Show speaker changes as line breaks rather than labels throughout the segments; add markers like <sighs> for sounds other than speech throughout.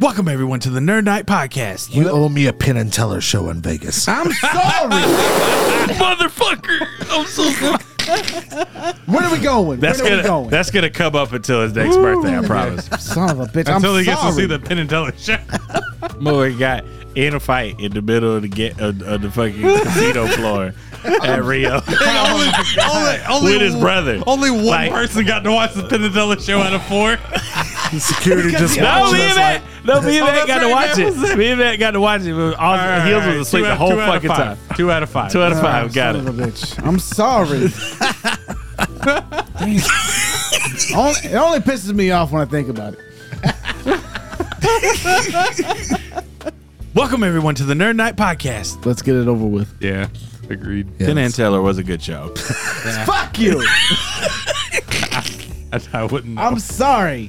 Welcome everyone to the Nerd Night Podcast.
You owe me a pin and teller show in Vegas.
I'm sorry.
Motherfucker! I'm so sorry.
Where are we going?
That's
Where
gonna
are we going?
that's gonna come up until his next birthday, I promise.
Son of a bitch.
Until
I'm
he gets to
sorry.
see the pin and teller show. <laughs> Boy got in a fight in the middle of the get of, of the fucking
<laughs>
casino floor at Rio.
only, only, only
With his brother.
Only one
Like-
person got to watch the Pin and Teller show out of four.
The security just
No,
watching
me and
us
Matt,
like,
no, me and
Oh,
Matt
that's
got to
right,
watch
that was
it. Me and Matt got to watch it. but All, Heels was asleep
Two
the
out-
whole
two out of
fucking time.
five. Two out of
<laughs>
five.
Two out of five, got
Son
it.
of a bitch. I'm sorry.
<laughs>
only, it only pisses me off when I think about it.
Welcome everyone to the Nerd Night Podcast.
Let's get it over with.
Yeah, agreed.
Yeah,
Pin and
that's-
Teller was a good
<laughs>
show.
Fuck you.
I, I wouldn't.
I'm sorry.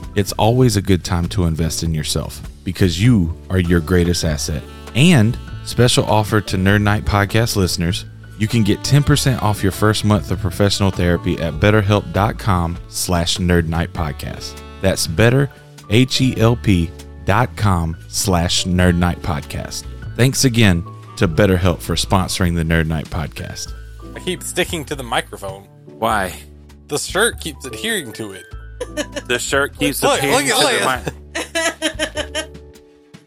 It's always a good time to invest in yourself because you are your greatest asset. And special offer to Nerd Night podcast listeners, you can get 10% off your first month of professional therapy at betterhelp.com slash nerd night podcast. That's better, H-E-L-P E dot com slash nerd night podcast. Thanks again to BetterHelp for sponsoring the Nerd Night podcast.
I keep sticking to the microphone.
Why?
The shirt keeps adhering to it.
The
<laughs>
shirt keeps
Look,
appearing
look at- <laughs>
to
look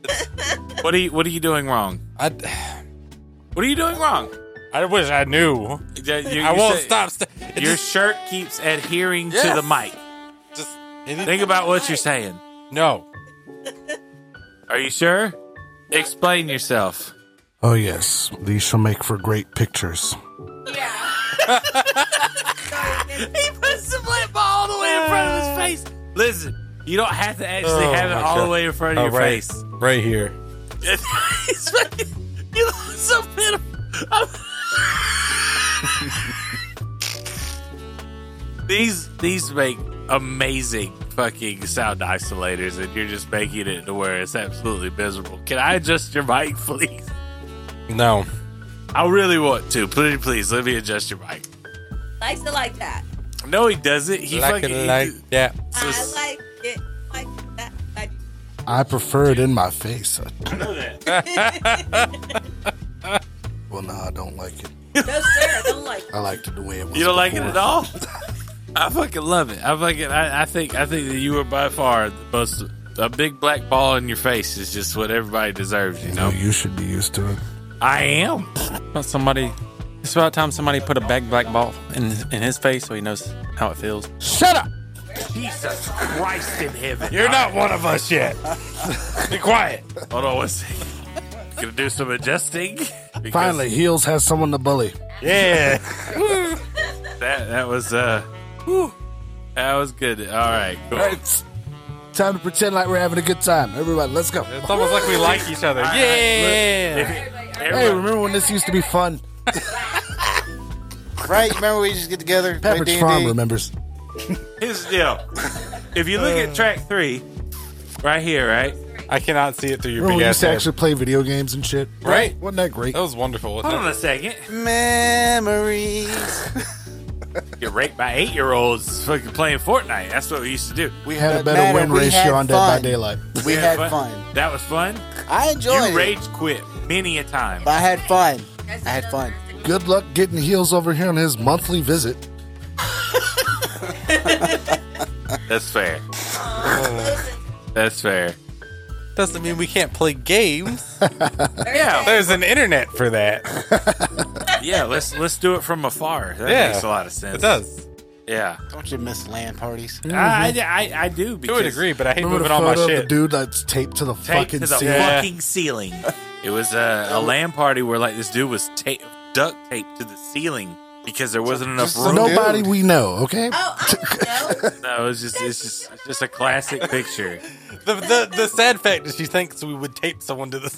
the mic. what are you What are you doing wrong?
I,
What are you doing wrong?
I wish I knew.
You- you-
I
you
won't
say-
stop. St- it
Your
just,
shirt keeps adhering
Yes.
to the mic.
just any-
Think about what you're saying.
no.
Are you sure? Explain yourself.
Oh yes, these shall make for great pictures.
He puts the lip all the way in front of his face. Listen, you don't have to actually
Oh,
have it
my
all
God.
the way in front of
Oh,
your
right,
face. <laughs>
right here.
He's fucking. You look so pitiful. <laughs> I'm- these these make amazing fucking sound isolators, and you're just making it to where it's absolutely miserable. Can I adjust your mic, <laughs> please?
No.
I really want to. Please, please let me adjust your mic.
Likes to like that.
No, he doesn't. He
like
fucking
it like that.
I like it like that. I do.
I prefer it in my face.
<laughs>
<laughs>
well, no, I don't like it.
No, sir, I don't like it.
I liked it the way it was.
You don't like it
before.
at all? <laughs> I fucking love it. I fucking I, I think I think that you were by far the most a big black ball in your face is just what everybody deserves, you
You know,
know.
you should be used to it.
I am.
Somebody. It's about time somebody put a bag black ball in in his face so he knows how it feels.
Shut up.
Jesus Christ in heaven.
You're not one of us yet. Be quiet.
Hold on one second. Gonna do some adjusting. because
Finally, heels has someone to bully.
Yeah. <laughs> that that was uh whew. that was good. All right, cool.
All right, it's time to pretend like we're having a good time. Everybody, let's go.
It's almost like we like each other. Yeah.
Hey,
Everyone-
remember when this used to be fun?
<laughs> Right? Remember we just get together, play
Pepperidge Farm
D&D.
remembers.
Here's the deal. If you look at track three, right here, right?
I cannot see it through your
Remember we
big ass
used to
head.
actually play video games and shit?
Right.
Wasn't that great?
That was wonderful.
Hold on a second.
Memories.
<laughs> Get raped by eight year olds fucking playing Fortnite. That's what we used to do.
We had a
Doesn't
better
matter,
win
we had
ratio on Dead by
fun.
Daylight.
We
Yeah,
had
but-
fun.
That was fun.
I enjoyed
You
it.
rage quit many a time.
But I had fun.
That's
I had fun.
Good luck getting heels over here on his monthly visit.
That's <laughs> fair. That's fair.
Doesn't <laughs> mean we can't play games.
Yeah.
There's an internet for that.
Yeah, let's let's do it from afar. That
Yeah.
makes a lot of sense.
It does. Mm-hmm.
Yeah,
Don't you miss land parties?
I, I I do
To a
because
degree, but I hate
Remember
moving
the
all my
photo of the
shit.
dude that's taped to the
taped
fucking
to the
ceiling?
fucking ceiling.
<laughs>
it was a, a land party where like this dude was ta- duct taped to the ceiling because there wasn't enough
just
room.
no-
Nobody we know, okay?
Oh, I
<laughs>
don't know.
No, it's just it's just it's just a classic picture.
<laughs> The, the the sad fact is she thinks we would tape someone to the.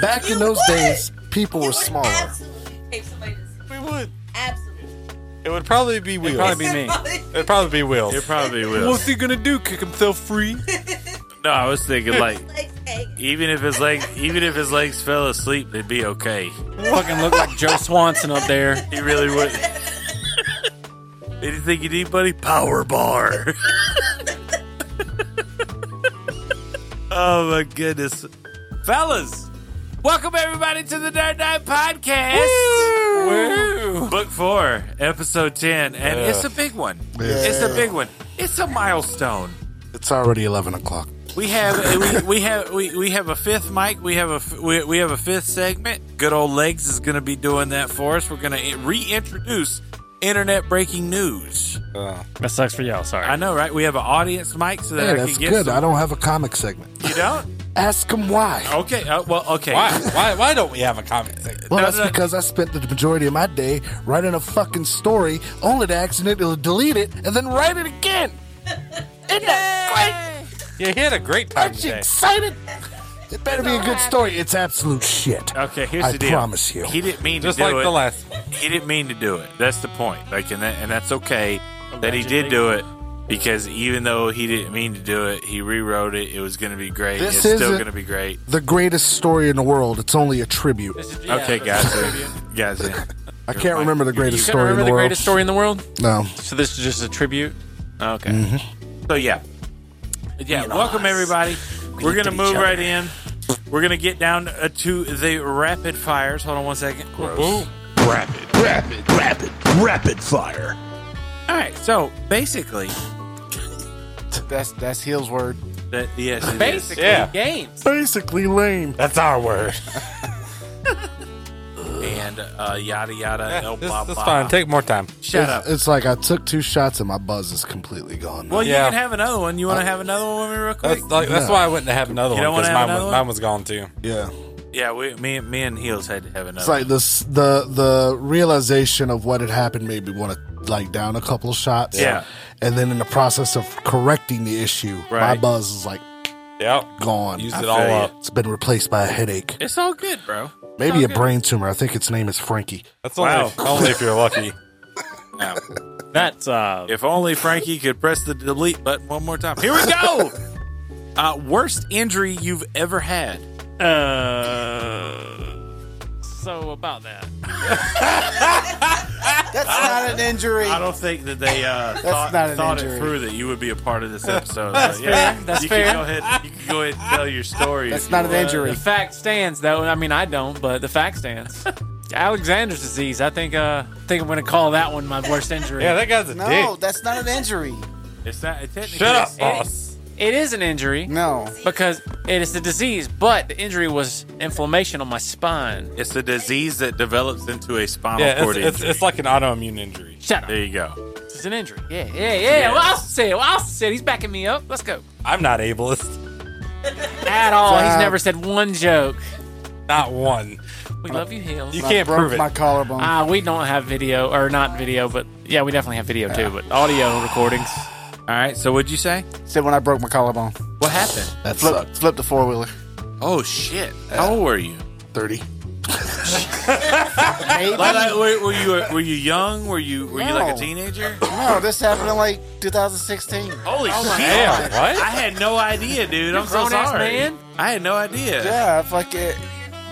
Back in those
You
days, people
You
were
would
smaller.
Absolutely tape somebody to sleep.
We would.
Absolutely.
It would probably be Will.
probably be me.
<laughs>
It'd probably be Will.
It probably will.
What's he gonna do? Kick himself free?
No, I was thinking like
Like, hey,
even if his leg even if his legs fell asleep, they'd be okay.
Fucking look like Joe Swanson up there.
He really would. Anything you need, buddy? Power bar. oh my goodness, fellas! Welcome everybody to the Nerd Night Podcast. Book four, episode ten, and
Yeah.
it's a big one. It's a big one. It's a milestone.
It's already 11 o'clock.
We have eh,
<laughs>
we, we have we, we have a fifth mic. We have a f- we, we have a fifth segment. Good old legs is going to be doing that for us. We're going to reintroduce internet breaking news.
That sucks for y'all. Sorry.
I know, right? We have an audience mic, so that
Uh. Hey,
I
that's
can get
good.
some-
I don't have a comic segment.
You don't?
Ask them why.
Okay. Uh, well, okay. <laughs>
Why? Why? Why don't we have a comment section?
Well,
No,
that's
no.
because I spent the majority of my day writing a fucking story, only to accidentally delete it and then write it again. Isn't that great?
Yeah, he had a great time
Aren't you
today.
excited? It better be a good story. It's absolute shit.
Okay. Here's
I
the deal.
promise you.
He didn't mean
Just
to do
like
it.
the last.
he didn't mean to do it. That's the point. Like, and that, and that's okay that he did do it because even though he didn't mean to do it, he rewrote it. It was going to be great.
This
it's still
isn't-
going to be great.
The greatest story in the world. It's only a tribute.
Okay, gotcha. gotcha.
I can't remember the greatest
You
story in
remember
the,
the
world.
greatest story in the world?
No.
So this is just a tribute. Okay.
So yeah, yeah. welcome everybody. We are gonna move right in. We're gonna get down uh, to the rapid fires. Hold on one second. Gross.
Rapid, rapid, rapid fire.
All right. So basically,
That's that's Hill's word.
that yes, it
<laughs>
is.
Basically, yeah. games.
Basically lame.
That's our word.
and uh, yada yada. el
This,
blah,
this is
blah.
fine. Take more time.
Shut up.
It's, it's like I took two shots and my buzz is completely gone.
Well,
Yeah. Uh,
you can have another one. You want to have another one with me real quick?
That's, like, that's why I wouldn't have another
You don't
one
wanna
because
have
mine,
another
was-
one?
mine was gone too.
Yeah.
yeah, we, me, me and Heels had to have another.
It's like this the the realization of what had happened made me want to like down a couple of shots.
Yeah.
And then in the process of correcting the issue, my
Right.
buzz is like
Yep.
gone.
Used
I
it all
feel
up.
It's been replaced by a headache.
it's all good, bro.
Maybe a brain tumor. I think its name is Frankie.
That's only,
Wow.
only if you're <laughs> lucky.
<laughs> Now,
That's uh.
if only Frankie could press the delete button one more time. Here we <laughs> go. uh, worst injury you've ever had.
Uh. So about that.
That's not an injury.
I don't think that they uh, thought,
not an
thought it
injury.
through that you would be a part of this episode. That's yeah,
fair. That's
you
fair.
Can go ahead, you can go ahead and tell your story.
That's
if
not
you
an
want.
injury.
The fact stands, though. I mean, I don't, but the fact stands.
Alexander's disease. I think. Uh. I think I'm gonna call that one my worst injury.
Yeah, that guy's a
No,
dick.
that's not an injury.
It's not, it technically-
Shut up,
it-
boss.
It is an injury
No.
because it is a disease, but the injury was inflammation on my spine.
It's a disease that develops into a spinal
Yeah,
cord
it's, it's,
injury.
it's like an autoimmune injury.
Shut up.
there you go.
It's an injury. Yeah, yeah, yeah. Well, I said it. Well, I said it. he's backing me up. Let's go.
I'm not ableist.
At all. He's
Wow.
never said one joke.
Not one.
We love you, Hills.
You
I
can't
broke
prove it.
my collarbone.
Ah, we don't have video, or not video, but yeah, we definitely have video too, but audio recordings.
All right. So what'd you say?
Said when I broke my collarbone.
What happened?
That
Flip,
sucked.
flipped the four wheeler.
Oh shit! How old were you?
Thirty.
Like, like, were, were you were you young? Were you were you like a
No.
teenager?
No, this happened in like 2016.
Holy shit!
Damn, what?
I had no idea, dude. I'm so
grown-ass
sorry.
man.
I had no idea.
Yeah, I fucking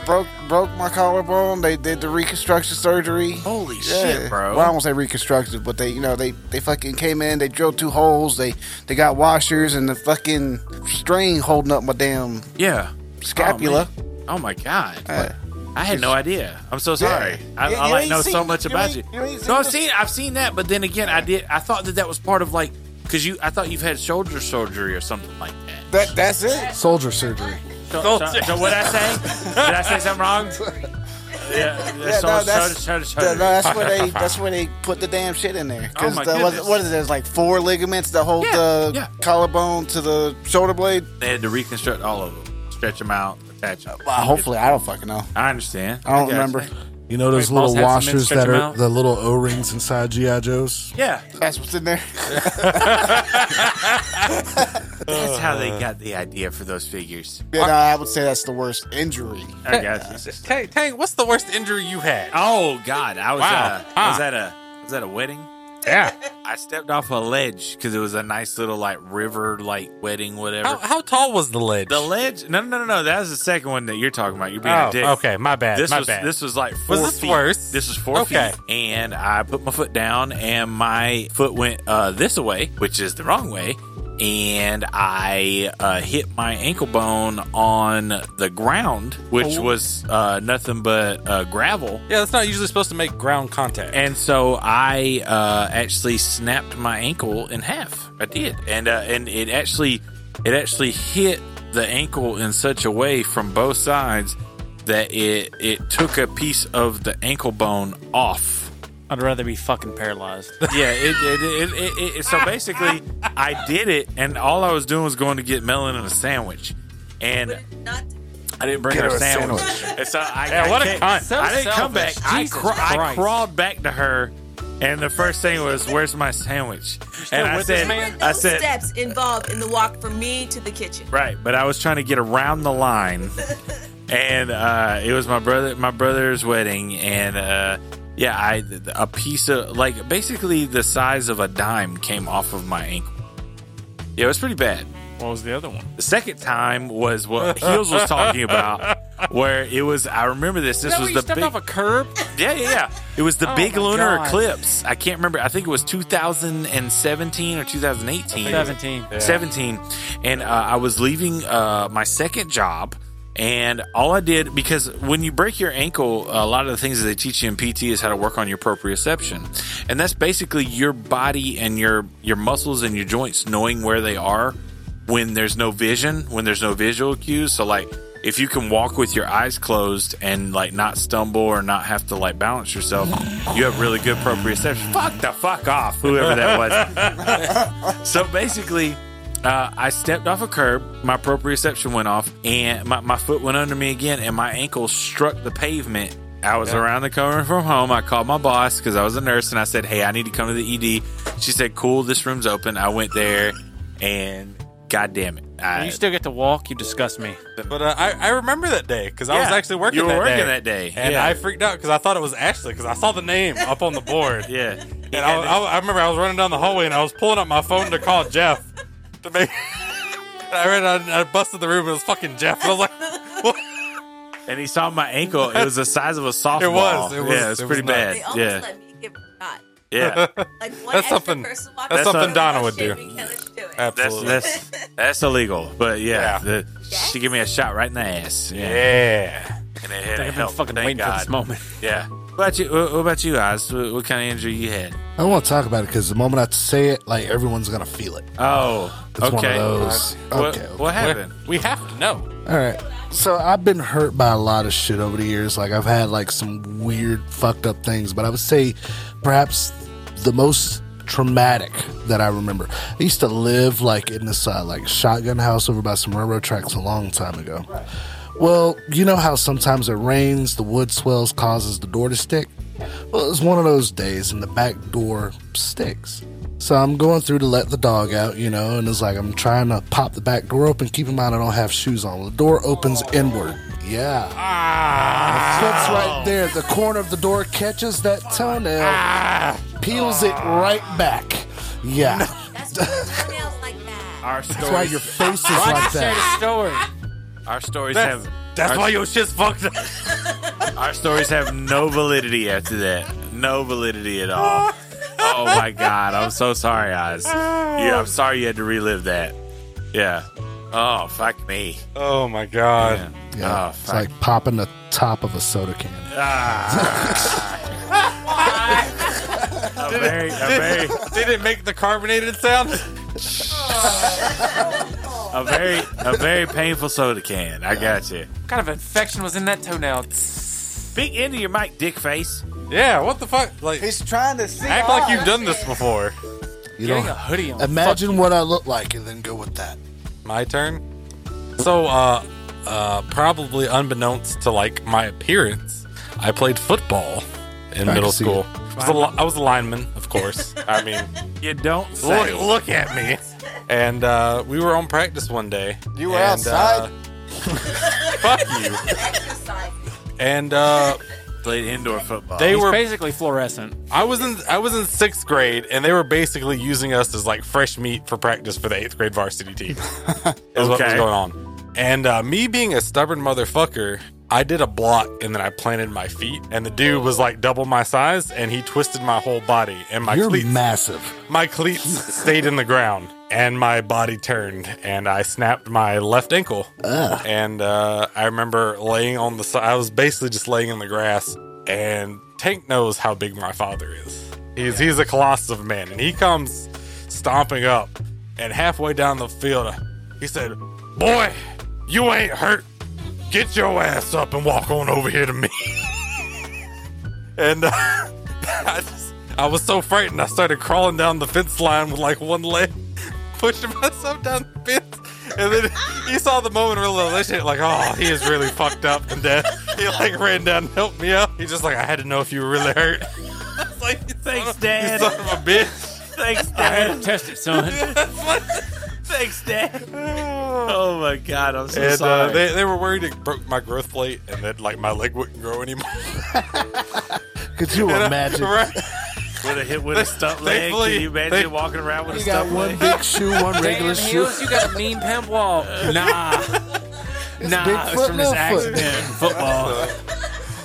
broke broke my collarbone. They did the reconstruction surgery.
Oh,
Holy
Yeah.
shit, bro!
Well, I won't say reconstructive, but they, you know, they they fucking came in, they drilled two holes, they they got washers and the fucking string holding up my damn
yeah.
scapula.
Oh, man. Oh, my god!
Uh,
I had no idea. I'm so sorry. I,
You-
I
you
like
ain't
know so
seen-
much
you
about
ain't-
you.
you ain't seen
no, I've
this?
seen I've seen that, but then again, I did. I thought that that was part of like because you. I thought you've had shoulder surgery or something like that.
that that's it.
Soldier surgery.
<laughs> So, so, so what I say? did I say something wrong? yeah,
Yeah,
that's
no,
all
that's,
shudder, shudder,
no,
shudder.
that's where they that's where they put the damn shit in there. Because
Oh, my goodness.
what is it? There's like four ligaments that hold
Yeah,
the
yeah. Oh,
collarbone to the shoulder blade.
They had to reconstruct all of them, stretch them out, attach them. Oh.
Well, Uh, hopefully, I don't fucking know.
I understand.
I don't
guess.
remember.
You know those
Great balls
little
have some men
washers
stretch
that
'em
are
out.
the little O rings inside GI Joes.
Yeah,
That's what's in there. <laughs>
that's how
Uh-huh.
they got the idea for those figures.
Yeah, no, I would say that's the worst injury.
I guess.
Tang, Tang, what's the worst injury you had?
<laughs> Oh God, I was
Wow.
at a, I was at a I was at a wedding.
Yeah.
I stepped off a ledge because it was a nice little like river like wedding whatever.
How, how tall was the ledge?
The ledge? No, no, no, no. That was the second one that you're talking about. You're being
Oh,
a dick.
okay. My bad.
This
my
was
bad.
this was like four
Was this
feet.
worse?
This was four
Okay.
feet, and I put my foot down, and my foot went uh, this way, which is the wrong way, and I uh, hit my ankle bone on the ground, which
Oh.
was uh, nothing but uh, gravel.
yeah, that's not usually supposed to make ground contact.
And so I uh, actually snapped my ankle in half. I did, and uh, and it actually it actually hit the ankle in such a way from both sides that it it took a piece of the ankle bone off. <laughs>
I'd rather be fucking paralyzed.
Yeah, it, it, it, it, it, it- so basically I did it, and all I was doing was going to get melon and a sandwich, and.
Not
I didn't bring her,
her a
sandwich. And so I,
Yeah,
I
what a
can't-
cunt. So
I didn't come back.
selfish.
I,
Jesus
cra- I
Christ.
crawled back to her, and the first thing was, "Where's my sandwich?" And I
with this
said,
there were
man?
no
"I said."
steps involved in the walk from me to the kitchen.
Right, but I was trying to get around the line, and uh, it was my brother, my brother's wedding, and uh, yeah, I a piece of like basically the size of a dime came off of my ankle. Yeah, it was pretty bad.
What was the other one?
The second time
<laughs>
was what Heels was talking about, where it was. I remember this. This
Is that
was
when you
the
stepped
big,
off a curb?
Yeah, yeah, yeah. It was the
Oh
big
my
lunar
God.
eclipse. I can't remember. I think it was 2017 or 2018.
17.
17. And uh, I was leaving uh, my second job. And all I did, because when you break your ankle, a lot of the things that they teach you in PT is how to work on your proprioception. And that's basically your body and your, your muscles and your joints knowing where they are when there's no vision, when there's no visual cues. So, like, if you can walk with your eyes closed and like not stumble or not have to like balance yourself, you have really good proprioception. Fuck the fuck off, whoever that was. So basically, uh, I stepped off a curb, my proprioception went off, and my, my foot went under me again, and my ankle struck the pavement. I was around the corner from home. I called my boss because I was a nurse, and I said, Hey, I need to come to the ED. She said, Cool, this room's open. I went there, and god damn it. I,
You still get to walk. You disgust me.
But uh, I, I remember that day because I was
Yeah,
actually working.
you were
that
working
day.
that day.
and
Yeah.
I freaked out because I thought it was Ashley because I saw the name up on the board.
yeah.
and I, I, I remember I was running down the hallway and I was pulling up my phone to call Jeff to make. <laughs> and I ran out and I busted the room. and It was fucking Jeff. I was like, what?
And he saw my ankle. It was the size of a softball.
was, it was,
yeah, it was
it was
pretty
nuts.
bad.
They almost
Yeah.
let me give her a shot.
yeah.
Like one
That's
extra
something-
person walked
that's
up
something
and
Donna
said,
would do.
"Shit, we can't let you do it."
That's
Absolutely.
that's <laughs> that's illegal. But yeah,
Yeah.
the- she gave me a shot right in the ass. Yeah,
yeah.
and it, it
I've been
helped.
fucking
Thank
waiting
God.
for this moment.
Yeah. What about you? What what about you, Oz? What, what kind of injury you had?
I don't want to talk about it because the moment I say it, like everyone's gonna feel it.
Oh,
It's
okay.
one of those.
What,
okay.
what happened?
We have to know.
All right. So I've been hurt by a lot of shit over the years. Like I've had like some weird fucked up things, but I would say perhaps the most traumatic that I remember. I used to live like in this uh, like shotgun house over by some railroad tracks a long time ago. Well, you know how sometimes it rains, the wood swells, causes the door to stick? Well, it was one of those days and the back door sticks. So I'm going through to let the dog out, you know, and it's like I'm trying to pop the back door open. Keep in mind I don't have shoes on. The door opens inward. Yeah. That's right there. The corner of the door catches that toenail, peels it right back. Yeah.
That's why it smells like that.
Our
That's why your
stories.
face is like that.
Story.
Our stories
That's,
have.
that's
our,
why your shit's fucked up.
<laughs> our stories have no validity after that. No validity at all. oh my God! I'm so sorry, Oz. Yeah, I'm sorry you had to relive that. Yeah. Oh fuck me.
Oh my god.
Yeah.
Yeah.
Oh,
it's
fuck.
like popping the top of a soda can.
A very, a very,
Did it make the carbonated sound?
a very, a very painful soda can. I got you.
What kind of infection was in that toenail?
Speak into your mic, dick face.
Yeah, what the fuck? Like
he's trying to see.
Act like you've done this before.
You
Getting
know,
a hoodie on.
Imagine what I look like, and then go with that.
My turn. So, uh, uh, probably unbeknownst to like my appearance, I played football in
I
middle
see
school. I was, a li- I was a lineman, of
<laughs>
course. I mean,
You don't
look,
say.
look at me. And uh, we were on practice one day.
You were
and,
outside?
uh, <laughs> fuck you.
<laughs> Exercise.
And uh,
Played indoor football.
they
He's
were
basically fluorescent.
I was in I was in sixth grade, and they were basically using us as like fresh meat for practice for the eighth grade varsity team. is what was
Okay.
going on. And uh, me being a stubborn motherfucker, I did a block and then I planted my feet, and the dude was like double my size, and he twisted my whole body, and my
You're
cleats
massive.
my cleats stayed in the ground, and my body turned, and I snapped my left ankle. And uh, I remember laying on the side. I was basically just laying in the grass. And Tank knows how big my father is. He's he's a colossus of a man, and he comes stomping up. And halfway down the field, he said, "Boy, you ain't hurt. Get your ass up and walk on over here to me." <laughs> and uh, I, just, I was so frightened, I started crawling down the fence line with like one leg, <laughs> pushing myself down the fence. And then <laughs> he saw the moment of realization, like, oh, he is really fucked up and dead. <laughs> He like ran down and helped me up. He's just like, I had to know if you were really hurt. <laughs> I was like, you son
Thanks,
of-
Dad.
You son of a bitch.
<laughs> Thanks,
I
Dad.
<laughs>
had to test it, son. <laughs>
Thanks, Dad. Oh my God, I'm so
And uh,
sorry.
they, they were worried it broke my growth plate and that like my leg wouldn't grow <laughs> anymore.
Could
<laughs>
you imagine?
right?
with a hit with a stump leg,
thankfully-
can you imagine
they-
walking around with a
You got
stump
<laughs>
one
leg?
big shoe, one regular
Damn,
shoe.
Hills, you got a mean pimp <laughs> walk.
Nah, nah, it was
Bigfoot,
from this
Littlefoot.
<laughs>
accident in football.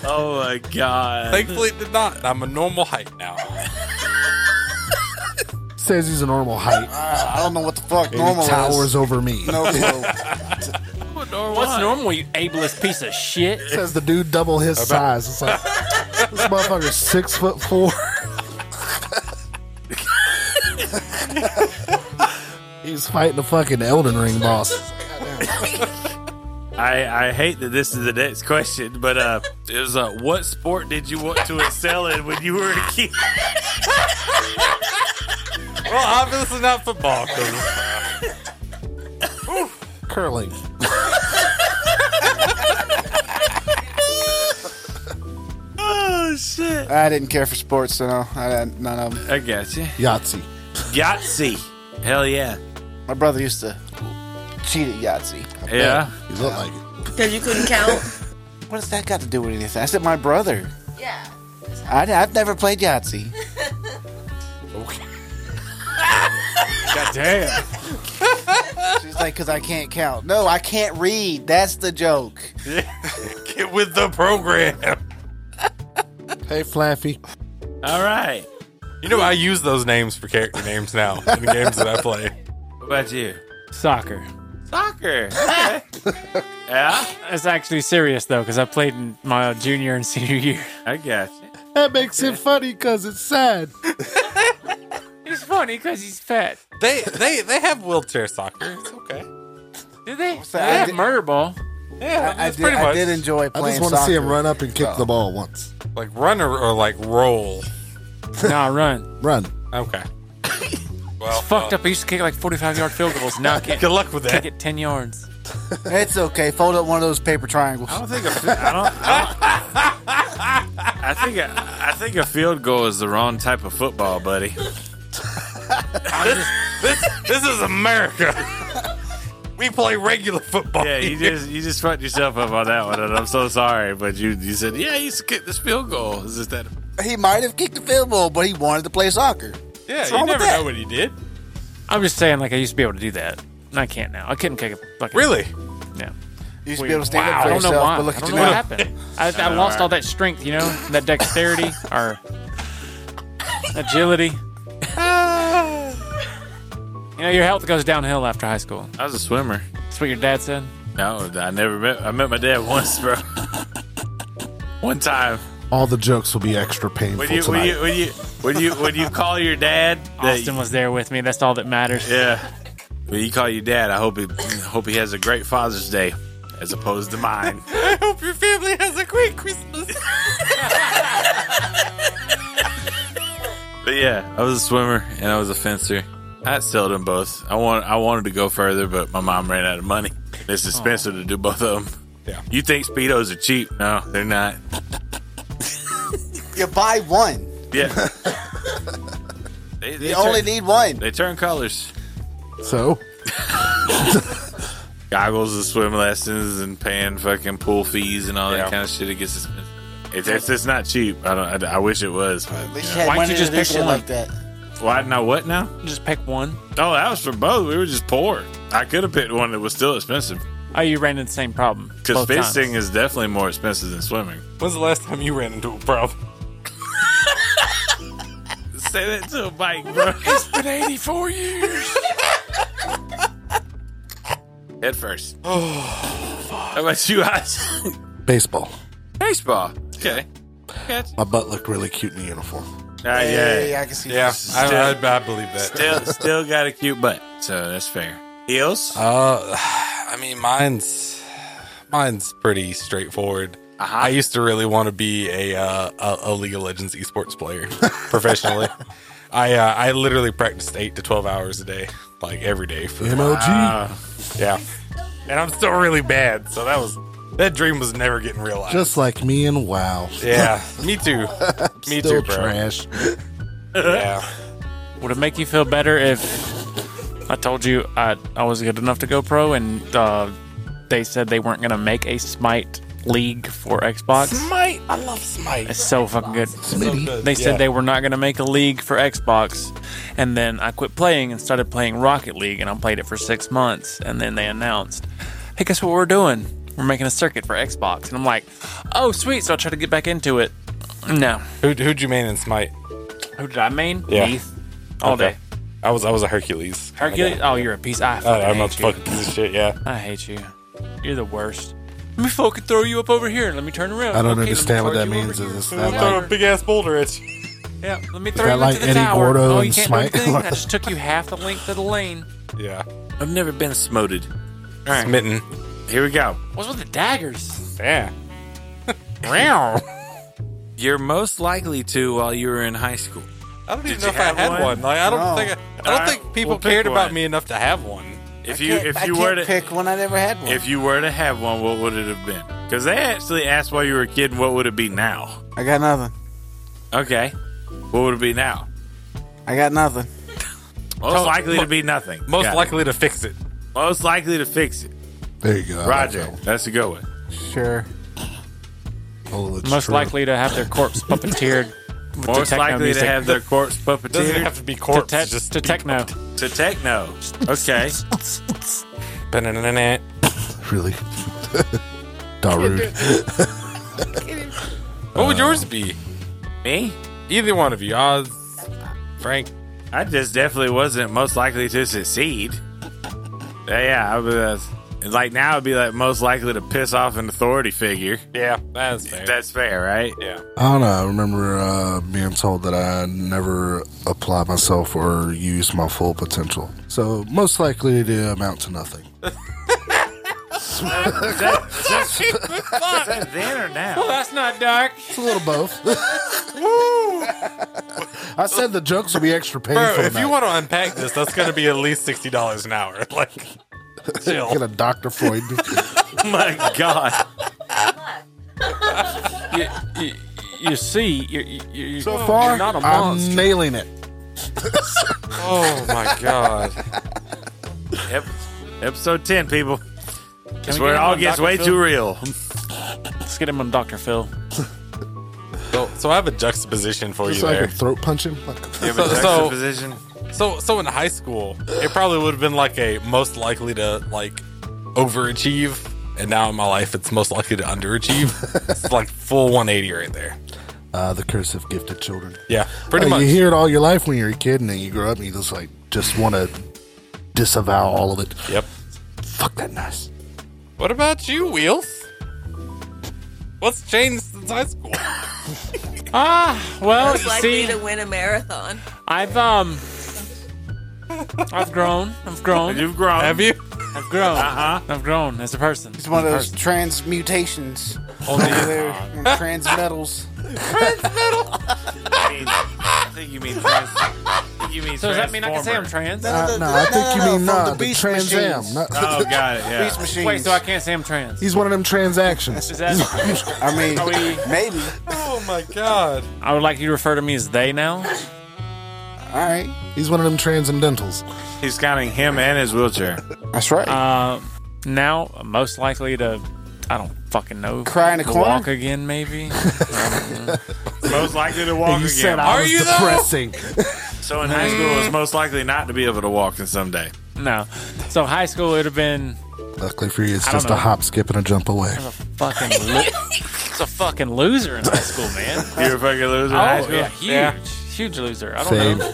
oh my God.
Thankfully, it did not. I'm a normal height now.
Says he's a normal height.
Uh, I don't know what the fuck
and
normal
he towers
is.
over me.
<laughs> No clue.
What's normal, you ableist piece of shit?
Says the dude double his size. It's like this motherfucker's six foot four. he's fighting a fucking Elden Ring boss.
I, I hate that this is the next question,
<laughs>
but uh, it was uh, what sport did you want to excel in when you were a kid?
<laughs> Well, obviously not football. 'cause-
Curling.
Oh shit!
I didn't care for sports, so no, I had none of them.
I got you.
Yahtzee.
Yahtzee. Hell yeah.
My brother used to cheat at Yahtzee.
Yeah.
You look like it.
Because you couldn't count?
What does that got to do with anything? I said my brother.
yeah.
I, have never played
<laughs>
Yahtzee.
Damn.
She's like, because I can't count. No, I can't read. That's the joke.
Get with the program.
Hey, Flaffy.
All right.
You know, I use those names for character names now in the games that I play.
What about you?
Soccer.
Soccer. Okay. yeah.
That's actually serious though, because I played in my junior and <laughs> senior year.
I got you.
That makes it funny because it's sad.
It's funny because he's fat.
They they they have wheelchair soccer. It's okay.
Did they?
So
they
I
have
did-
murder <laughs> ball.
Yeah,
I,
it's
did,
pretty
I
much
did enjoy
I
playing
just want to see him
soccer.
run up and kick the ball once.
like run or, or like roll.
nah, run.
Run.
<laughs>
Okay. Well, uh,
Fucked up. I used to kick like 45 yard field goals. Now I can't
Good luck with
kick
that.
it 10 yards.
It's okay. Fold up one of those paper triangles.
I don't think a, I don't. I, don't, I think a, I think a field goal is the wrong type of football, buddy.
This this is America. We play regular football.
Yeah,
<laughs>
you just you just fucked yourself up on that one, and I'm so sorry. But you you said yeah, you used to kick this field goal. Is this that?
He might have kicked the field goal, but he wanted to play soccer.
yeah
what's
you
wrong with
never
that?
know what he did.
I'm just saying, like, I used to be able to do that. And I can't now. I couldn't kick a fucking.
Really?
Yeah.
You used to
Weird.
be able to stand up
I
for
don't know
yourself,
why.
but look
I
at
don't
you
know what
now.
happened. I, I lost all that strength, you know,
<laughs>
that dexterity or agility. you know, your health goes downhill after high school.
I was a swimmer.
That's what your dad said.
No, I never met. I met my dad <laughs> once, bro. One time
All the jokes will be extra painful
when you
tonight.
when you when you when you when you call your
<laughs>
dad, that-
Austin was there with me. That's all that matters.
yeah. When you call your dad, I hope he hope he has a great Father's Day. as opposed to mine.
<laughs> I hope your family has a great Christmas.
But yeah, I was a swimmer and I was a fencer. I excelled in both. I want I wanted to go further, but my mom ran out of money. It's expensive to do both of them.
Yeah.
You think speedos are cheap? No, they're not.
You buy one.
<laughs>
Yeah. they, they
You only
turn-
need one.
they turn colors.
So
Goggles and swim lessons and paying fucking pool fees and all
Yeah.
that kind of shit. It gets expensive. It's, it's, it's not cheap. I don't. I, I wish it was. But,
At least
yeah.
you had
Why don't
one
you
of
just
this
pick
shit
one?
like that.
Why now? What now?
Just pick one.
Oh, that was for both. We were just poor. I could have picked one that was still expensive
Oh, you ran into the same problem.
because
both times.
fencing is definitely more expensive than swimming.
When's the last time you ran into a problem?
Say that to a bike, bro. <laughs> it's been 84 years. Head first. <sighs> Oh, How about you, <laughs> guys?
baseball.
Baseball. Okay.
My butt looked really cute in the uniform.
Ah,
Yeah,
yeah.
I can see
Yeah,
this.
I,
Still-
I, I believe that.
Still, still got a cute butt, so that's fair. Eels?
Uh, I mean, mine's mine's pretty straightforward.
Uh-huh.
I used to really want to be a uh, a, a League of Legends esports player <laughs>
<laughs>
professionally. I uh, I literally practiced eight to twelve hours a day, like every day for
MLG.
yeah. And I'm still really bad, so that was that dream was never getting realized.
Just like me and WoW.
<laughs> yeah, me
<laughs>
too. Me
Still
too, bro.
trash.
Yeah,
Would it make you feel better if I told you I, I was good enough to go pro and uh, they said they weren't going to make a Smite league for Xbox?
Smite. I love Smite.
It's so fucking good.
good.
They said
Yeah.
they were not going to make a league for Xbox. And then I quit playing and started playing Rocket League, and I played it for six months. And then they announced, hey, guess what we're doing? We're making a circuit for Xbox. And I'm like, oh, sweet. So I tried to get back into it. No.
Who, who'd you main in Smite?
Who did I mean?
Yeah.
Heath. All
Okay.
day.
I was I was a Hercules.
Hercules? Oh, you're a piece. I
I,
fucking
I'm a
hate you.
fucking piece of shit. Yeah.
I hate you. You're the worst. Let me fucking throw you up over here. Let me turn around.
I don't
Okay, let me
understand what that
throw you over
means.
here.
Is this
I'll
that
throw
like
a big ass boulder at you.
Yeah, let me
that
throw you into
like
the
Eddie
tower.
Gordo
oh, you
and
can't
Smite?
do anything. I
<laughs>
just took you half the length of the lane.
Yeah.
I've never been smoted.
All right.
Mitten.
Here we go.
What's with the daggers?
Yeah.
Round.
You're most likely to while you were in high school.
I don't even
Did
know
you
if I
have
had
one?
one. Like I don't
No.
think I, I don't
Alright,
think people
we'll pick
cared about
one.
me enough to have one.
If
I
you
can't-
if
I
you
can't
were to
pick one, I never had one.
if you were to have one, what would it have been? Because they actually asked while you were a kid, what would it be now?
I got nothing.
Okay, what would it be now?
I got nothing.
Most
Tell-
likely
mo-
to be nothing.
Most
Got it.
likely to fix it.
most likely to fix it.
There you go. I like
Roger,
that one.
that's a good one.
Sure.
Oh, it's
Most
true.
likely to have
<laughs>
their corpse puppeteered with the
Most
techno
likely
music.
to have their corpse
Doesn't
puppeteered
have to be
to,
corpse.
te-
just
to techno.
to techno.
<laughs>
Okay,
<laughs>
Ba-na-na-na-na.
Really. <laughs> Darude.
What would yours be?
me,
Either one of you, Oz, Frank.
I just definitely wasn't most likely to succeed. Yeah, yeah, I was. uh, Like now, I'd be like most likely to piss off an authority figure.
Yeah, that's fair.
That's fair, right?
yeah.
I don't know. I remember uh, being told that I never apply myself or use my full potential. So most likely to amount to nothing.
Is that then or now?
That's not dark.
It's a little both. <laughs> I said the jokes would be extra painful.
Bro, if you
tonight.
want to unpack this, that's going to be at least sixty dollars an hour. <laughs> Like,
get
chill. <laughs>
a Dr.
<laughs>
Freud.
Oh my god.
You, you, you see, you, you, you,
so far,
you're not a
I'm
monster.
nailing it.
Oh my god.
<laughs> Ep- episode 10, people. That's
we
where it
get
all
on
gets
Dr.
way
Phil?
too
<laughs>
real.
Let's get him on Dr. Phil.
<laughs> So, so I have a juxtaposition for
Just
you
so I
there.
could throat punch him. Like,
So- so-
Juxtaposition.
So so in high school, it probably would have been like a most likely to like overachieve, and now in my life, it's most likely to
<laughs>
underachieve. it's like full 180 right there.
uh, the curse of gifted children.
Yeah, pretty
Like,
much.
Oh, You hear it all your life when you're a kid, and then you grow up and you just like just want to disavow all of it.
Yep.
Fuck that nice.
What about you, Wheels? What's changed since high school?
Ah, well,
Most
you
likely
see,
to win a marathon.
I've um, I've grown. I've grown.
You've grown.
Have you?
I've grown. Uh-huh. I've grown as a person.
It's one of
As a
those transmutations.
Only-
over <laughs> there,
Uh.
transmetals.
I think <laughs> you mean trans. I think you mean
person. So does that mean I can say I'm
transformer.
trans?
no, I think
<laughs>
you mean
Uh, from
Uh, nah,
the
the,
Beast
Trans Am.
Machines.
not-
Oh, got it. Yeah.
<laughs>
These machines.
Wait, so I can't say I'm trans?
He's one of them transactions.
Is that?
I mean,
Are we-
maybe.
Oh my god.
I would like you to refer to me as they now.
All right.
He's one of them transcendentals.
He's counting him and his wheelchair.
That's right.
Uh, now most likely to, I don't fucking know.
Cry in the corner?
Walk again, maybe. <laughs>
Most likely to walk
You
again.
said I
Are
was
you though?
depressing.
so in high school, was most likely not to be able to walk in someday.
no. So high school, it'd have been
Luckily for you, it's
I don't
just
know.
a hop, skip, and a jump away.
fucking. Lo- it's a fucking loser in high school, man.
You're a fucking loser. in high
Oh
school?
yeah, huge, huge loser. I don't
Same.
know.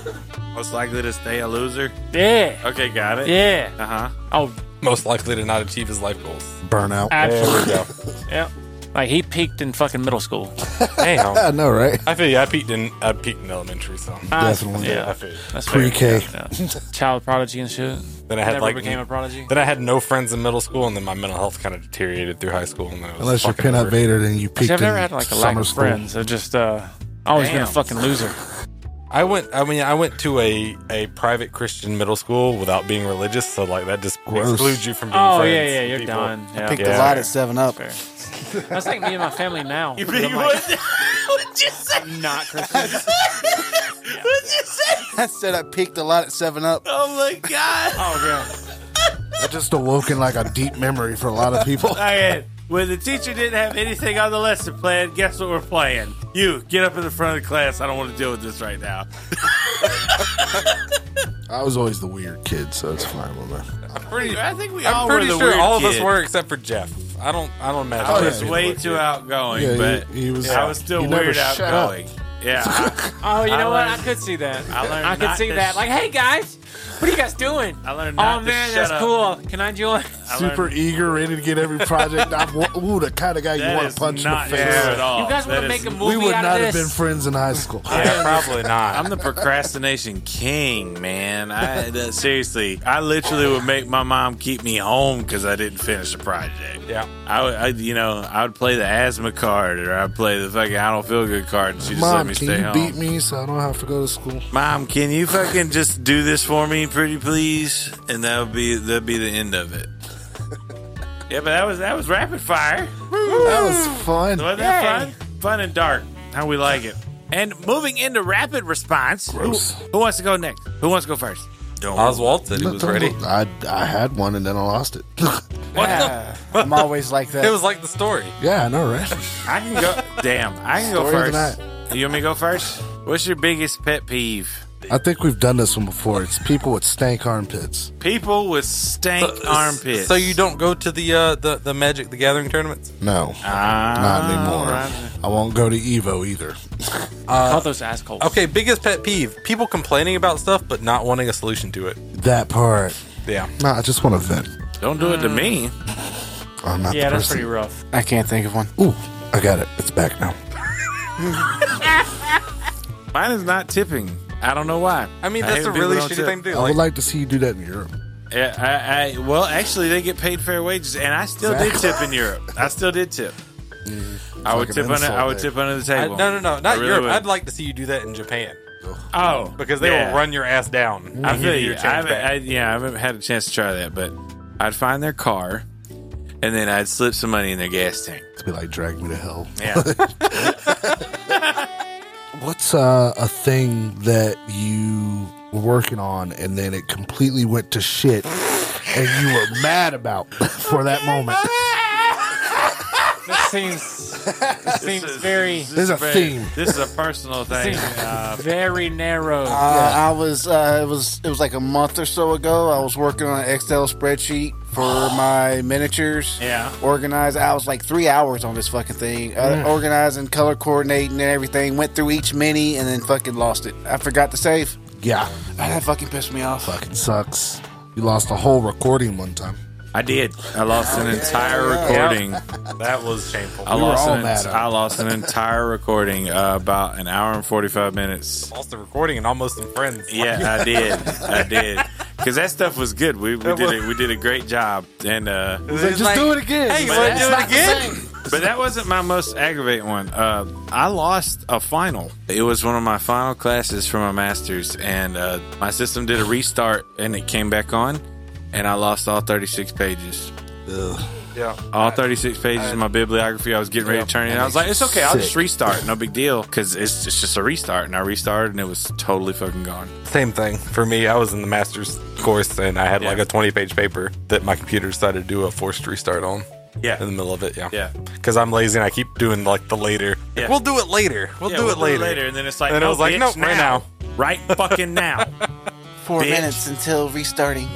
Most likely to stay a loser.
Yeah,
Okay, got it.
yeah.
Uh
Uh-huh.
huh.
Oh,
Most likely to not achieve his life goals.
Burnout.
absolutely.
we go.
Yeah. Like he peaked in fucking middle school. Damn.
I know, right?
I feel you. I peaked in I peaked in elementary, so
Definitely.
Yeah.
I feel you.
That's
Pre-K.
fair. Yeah. Child prodigy and shit.
Then I had
Never
like
became a prodigy.
then I had no friends in middle school, and then my mental health kind of deteriorated through high school. And then it was
Unless you're
fucking
Pinhead
over.
Vader, then you peaked
See, I've never
in
had like a lack
summer
of
school.
friends. I've just uh, always been a
Damn.
fucking loser.
I went. I mean, I went to a a private Christian middle school without being religious, so like that just
Gross.
excludes you from being
Oh
friends.
yeah, yeah,
with
you're
people.
done. Yeah.
Picked
Yeah.
a lot at Seven Up.
Fair. That's like me and my family now. You
Big
like,
one.
I'm not Christian.
I said I picked a lot at Seven Up.
Oh my <laughs> god.
oh yeah.
That just awoken like a deep memory for a lot of people.
All right. When the teacher didn't have anything on the lesson plan, guess what we're playing? You get up in the front of the class. I don't want to deal with this right now.
I was always the weird kid, so it's fine with me.
Pretty, I think we all
I'm pretty
were the
sure
weird
all of us
kid. Oh,
were except for Jeff. I don't. I don't imagine.
I
Jeff
was
being the
way
weird
too
kid.
outgoing,
Yeah,
but
he, he was.
I was still
he never
weird
shut
outgoing. Yeah, <laughs> I,
Oh, you
I
know what? I
learned-
could see that.
I learned.
I could
not
see
to
that.
sh-
Like, hey guys, what are you guys doing?
I learned.
Oh
Not to
man,
shut
that's
up.
cool. Can I join?
Uh,
I learned-
Super eager, ready to get every project. I, ooh, the kind of guy you
that
want
is
to punch in the
not
face.
true at all.
You guys want
That
to
is-
make a movie
We would
out
not
of
have
this?
been friends in high school.
Yeah, probably not. I'm the procrastination king, man. I that, seriously, I literally would make my mom keep me home because I didn't finish the project.
Yeah.
I would, I, you know, I would play the asthma card or I'd play the fucking I don't feel good card, and she just let
Mom,
me
can
stay
you
home.
beat me so I don't have to go to school?
Mom, can you fucking just do this for me, pretty please? And that would be that'd be the end of it. yeah, but that was that was rapid fire.
That was fun.
Wasn't that fun? Fun and dark. How we like it. And moving into rapid response. Who, who wants to go next? Who wants to go first? Don't.
Oswald said he
Look,
was
don't
ready.
look. I, I had one and then I lost it. <laughs>
Yeah, I'm always like that.
It
<laughs>
was like the story.
yeah, I know, right?
I can go. Damn, I can go
Story of the
first. You want me to go first? What's your biggest pet peeve?
I think we've done this one before. It's people with stank armpits.
People with stank armpits.
Uh, So you don't go to the uh, the the Magic the Gathering tournaments?
No, not
Ah,
anymore. I won't go to Evo either.
Call those assholes.
Okay, biggest pet peeve: people complaining about stuff but not wanting a solution to it.
That part.
Yeah.
No, I just want to vent.
Don't do it to me.
Mm.
I'm not
Yeah,
the
that's
person.
pretty rough.
I can't think of one.
Ooh, I got it. It's back now.
Mine is not tipping. I don't know why.
I mean, that's
hate
a
when people
really
don't
shitty
tip.
thing to do.
I would
Like,
like to see you do that in Europe.
Yeah, I, I, well, actually, they get paid fair wages, and I still
Exactly.
did tip in Europe. I still did tip. I would
like an
tip under.
insult
I would
there.
tip under the
I-
table.
no, no, no, not
I really
Europe.
would.
I'd like to see you do that in Japan
Oh,
because they
yeah.
will run your ass down.
I
and give
feel
you
you.
your
I
change
haven't,
back.
I, yeah, I haven't had a chance to try that, but I'd find their car, and then I'd slip some money in their gas tank.
It's be like drag me to hell.
Yeah.
<laughs> What's uh, a thing that you were working on and then it completely went to shit and you were mad about <laughs> for that moment?
This seems this seems very
There's a
very-
theme.
This is a personal thing.
seems <laughs> uh, very narrow.
Uh, I was uh, it was it was like a month or so ago. I was working on an Excel spreadsheet
<gasps>
for my miniatures.
Yeah. Mm.
Organized. I was like three hours on this fucking thing, uh, organizing, color coordinating, and everything. Went through each mini and then fucking lost it. I forgot to save.
Yeah,
Ah, that fucking pissed me off.
fucking sucks. You lost a whole recording one time.
I did. I lost an entire recording.
That was shameful.
I lost
all
an,
mad at
I lost an entire recording uh, about an hour and 45 minutes.
Lost the recording and almost some friends.
Yeah, I did. I did. because that stuff was good. We, we did a, we did a great job, and uh,
Just do it again.
Hey, you
But
want to
that's
do
not
it
the
again?
but that wasn't my most aggravating one. Uh, I lost a final. It was one of my final classes for my master's, and uh, my system did a restart, and it came back on, and I lost all 36 pages.
Yeah.
All 36 pages of my bibliography. I was getting ready to turn it. in. I was like, it's okay. I'll just
Sick.
restart. No big deal, because it's, it's just a restart. And I restarted, and it was totally fucking gone.
Same thing for me. I was in the master's course and I had like a 20 page paper that my computer decided to do a forced restart on
Yeah.
in the middle of it. Yeah.
Yeah.
Because I'm lazy and I keep doing like the later.
Yeah.
We'll do it later. We'll
Yeah,
do
we'll
it later.
And then it's like,
And
no,
I was like,
bitch,
nope, right now.
Right fucking now.
Four
Bitch.
minutes until restarting.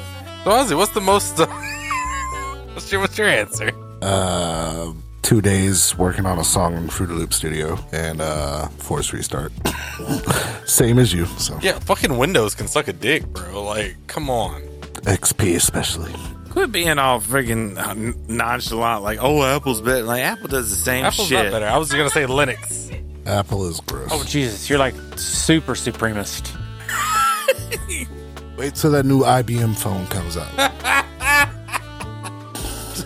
So, Ozzy, what's the most. uh, <laughs> what's, your, what's your answer?
Uh, two days working on a song in Fruity Loop Studio and uh, force restart. <laughs> Same as you. So
Yeah, fucking Windows can suck a dick, bro. Like, come on.
XP especially.
Quit being all friggin' uh, n- nonchalant, like, oh, Apple's better. Like, Apple does the same
Apple's
shit.
not better. I was going to say Linux.
Apple is gross.
Oh Jesus, you're like super supremacist.
Wait till that new IBM phone comes out.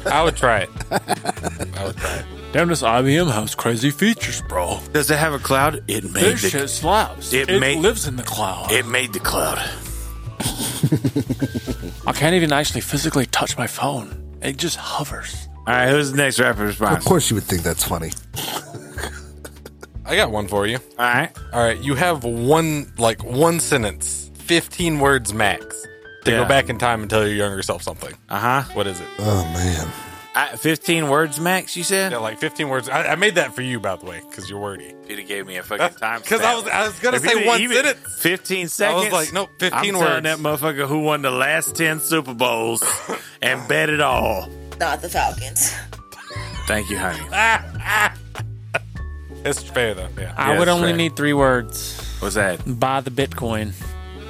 I would try it.
<laughs>
Damn this IBM has crazy features, bro.
Does it have a cloud? It made
This
the,
shit slaps.
it
It,
made-
lives in the cloud.
it made the cloud.
I can't even actually physically touch my phone. It just hovers.
All right, who's the next rapper
of
response? All
course, you would think that's funny.
I got one for you.
right.
All right, you have one like one sentence, fifteen words max, to
Yeah.
go back in time and tell your younger self something.
Uh huh.
What is it?
Oh man,
I, 15 words max, you said?
Yeah, like fifteen words. I, I made that for you, by the way, because you're wordy.
Peter gave me a fucking time.
Because I was I was gonna say one sentence.
15
I
seconds.
was like, nope,
I'm
15
telling
words.
that motherfucker who won the last 10
<laughs>
Super Bowls and bet it all.
Not the Falcons.
Thank you, honey.
it's fair though. Yeah.
Yeah,
I would
that's
only
right.
need three words.
What's that?
Buy the Bitcoin.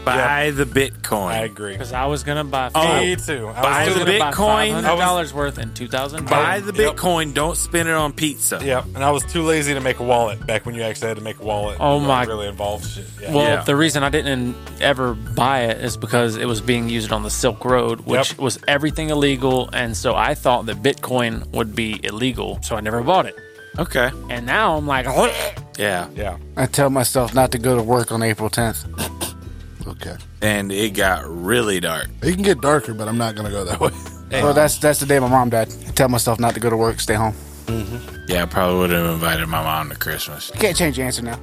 Buy the Bitcoin.
I agree. Oh.
Because Oh, I was gonna buy
Me
five,
too.
buy
I was
the
doing
bit-
it-
Bitcoin.
hundred dollars worth in two thousand.
Buy the
Yep.
Bitcoin. Don't spend it on pizza.
Yeah, and I was too lazy to make a wallet back when you actually had to make a wallet.
Oh
Like,
my-
Really involved shit. Yeah.
Well,
Yeah.
the reason I didn't ever buy it is because it was being used on the Silk Road, which
Yep.
was everything illegal, and so I thought that Bitcoin would be illegal, so I never bought it.
Okay.
And now I'm like,
Yeah.
yeah.
I tell myself not to go to work on April 10th.
Okay,
And it got really dark.
it can get darker, but I'm not gonna go that way.
Well, that's that's the day my mom died. I tell myself not to go to work, stay home.
Yeah, I probably would have invited my mom to Christmas.
You can't change your answer now.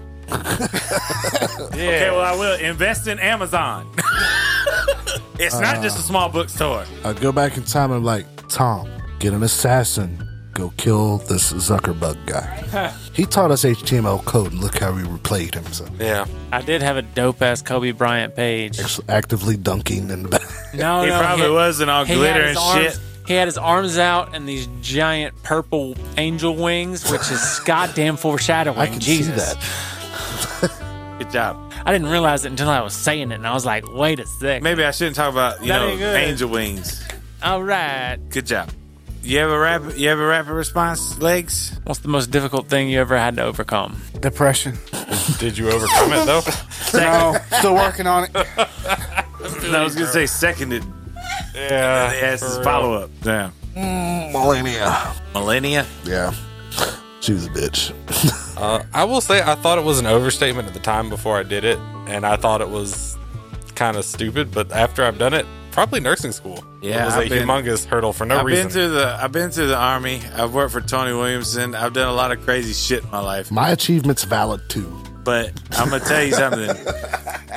Okay, well, I will invest in <laughs> Amazon. it's not just a small bookstore.
I'd go back in time and I'm like, Tom, get an assassin, go kill this Zuckerbug <laughs> guy. he taught us HTML code, and look how we replayed him. So
Yeah.
I did have a dope ass Kobe Bryant
<laughs>
page.
actually actively dunking in the back.
No,
He
no,
probably wasn't all
he had
glitter
his
and
arms-
shit.
He had his arms out and these giant purple angel wings,
<laughs>
which is goddamn foreshadowing.
I can
Jesus.
see that.
Good job.
I didn't realize it until I was saying it, and I was like, wait a sec.
Maybe I shouldn't talk about you
That
know
ain't good.
angel wings.
All right.
Good job. You have a rapid, you have a rapid response, legs.
What's the most difficult thing you ever had to overcome?
<laughs>
Depression.
Did you overcome it though?
No, still working on it.
I was gonna say seconded
yeah.
as
for real.
follow up. Damn.
Millennia.
Millennia.
Yeah. She was a bitch.
Uh, I will say I thought it was an overstatement at the time before I did it, and I thought it was kind of stupid. But after I've done it, probably nursing school.
Yeah,
it was
I've
a
been-
humongous hurdle for no
I've
reason.
been to the I've been to the army. I've worked for Tony Williamson. I've done a lot of crazy shit in my life.
My achievement's valid too.
But I'm gonna tell you something.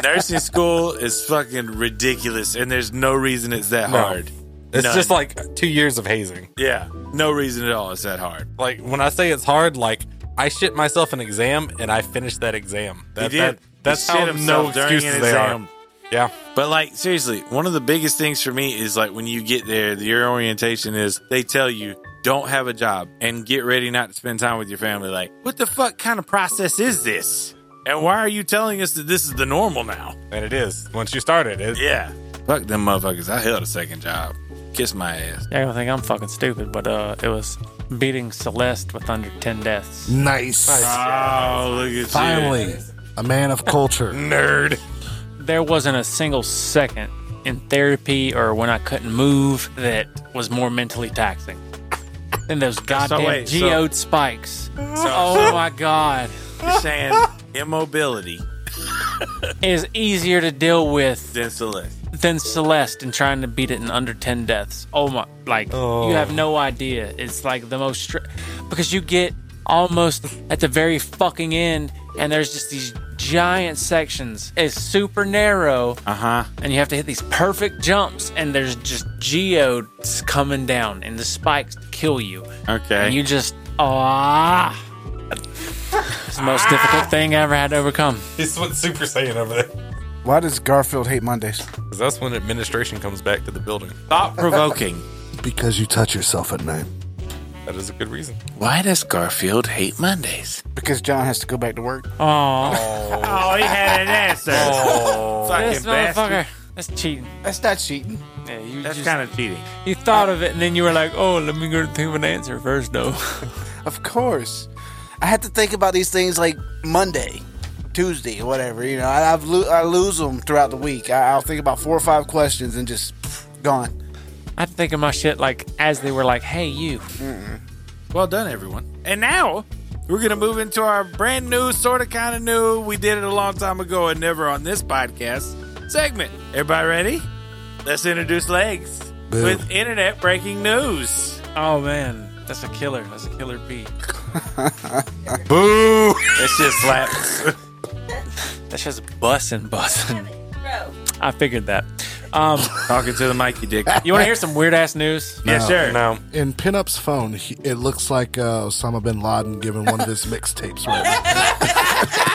Nursing school is fucking ridiculous, and there's no reason it's that
No.
hard.
it's
None.
just like two years of hazing.
yeah, no reason at all. It's that hard.
Like when I say it's hard, like I shit myself an exam and I finished that exam. That,
he did.
that- that's
he shit
how
himself
no
during
excuses
an
they
exam.
are. Yeah,
But like seriously, one of the biggest things for me is like when you get there, your orientation is they tell you don't have a job and get ready not to spend time with your family. Like, what the fuck kind of process is this? And why are you telling us that this is the normal now?
and it is once you start it. it <laughs>
Yeah. Fuck them motherfuckers. I held a second job. Kiss my ass.
They're gonna think I'm fucking stupid, but uh, it was beating Celeste with under ten deaths.
Nice.
Oh, look at you. Mm.
Finally, a man of culture.
<laughs>
Nerd.
There wasn't a single second in therapy or when I couldn't move that was more mentally taxing than those goddamn
wait, so-
geode spikes. oh my god,
You're saying immobility
is easier to deal with
than Celeste.
than Celeste and trying to beat it in under 10 deaths. Oh my, like,
Oh.
you have no idea. It's like the most, str- because you get almost at the very fucking end and there's just these giant sections. It's super narrow. Uh
Uh-huh.
huh. And you have to hit these perfect jumps and there's just geodes coming down and the spikes kill you.
Okay.
And you just, ah. It's the most difficult thing I ever had to overcome.
<laughs>
He's what Super Saiyan over there.
Why does Garfield hate Mondays?
'Cause that's when administration comes back to the building.
Thought <laughs> provoking.
Because you touch yourself at night.
That is a good reason.
Why does Garfield hate Mondays?
Because John has to go back to work.
Oh,
Oh, he had an answer.
this
Oh.
Fucking bastard.
motherfucker. That's cheating.
That's not cheating.
Yeah, you
That's
just-
kind of cheating.
You thought of it, and then you were like, "Oh, let me go think of an answer first, though."
Of course. I had to think about these things like Monday, Tuesday, whatever. You know, I, I've lo- I lose them throughout the week. I, I'll think about four or five questions and just pff, gone.
<laughs> I had to think of my shit like as they were like, "Hey, you."
Well done, everyone. And now we're going to move into our brand new, sort of kind of new, we did it a long time ago and never on this podcast segment. Everybody ready? Let's introduce Legs with internet breaking news.
Oh man, that's a killer. That's a killer beat.
Boo! It's just slaps.
<laughs>
That's just bussin', bussin'.
Bro.
I figured that. Um,
Talking to the Mikey <laughs> dick.
you want to hear some weird ass news?
Yeah, sure.
No.
In Pinup's phone, he, it looks like uh, Osama bin Laden giving one of his mixtapes right now.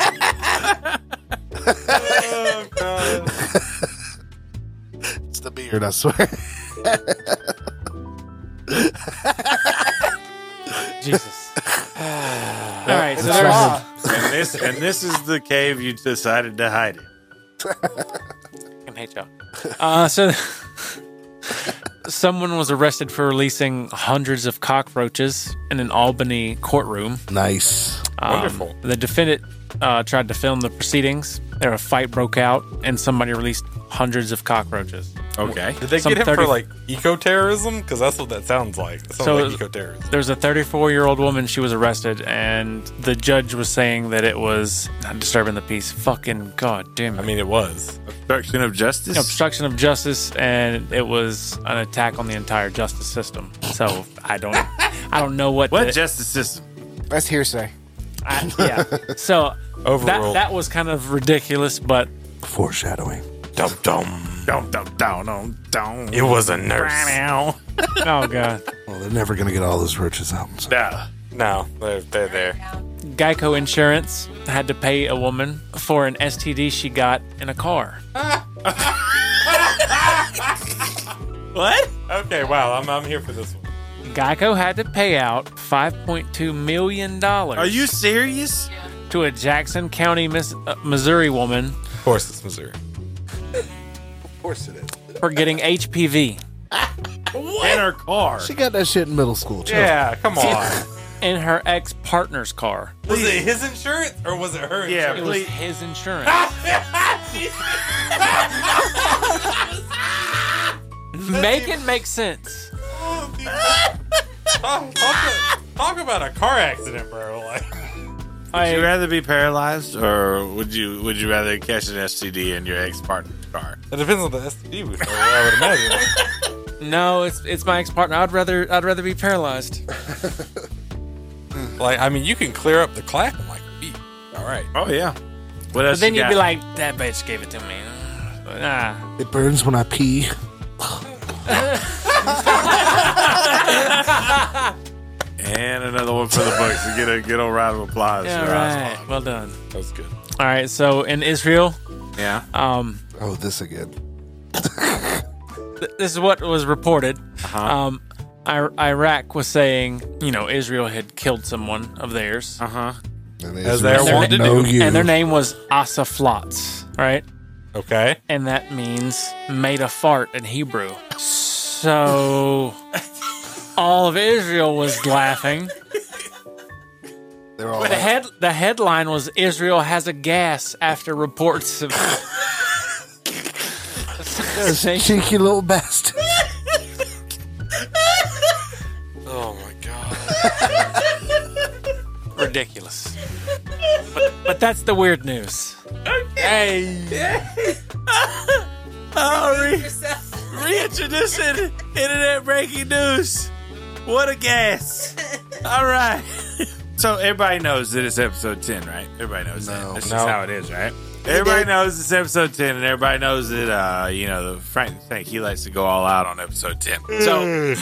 It's the beard, I swear.
<sighs> Jesus. All right, so there's
Ah,
And this and this is the cave you decided to hide
<laughs>
in.
I hate y'all. Uh, so, <laughs> someone was arrested for releasing hundreds of cockroaches in an Albany courtroom.
Nice.
Um,
Wonderful.
The defendant uh, tried to film the proceedings. There, a fight broke out, and somebody released hundreds of cockroaches.
Okay.
Did they
Some
get him
30
for like eco terrorism? Because that's what that sounds like. It sounds
So
like
is-
eco terrorism.
There's a 34 year old woman. She was arrested, and the judge was saying that it was not disturbing the peace. Fucking goddamn
I
it.
mean, it was.
Obstruction of justice.
obstruction of justice and it was an attack on the entire justice system so
<laughs>
i don't i don't know what,
what
the-
justice system?
that's hearsay.
I- yeah so that,
<laughs> Overruled.
that was kind of ridiculous but
Foreshadowing.
Dum dum.
Don't don't don't don't don't.
It was a nurse.
oh god
Well, they're never going to get all those riches out.
No, they're, they're there.
geico insurance had to pay a woman for an std she got in a car
What?
Okay, wow. I'm, I'm here for this one.
geico had to pay out 5.2 million dollars
Are you serious?
to a jackson county Miss, uh, missouri woman
Of course, it's Missouri.
for getting hpv
In her car.
She got that shit in middle school, too.
Yeah,
<laughs>
come on.
in her ex-partner's car
was it his insurance or was it her?
Yeah,
It
insurance?
was
please.
his
<laughs>
insurance. make it make sense.
Talk, talk- talk about a car accident, bro. <laughs> Like,
Would you rather be paralyzed, or would you would you rather catch an STD in your ex partner's car?
it depends on the STD. We know, I would imagine.
No, it's it's my ex-partner. I'd rather I'd rather be paralyzed.
Like, I mean, you can clear up the clack in like a week. All right.
Oh yeah. What else?
But then
you
you'd be
got?
like, that bitch gave it to me. Nah.
It burns when I pee.
and another one for the books. to get a good old round of applause.
Yeah,
for
right.
Oswald.
Well done.
That was good.
All right. So in Israel,
Yeah.
um,
Oh, this again.
th- this is what was reported.
Uh-huh.
Um, I- Iraq was saying, you know, Israel had killed someone of theirs,
Uh huh.
And
As they're wont to
know
do.
you.
and their name was Asaflotz, right?
Okay.
and that means made a fart in Hebrew.
<laughs>
So all of Israel was laughing.
They're
<laughs>
all
The head the headline was Israel has a gas after reports of
Cheeky little bastard.
Oh my god.
Ridiculous. But, but that's the weird news.
<laughs> Oh, re- reintroducing internet breaking news. What a gas. All right. So everybody knows that it's episode 10, right? Everybody knows that. That's just
No.
how it is, right? Everybody knows it's episode 10, and everybody knows that, uh, you know, the Frank think he likes to go all out on episode 10. So
Mm.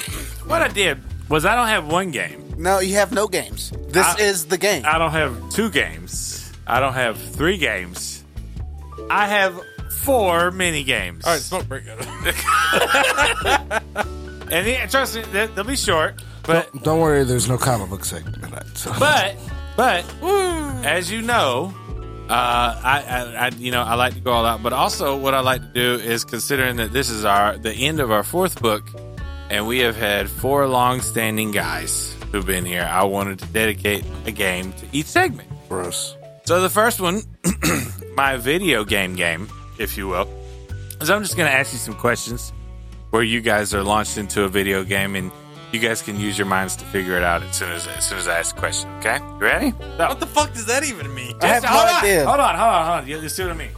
what I did was I don't have one game.
No, you have no games. This
I-
is the game.
I don't have two games. I don't have three games. I have four mini games.
All right, smoke break.
And yeah, trust me, they- they'll be short. But
Don't worry, there's no comic book segment tonight. So.
but but as you know, uh, I, I I you know I like to go all out. But also, what I like to do is considering that this is our the end of our fourth book, and we have had four long-standing guys who've been here. I wanted to dedicate a game to each segment.
Gross.
So the first one, <clears throat> my video game game, if you will, is I'm just going to ask you some questions where you guys are launched into a video game and you guys can use your minds to figure it out as soon as as soon as I ask a question. Okay, you ready?
What the fuck does that even mean?
I have no
hold
idea.
On, hold on, hold on, hold on. You, you see what I mean?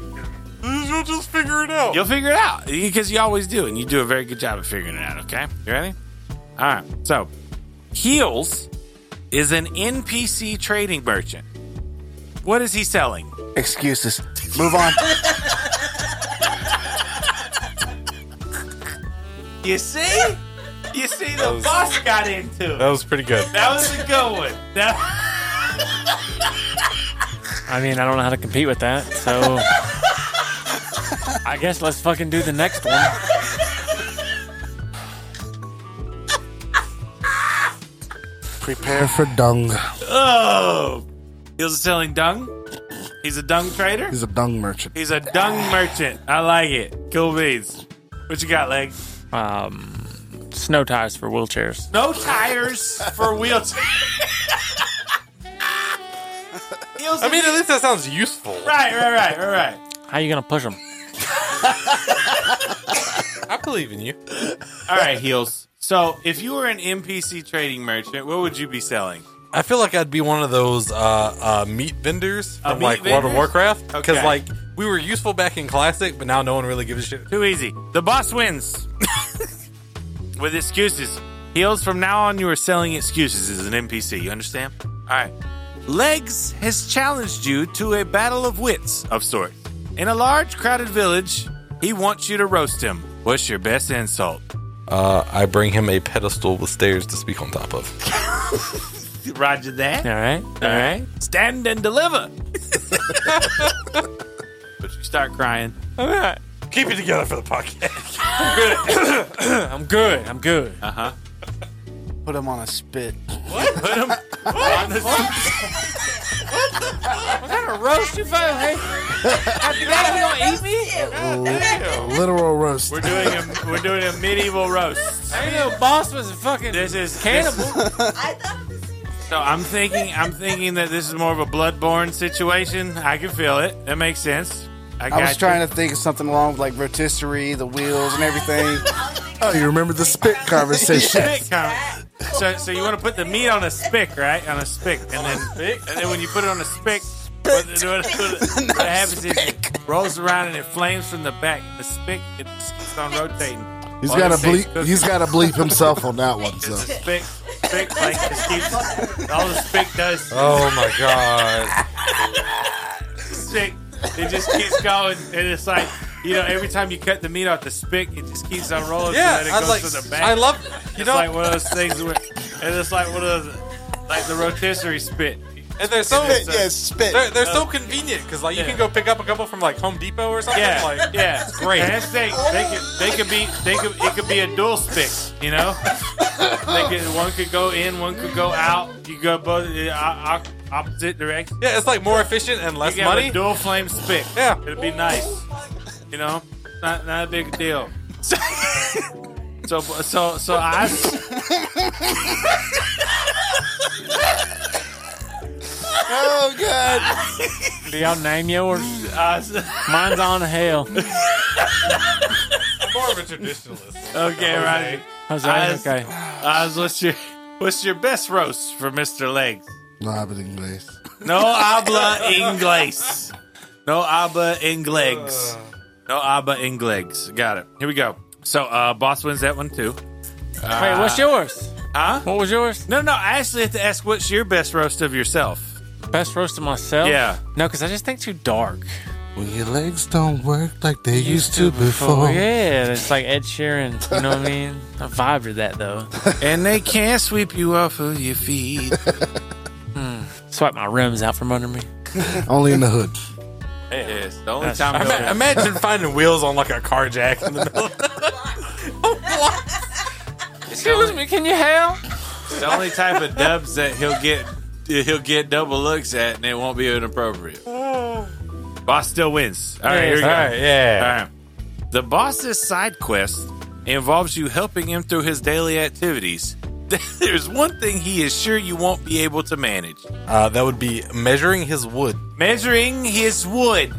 You'll just figure it out.
You'll figure it out because you always do, and you do a very good job of figuring it out. Okay, you ready? All right. So, Heels is an NPC trading merchant. What is he selling?
Excuses. Move on.
<laughs> You see? You see, the
was-
boss got into
That
it.
was pretty good.
That was a good one. That-
I mean, I don't know how to compete with that, so. I guess let's fucking do the next one.
Prepare for dung.
oh. He was selling dung. He's a dung trader.
He's a dung merchant.
He's a dung merchant. I like it. Cool beans. What you got, Leg?
Um, snow tires for wheelchairs.
No tires for <laughs> wheelchair. Heels-
I mean, at least that sounds useful.
right, right, right, right, right.
How you gonna push them?
I believe in you.
All right, heels. So, if you were an NPC trading merchant, what would you be selling?
I feel like I'd be one of those uh, uh, meat vendors
Uh,
from
meat
like World
vendors?
of Warcraft because
Okay.
like we were useful back in Classic, but now no one really gives a shit.
Too easy. The boss wins. <laughs> With excuses. Heels, from now on, you are selling excuses as an NPC. You understand? All right. Legs has challenged you to a battle of wits of sort. In a large, crowded village, he wants you to roast him. What's your best insult?
Uh, I bring him a pedestal with stairs to speak on top of.
Roger that.
All right, all right.
Stand and deliver. <laughs> but you start crying.
All right.
Keep it together for the podcast.
I'm good. I'm good.
Put him on a spit.
Put him on the
roast your phone, hey? After that, you gonna eat me?
Oh,
<laughs>
Literal roast.
We're doing a we're doing a medieval roast.
I didn't know boss was a fucking
This is
cannibal.
this-
I thought it was the same
so I'm thinking I'm thinking that this is more of a bloodborne situation. I can feel it. That makes sense. I,
I
got
was trying to think of something along with like rotisserie, the wheels, and everything.
Oh, you remember the <laughs> spit conversation?
Spick count. So, so you want to put the meat on a spick, right? On a spick, and then and then when you put it on a spick, what, what, what, what <laughs> happens is it rolls around and it flames from the back. The spick it just keeps on rotating.
He's
All
got to
it takes
bleep.
cooking.
He's got to bleep himself on that one. So. <laughs>
Just a spick, spick, like just keeps all the spick does.
Oh my
<laughs>
god!
spick. It just keeps going, and it's like you know, every time you cut the meat off the spick, it just keeps on rolling.
Yeah,
so that it
I
goes
like.
to the back.
I love. You
It's
know,
like one of those things where, and it's like one of those, like the rotisserie spit.
and they're so
yeah, spit.
they're, they're so convenient because like
Yeah.
you can go pick up a couple from like Home Depot or something.
Yeah,
Like,
yeah, great. And that's they, they could, they could be, they could, it could be a dual spick. You know, they could, one could go in, one could go out. You go both uh, o- o- opposite directions.
yeah, it's like more efficient and less
You got
money.
a dual flame spick.
Yeah.
it'd be nice. You know, not not a big deal. So so so I. s-
Oh god.
Do y'all name yours?
I s-
Mine's on hell.
more of a traditionalist.
Okay, right.
Jose,
Oz,
okay.
Oz, what's your what's your best roast for Mister Legs?
Lobby Inglés.
No habla inglés. No habla inglés. Uh. No habla inglés. Got it. Here we go. So, uh, boss wins that one too.
Wait, what's yours?
Huh?
What was yours?
No, no. I actually have to ask, what's your best roast of yourself?
Best roast of myself?
Yeah.
No, because I just think too dark.
When your legs don't work like they used, to before.
Yeah, it's like Ed Sheeran. You know what I mean? I vibe to that though.
and they can't sweep you off of your <laughs> feet.
Swipe my rims out from under me.
Only in the hood.
Yes, the only
That's-
time.
I'm-
they'll-
Imagine finding wheels on like a car jack in the middle. of the-
Excuse me, can you help?
The only type of dubs that he'll get, he'll get double looks at, and it won't be inappropriate. Boss still wins. All right, here we go.
All right, yeah.
All right. The boss's side quest involves you helping him through his daily activities. <laughs> There's one thing he is sure you won't be able to manage:
Uh, that would be measuring his wood.
measuring his wood.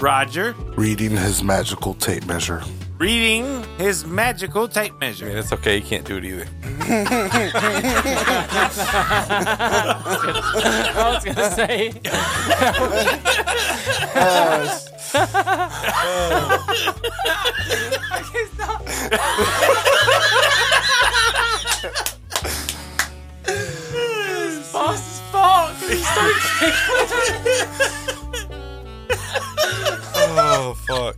Roger,
Reading his magical tape measure.
reading his magical tape
I mean,
measure.
it's okay. You can't do it either.
I was gonna say. Boss's fault. He started
Oh fuck.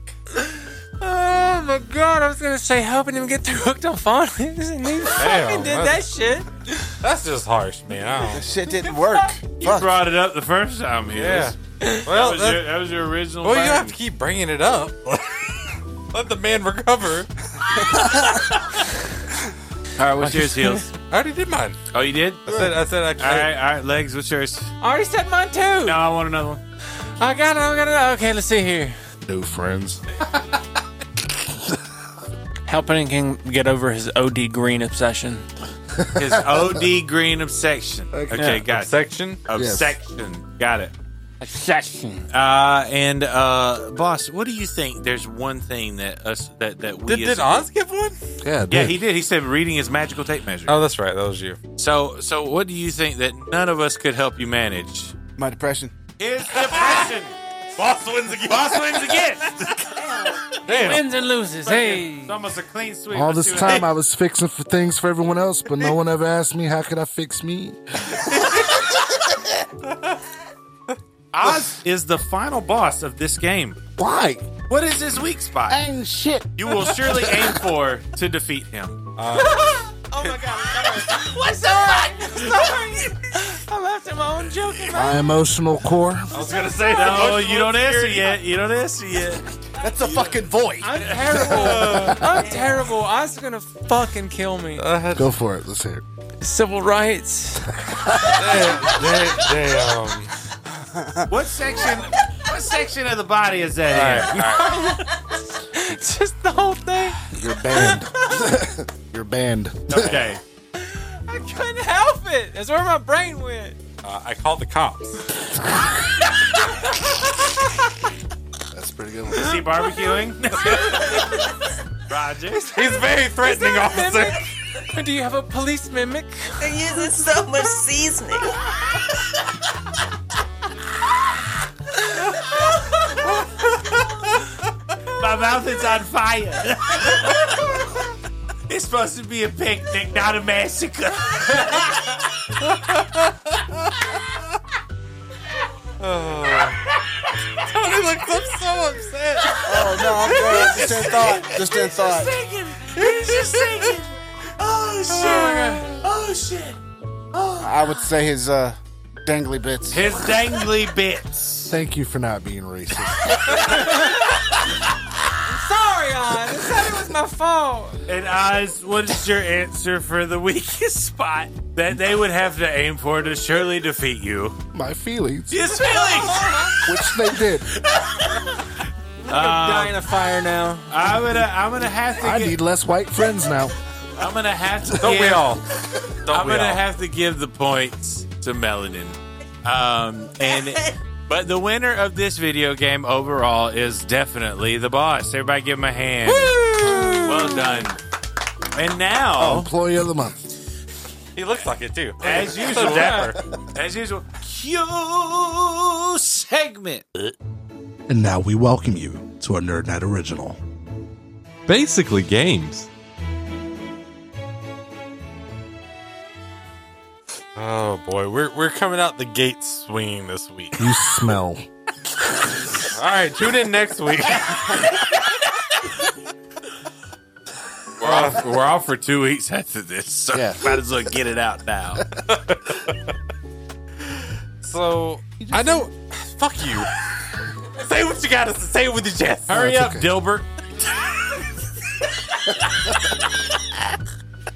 Oh my god, I was gonna say helping him get through hooked on phonics and <laughs> he fucking did that
that's-
shit.
That's just harsh, man. I don't.
Shit didn't work.
You
Fuck.
brought it up the first time here.
Yeah.
That
Well,
was,
that-
your, that was your original.
well, you
plan.
have to keep bringing it
<laughs>
up. Let the man recover.
All right, what's yours, heels?
I already did mine.
Oh, you did?
I said. I said. I
All
can't.
right, all right, legs. What's yours?
I already said mine too.
No, I want another one.
I got it, I got it. Okay, let's see here.
New friends.
Helping him get over his OD green obsession.
His OD green obsession. Okay, got it.
Section.
Obsession. Got it.
Obsession.
Uh, and uh, boss, what do you think? There's one thing that us that that we
Did,
as
did
a-
Oz give one?
Yeah,
Yeah,
dude.
he did. He said reading his magical tape measure.
Oh, that's right. That was you.
So, so what do you think that none of us could help you manage?
My depression.
Here's depression.
Boss wins again.
boss wins again.
Damn.
Wins and loses. Hey.
It's almost a clean sweep.
All <laughs>
Let's
this
see what-
time I was fixing for things for everyone else, but no one ever asked me how could I fix me.
Oz is the final boss of this game.
Why?
What is his weak spot?
Ain't shit.
You will surely aim for to defeat him.
<laughs> I'm laughing at my own joke.
My emotional core.
I was gonna say that.
No, you don't answer yet. You don't answer yet.
That's a fucking void.
I'm terrible. I'm terrible. Oz is gonna fucking kill me.
Go for it. Let's hear it.
Uh, Civil rights.
Damn.
What section? What section of the body is that in?
It's <laughs> just the whole thing.
You're banned. <laughs> You're banned.
Okay.
I couldn't help it. That's where my brain went.
Uh, I called the cops.
That's a pretty good one.
Is he barbecuing? <laughs> Roger.
He's very threatening, officer.
Mimic? Do you have a police mimic?
They're using so much seasoning.
My mouth is on fire. <laughs> It's supposed to be a picnic, not a massacre.
Tony looks. I'm so upset.
Oh no, I'm good. <laughs> Just in thought. Just in thought.
He's just singing. Oh shit! Oh shit!
I would say his uh, dangly bits.
His dangly bits.
Thank you for not being racist. <laughs>
Sorry, Oz. I said it was my fault.
And Oz, what is your answer for the weakest <laughs> spot that they would have to aim for to surely defeat you?
My feelings,
His feelings.
which they did.
I'm dying of fire now.
I'm gonna, I'm gonna have to.
I
get,
need less white friends now.
I'm gonna have to.
Don't we
give-
all? Don't
I'm
we
gonna
all?
have to give the points to Melanin. Um,
<laughs>
and but the winner of this video game overall is definitely the boss. Everybody, give him a hand.
Well done.
And
Oh.
now,
Employee of the month.
He looks like it too.
<laughs> as
So
usual,
dapper.
as usual, Q segment.
And now we welcome you to a Nerd Night original.
Basically, games.
Oh boy, we're we're coming out the gate swinging this week.
You smell.
All right, tune in next week.
We're off, we're off for two weeks after this, so
Yeah.
might as well get it out now. <laughs>
So I know. Fuck you. say what you got to say. It with your chest.
Hurry
it's
up,
okay.
<laughs>
Dilbert.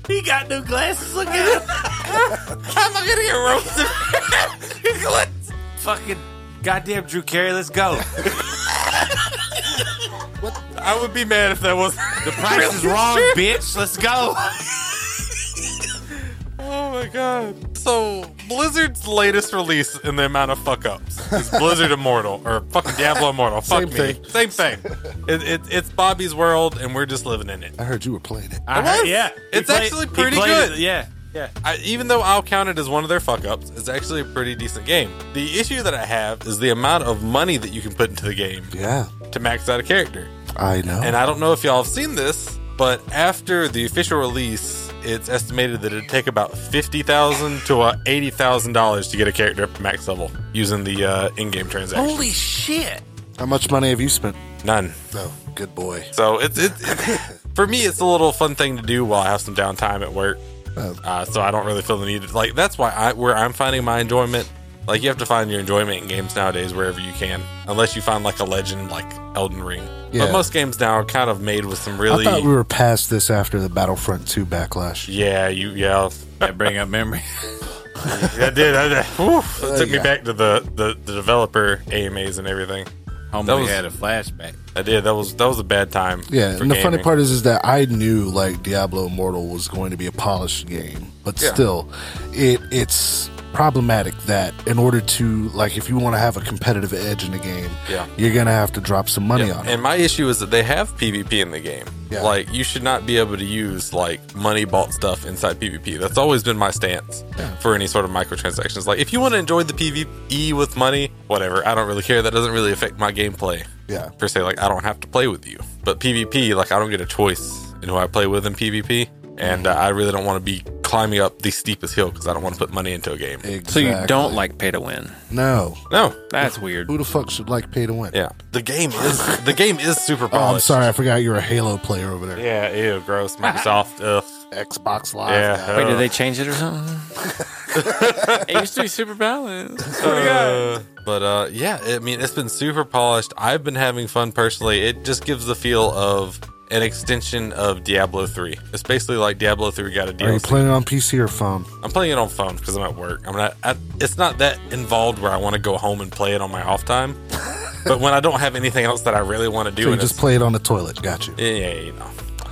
he got new glasses. Look at him.
I'm not gonna get roasted. <laughs>
Fucking goddamn Drew Carey. Let's go.
I would be mad if that was. <laughs>
The price is wrong, bitch. Let's go.
Oh my god. So Blizzard's latest release in the amount of fuck ups <laughs> is Blizzard Immortal or fucking Diablo Immortal. Fuck
Same
me.
thing.
Same <laughs> thing. It, it, it's Bobby's world, and we're just living in it.
I heard you were playing it.
I
was.
heard- yeah, He
It's actually
he
pretty
played it,
good.
Yeah,
I, even though I'll count it as one of their fuck ups, it's actually a pretty decent game. The issue that I have is the amount of money that you can put into the game
Yeah,
to max out a character.
I know.
And I don't know if y'all have seen this, but after the official release, it's estimated that it'd take about fifty thousand to uh, eighty thousand dollars to get a character up to max level using the uh, in-game transaction.
Holy shit!
How much money have you spent?
None.
No, Oh, good boy.
So it's it, it for me, it's a little fun thing to do while I have some downtime at work. Uh, so I don't really feel the need. To, like that's why I where I'm finding my enjoyment. Like you have to find your enjoyment in games nowadays wherever you can, unless you find like a legend like Elden Ring.
Yeah.
But most games now are kind of made with some really.
I thought we were past this after the Battlefront 2 backlash.
Yeah, you yeah.
That bring up memory.
That did. I,
<laughs>
that, oof, it took me
yeah.
back to the, the the developer AMAs and everything. That
Homie
was-
had a flashback.
I did. That was that was a bad time.
Yeah,
for
and the funny
gaming.
part is, is that I knew like Diablo Immortal was going to be a polished game, but still, it it's problematic that in order to like if you want to have a competitive edge in the game,
Yeah.
you're gonna have to drop some money on it.
And my issue is that they have PvP in the game.
Yeah.
Like you should not be able to use like money bought stuff inside PvP. That's always been my stance for any sort of microtransactions. Like if you want to enjoy the PvE with money, whatever. I don't really care. That doesn't really affect my gameplay.
Yeah.
Per se, like I don't have to play with you. But PvP, like I don't get a choice in who I play with in PvP. And uh, I really don't want to be climbing up the steepest hill because I don't want to put money into a game.
So
Exactly.
you don't like pay to win.
no.
No,
That's weird.
Who the fuck should like pay to win?
yeah, the game is the game is super
Oh, I'm
polished.
sorry, I forgot you're a Halo player over there.
Yeah, ew, gross. <laughs> Microsoft, ugh.
Xbox Live.
Yeah.
guy.
Wait, did they change it or something? <laughs> it used to be super balanced.
Uh, <laughs> but uh, yeah, I mean, it's been super polished. I've been having fun personally. It just gives the feel of an extension of Diablo 3. It's basically like Diablo 3 got a
Are you
DLC.
playing on PC or phone?
I'm playing it on phone because I'm at work. I'm not. I, it's not that involved where I want to go home and play it on my
<laughs>
off time. but when I don't have anything else that I really want to do,
So you
and
just
it's-
play it on the toilet. Got you.
yeah, yeah, you know.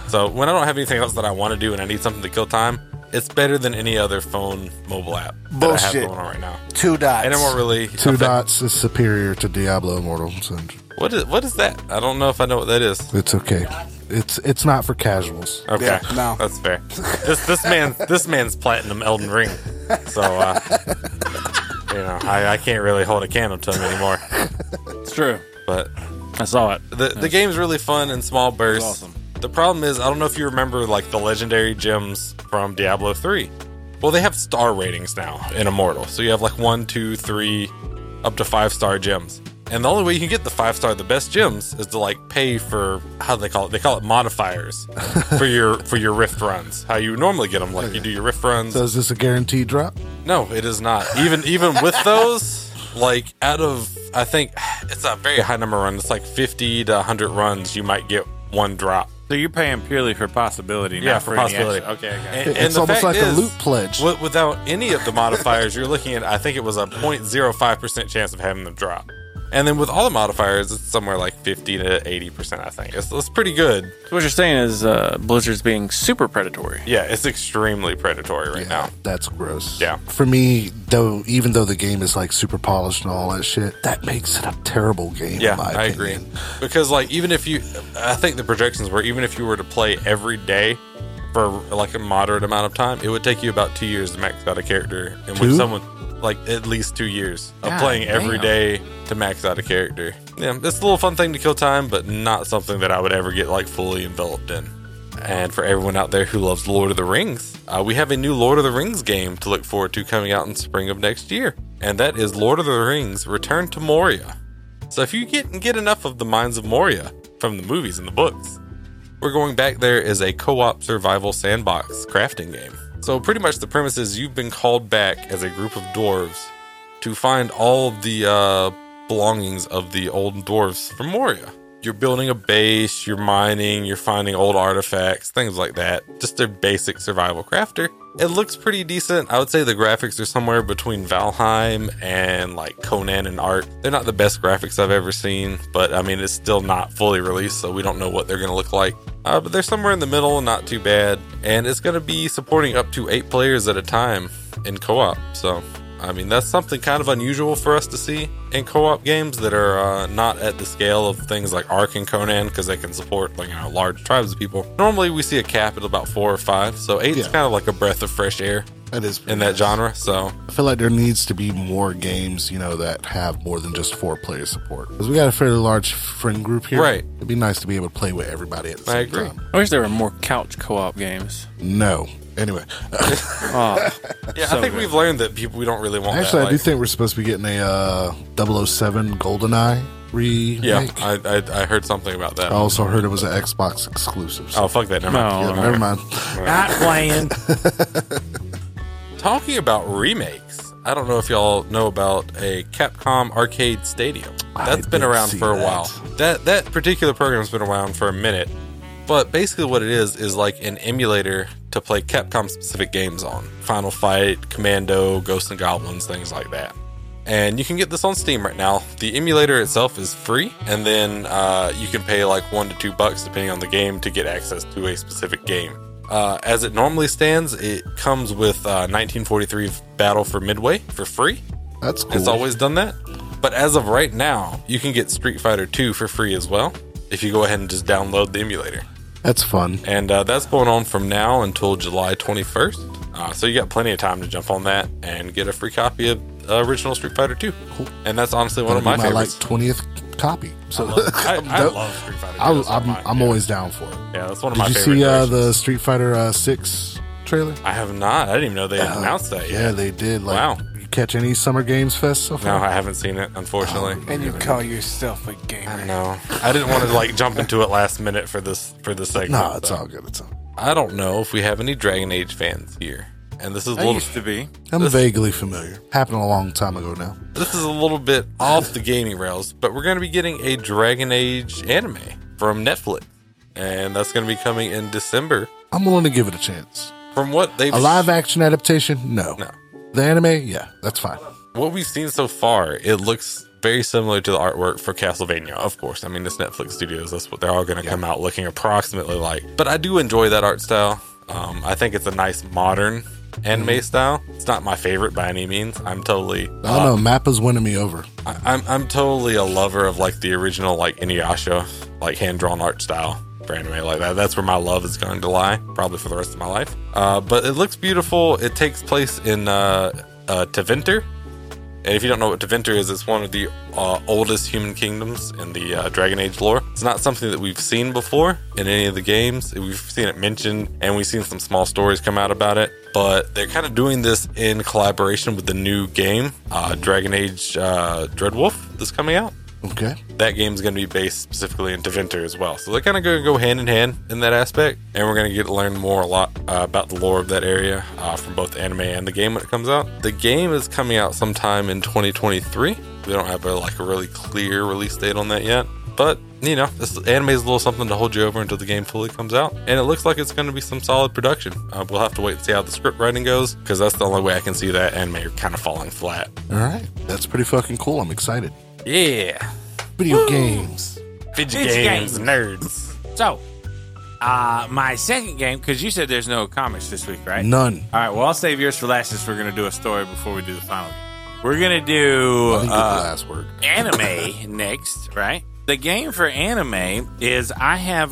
So when I don't have anything else that I want to do and I need something to kill time, it's better than any other phone mobile app that I
Bullshit.
have going on right now.
Two dots.
And it won't really
Two
affect-
dots is superior to Diablo Immortal. So
What is what is that? I don't know if I know what that is.
it's okay. It's it's not for casuals.
Okay,
Yeah, no.
<laughs> that's fair. This this man this man's platinum Elden Ring, so uh, you know I, I can't really hold a candle to him anymore.
It's true.
But
I saw it.
the the game's really fun in small bursts.
awesome.
The problem is I don't know if you remember like the legendary gems from Diablo three. Well, they have star ratings now in Immortal, so you have like one, two, three, up to five star gems. And the only way you can get the five star, the best gems, is to like pay for how do they call it. They call it modifiers for your for your rift runs. How you normally get them, like you do your rift runs.
So is this a guaranteed drop?
No, it is not. Even even with those, like out of I think it's a very high number of runs. It's like fifty to hundred runs. You might get one drop.
So you're paying purely for possibility, not
Yeah, for
any
possibility.
action. Okay, okay.
And, and
it's
the
almost
fact
like
is,
a loot pledge.
wi- without any of the modifiers, you're looking at I think it was a 0.05 percent chance of having them drop. And then with all the modifiers, it's somewhere like 50 to 80%, I think. It's, it's pretty good.
So what you're saying is uh, Blizzard's being super predatory.
Yeah, it's extremely predatory right now.
That's gross.
Yeah.
For me, though, even though the game is like super polished and all that shit, that makes it a terrible game.
Yeah,
in my
I
opinion.
agree. Because like even if you, I think the projections were even if you were to play every day for like a moderate amount of time, it would take you about two years to max out a character. And
Two?
with someone like at least two years of
God
playing every
damn.
day to max out a character. Yeah, it's a little fun thing to kill time, but not something that I would ever get like fully enveloped in. And for everyone out there who loves Lord of the Rings, uh, we have a new Lord of the Rings game to look forward to coming out in spring of next year, and that is Lord of the Rings: Return to Moria. So if you get get enough of the Mines of Moria from the movies and the books, we're going back there as a co-op survival sandbox crafting game. So pretty much the premise is you've been called back as a group of dwarves to find all the uh, belongings of the old dwarves from Moria. You're building a base, you're mining, you're finding old artifacts, things like that. Just a basic survival crafter. It looks pretty decent. I would say the graphics are somewhere between Valheim and like Conan and Art. They're not the best graphics I've ever seen, but I mean, it's still not fully released, so we don't know what they're going to look like. Uh, but they're somewhere in the middle, not too bad. And it's going to be supporting up to eight players at a time in co op, so I mean, that's something kind of unusual for us to see in co-op games that are uh, not at the scale of things like Ark and Conan because they can support like you know, large tribes of people. Normally, we see a cap at about four or five, so eight's
Yeah.
kind of like a breath of fresh air.
That is pretty
in that
nice.
genre. So
I feel like there needs to be more games, you know, that have more than just four player support. Because we got a fairly large friend group here.
Right.
It'd be nice to be able to play with everybody at the
I
same
agree.
time.
I wish there were more couch co-op games.
No. Anyway,
Oh,
Yeah,
so
I think
good.
we've learned that people we don't really want.
actually,
that,
I do
like-
think we're supposed to be getting a uh, 007 GoldenEye remake. Oh.
Yeah, I, I I heard something about that.
I also heard it was an Xbox exclusive. so-
Oh fuck that! Never mind.
Yeah, never mind.
Not
<laughs>
playing.
Talking about remakes, I don't know if y'all know about a Capcom Arcade Stadium. That's been
did
around
see
for a
that.
while. That that particular program's been around for a minute. But basically what it is is like an emulator to play Capcom specific games on. Final Fight, Commando, Ghosts and Goblins, things like that. And you can get this on Steam right now. The emulator itself is free, and then uh, you can pay like one to two bucks depending on the game to get access to a specific game. Uh, as it normally stands, it comes with uh, 1943 Battle for Midway for free.
That's cool.
It's always done that. But as of right now, you can get Street Fighter 2 for free as well if you go ahead and just download the emulator.
That's fun.
And uh, that's going on from now until July 21st. Uh, so you got plenty of time to jump on that and get a free copy of uh, original Street Fighter 2. And that's honestly one of my,
That'll be
favorites.
like twentieth copy. So <laughs>
I, I
Nope.
love Street Fighter 2.
I,
That's one of
I'm,
mine.
I'm always down for it.
yeah, that's one of
Did
my
you
favorite.
see uh,
versions.
the Street Fighter uh, Six trailer?
I have not. I didn't even know they
Oh,
announced that yet.
Yeah, they did. Like,
Wow.
You catch any Summer Games Fest so
No,
far?
I haven't seen it,
Oh,
unfortunately.
And you call yourself a gamer?
No, I didn't want to like jump into it last minute for this for this segment.
No, it's
so.
all good. It's all.
I don't know if we have any Dragon Age fans here, and this is a
I
little
used to be.
I'm
This-
vaguely familiar. Happened a long time ago now.
this is a little bit off the gaming rails, but we're going to be getting a Dragon Age anime from Netflix, and that's going to be coming in December.
I'm willing to give it a chance.
From what they've
A live action adaptation? No.
No.
The anime? Yeah, that's fine.
what we've seen so far, it looks very similar to the artwork for Castlevania, of course. I mean, it's Netflix Studios. That's what they're all going to come out looking approximately like. But I do enjoy that art style. Um, I think it's a nice modern anime style. It's not my favorite by any means. I'm totally.
Mm-hmm. I don't know. Mappa's winning me over.
I- I'm I'm totally a lover of like the original like Inuyasha, like hand drawn art style for anime like that. That's where my love is going to lie, probably for the rest of my life. Uh, but it looks beautiful. It takes place in uh, uh, Teventer, and if you don't know what Teventer is, it's one of the uh, oldest human kingdoms in the uh, Dragon Age lore. It's not something that we've seen before in any of the games. We've seen it mentioned, and we've seen some small stories come out about it. But they're kind of doing this in collaboration with the new game, uh, Dragon Age uh, Dreadwolf, that's coming out.
Okay.
That game's going to be based specifically in Teventer as well. So they're kind of going to go hand in hand in that aspect, and we're going to get to learn more a lot uh, about the lore of that area uh, from both the anime and the game when it comes out. The game is coming out sometime in 2023. We don't have a like a really clear release date on that yet, but you know, this anime is a little something to hold you over until the game fully comes out, and it looks like it's going to be some solid production. Uh, we'll have to wait and see how the script writing goes, because that's the only way I can see that anime kind of falling flat.
All right. That's pretty fucking cool. I'm excited.
Yeah.
Video games.
Video
games,
nerds. So, uh, my second game, because you said there's no comics this week, right?
None.
All right, well, I'll save yours for last since we're going to do a story before we do the final game. We're going to do
I think that's the
uh,
last word.
anime <laughs> next, right? The game for anime is I have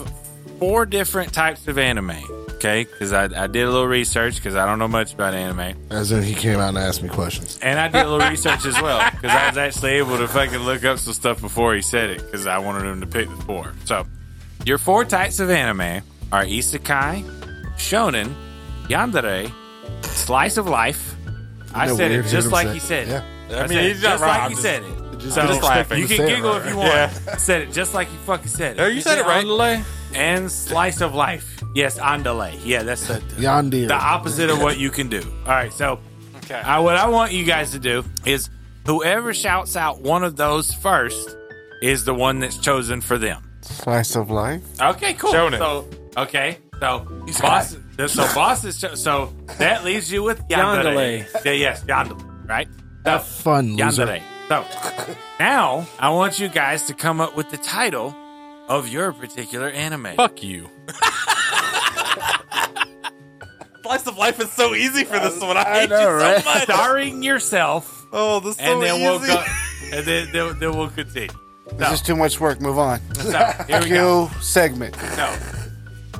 four different types of anime, okay? Because I, I did a little research because I don't know much about anime.
As in, he came out and asked me questions.
And I did a little research as well because I was actually able to fucking look up some stuff before he said it because I wanted him to pick the four. So, your four types of anime are isekai, shonen, yandere, slice of life. I
Isn't that
said it
weird?
just
Hear
like
him
he
say
said
it.
it.
Yeah.
I
I
mean,
said it
he's not
just
wrong.
like
I'm
he
just-
said it.
just-
So
I'm
just
just
like
expecting
you
to
can
say it
giggle
right,
if you
right?
want.
Yeah.
Said it just like you fucking said it.
Oh, you said it right.
Andale and slice of life. Yes, andale. Yeah, that's the
Yondir.
the opposite of what you can do. All right, so
Okay.
I, what I want you guys to do is whoever shouts out one of those first is the one that's chosen for them.
Slice of life.
Okay, cool.
Shonen.
So okay, so boss, so boss is cho- so that leaves you with yandere. Yeah, yes, yandere. Right. So,
Fun loser.
yandere. So now I want you guys to come up with the title of your particular anime.
Fuck you. Slice of life is so easy for this one. I, hate you so much.
Starring yourself.
Oh, this is so
and then
easy.
we'll go, and then, then, then we'll continue.
This is too much work. Move on.
<laughs>
So here we go.
Q segment.
So,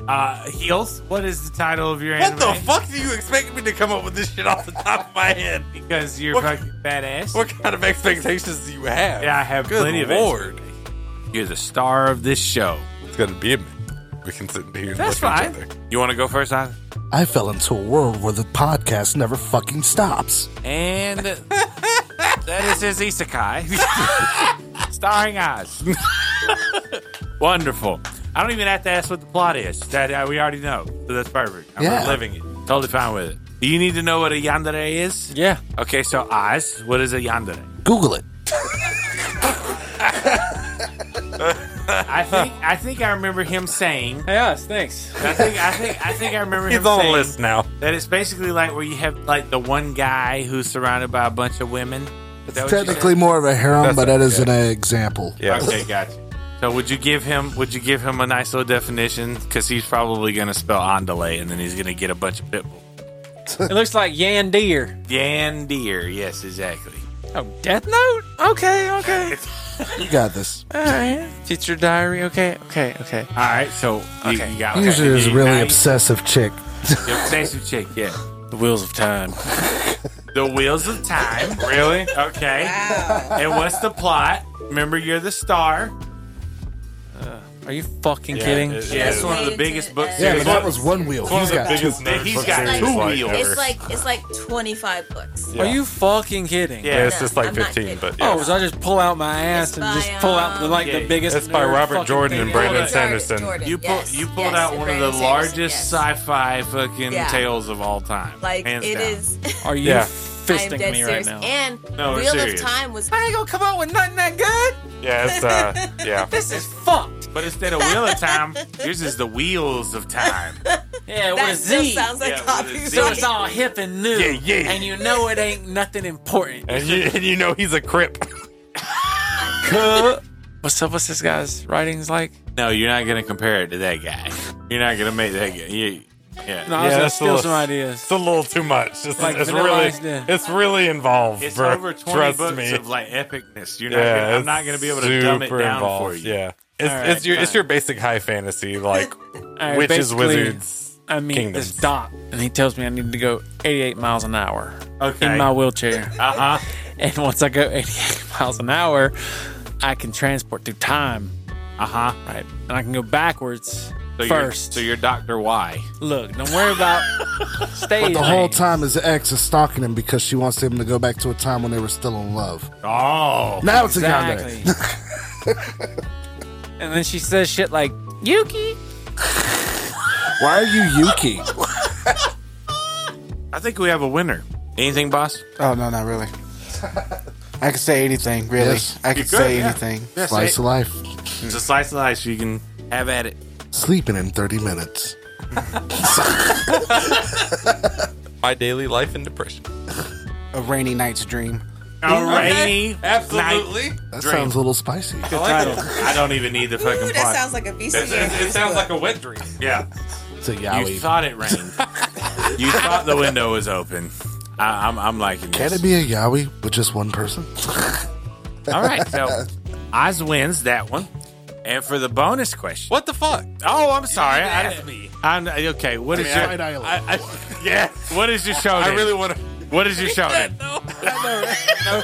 uh, heels. What is the title of your
what
anime?
the fuck do you expect me to come up with this shit off the top of my head?
Because you're
What-
fucking badass.
What kind of expectations do you have?
Yeah, I have
Good
plenty of
Lord.
You're the star of this show.
It's gonna be a minute. We can sit here and
That's
look at
fine.
each other.
You want to go first, Ivan?
I fell into a world where the podcast never fucking stops.
And
<laughs>
that is his isekai, <laughs> starring eyes. <laughs> Wonderful. I don't even have to ask what the plot is. That uh, we already know. So that's perfect. I'm
Yeah.
living it. Totally fine with it. Do you need to know what a yandere is?
Yeah.
Okay, so eyes. What is a yandere?
Google it.
I think I think I remember him saying.
Yes, thanks.
I think I think I think I remember him
He's on the
saying
list now.
that it's basically like where you have like the one guy who's surrounded by a bunch of women. Is that what you said?
Technically more of a harem, but that is an example.
Yeah.
Okay, gotcha. So would you give him would you give him a nice little definition? Because he's probably gonna spell andale and then he's gonna get a bunch of pitbull.
It looks like Yandir.
Yandir, yes, exactly.
Oh, Death Note? Okay, okay.
You got this.
All right. Teacher diary. Okay, okay, okay.
All right, so you-
Okay.
you got
Usually is a
you-
really
now you-
obsessive chick.
the obsessive chick, yeah.
The wheels of time.
The wheels of time, really? Okay. And what's the plot? Remember, you're the star.
Are you fucking kidding?
it-
Yeah, it's one of the
Related
biggest
to
book
that.
Yeah,
series.
but that was one wheel.
One of
He's
the
got two.
biggest nerd
He's
book
got
series
two
like
wheels.
ever.
It's like it's like 25 books.
Yeah.
Are you fucking kidding?
Yeah,
Yeah.
it's just like
I'm not
15,
kidding.
but yeah.
Oh, so I just pull out my ass
It's
and
by,
just pull out the, like
um,
the biggest.
It's by
nerd
Robert
fucking
Jordan
thing
and
ever.
Brandon
Jordan.
Sanderson.
You pulled
yes,
you pulled
yes,
out
and
one of the
Brandon
largest
Sanderson, yes.
sci-fi fucking
Yeah.
tales of all time.
Like
hands
it
down.
is.
Are you
Yeah.
I'm
fisting
dead
me right
serious.
now?
And
No, we're
Wheel
serious.
of Time was
I ain't gonna come out with nothing that good.
Yeah, it's
<laughs>
uh yeah.
This is fucked.
But instead of wheel of time, yours is the wheels of time.
<laughs>
Yeah, with
that
a
still
Z.
sounds like
Yeah, with a
copyright.
Z.
So it's all hip and new.
Yeah, yeah.
And you know it ain't nothing important.
And you and you know he's a crip.
What's up? What's this guy's writing's like?
No, you're not gonna compare it to that guy. You're not gonna make that guy. You, yeah.
No, I
Yeah,
was gonna
that's a
steal
little-
some ideas.
It's a little too much. It's,
Like
it's
Vanilla
really
Ice did.
it's really involved.
It's
bro.
over 20
Trust
books
me.
of like epicness. You're not.
yeah,
gonna, I'm
it's
not gonna be able to dumb it
super
down
involved.
for you.
Yeah. It's,
All right,
it's your it's
fine.
your basic high fantasy like
All right,
witches
basically,
wizards.
I meet
kingdoms.
this doc, and he tells me I need to go 88 miles an hour
Okay.
in my wheelchair.
uh huh.
<laughs> and once I go 88 <laughs> miles an hour, I can transport through time,
Uh huh.
right? And I can go backwards
So
1st
You're, so you're Doctor Y.
Look, don't worry
<laughs>
about stage.
The whole
names.
time his ex is stalking him because she wants him to go back to a time when they were still in love.
Oh.
Now it's a yandere.
Exactly.
<laughs>
and then she says shit like, Yuki.
Why are you Yuki?
I think we have a winner. Anything, boss?
Oh no, not <laughs> really. I can say anything, really.
Yes.
I can
You're good,
say
yeah.
anything.
Slice of life.
It's a slice of ice. You can have at it.
Sleeping in 30 minutes.
my daily life and depression.
A rainy night's dream.
All right.
Okay, absolutely.
That
Dream.
sounds a little spicy.
I, don't, I don't even need the fucking
Ooh, that
pot.
sounds like a VCR.
it sounds like a wet dream.
yeah.
It's a
You
yaoi.
thought it rained. you thought the window was open. I, I'm, I'm liking
Can
this.
it be a yaoi with just one person?
All right, so Oz wins that one. And for the bonus question,
What the fuck?
Oh, I'm sorry.
even
I
ask
didn't-
me.
I'm okay. What
I
is
mean,
your?
Fight Island.
I, I, <laughs> yeah. What is your show?
I really want to.
What is your show? name?
No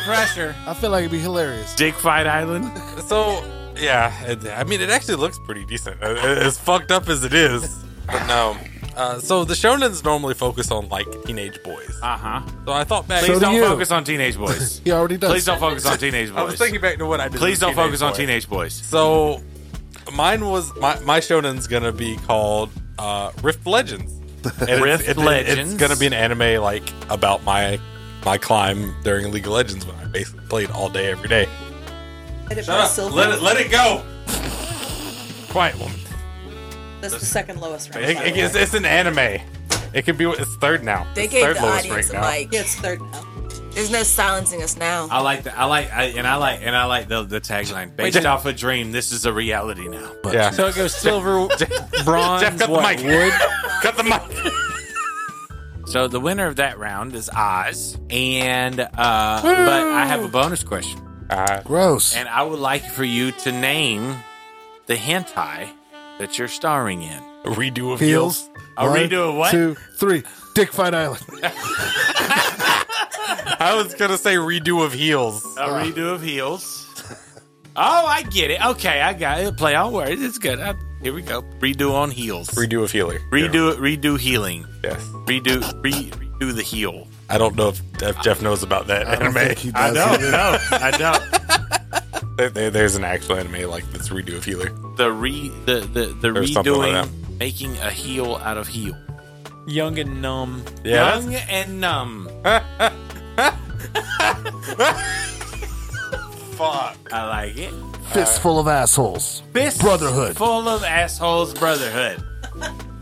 pressure.
I feel like it'd be hilarious.
Dick Fight Island.
So yeah, it, I mean, it actually looks pretty decent. Uh, As fucked up as it is, but no. Uh, so the shonens normally focus on like teenage boys.
Uh huh.
So I thought back.
Please
do
don't
you.
focus on teenage <laughs> boys.
He already does.
Please don't focus on teenage boys.
I was thinking back to what I did.
Please
with
don't focus on
boys.
teenage boys.
So mine was my my shonen's gonna be called uh, Rift Legends. And it's-
Rift
it- it-
Legends.
It's gonna be an anime like about my my climb during League of Legends when I basically played all day every day.
Let it
Shut
be
up.
silver.
Let it let it go. Quiet woman.
That's the second lowest rank.
It,
by
it-
the
it's,
way.
it's an anime. It could be it's third now.
They
It's
gave
third
the
lowest
audience
rank
a
now.
mic. Yeah, it's third now. There's no silencing us now.
I like that. I like I, and I like and I like the the tagline based off a dream. This is a reality now.
Yeah.
So it goes
<laughs>
silver, bronze,
Jeff, cut
what,
the mic.
wood.
cut the mic.
So the winner of that round is Oz, and uh, but I have a bonus question.
Gross.
And I would like for you to name the hentai that you're starring in.
redo of
Heels.
A
One,
redo of what?
Two, three. Dick Fight
<laughs>
Island.
I was gonna say redo of heels.
A redo of heels. oh, I get it. Okay, I got it. Play on words. It's good. I, here we go. Redo on heels.
Redo of healer.
Redo it. Redo healing.
Yes.
Redo. Re, redo the heel.
I don't know if, if Jeff knows about that
I don't
anime.
think he does either.
Oh,
No, I don't.
There- there- there's an actual anime like this redo of healer.
<laughs> The re. The the the
There's something like
redoing. making a heel out of heel.
Young and numb.
Yeah.
Young
<laughs>
and numb.
Fuck.
I like it.
Fistful of assholes.
Fist
Brotherhood.
full of assholes. Brotherhood.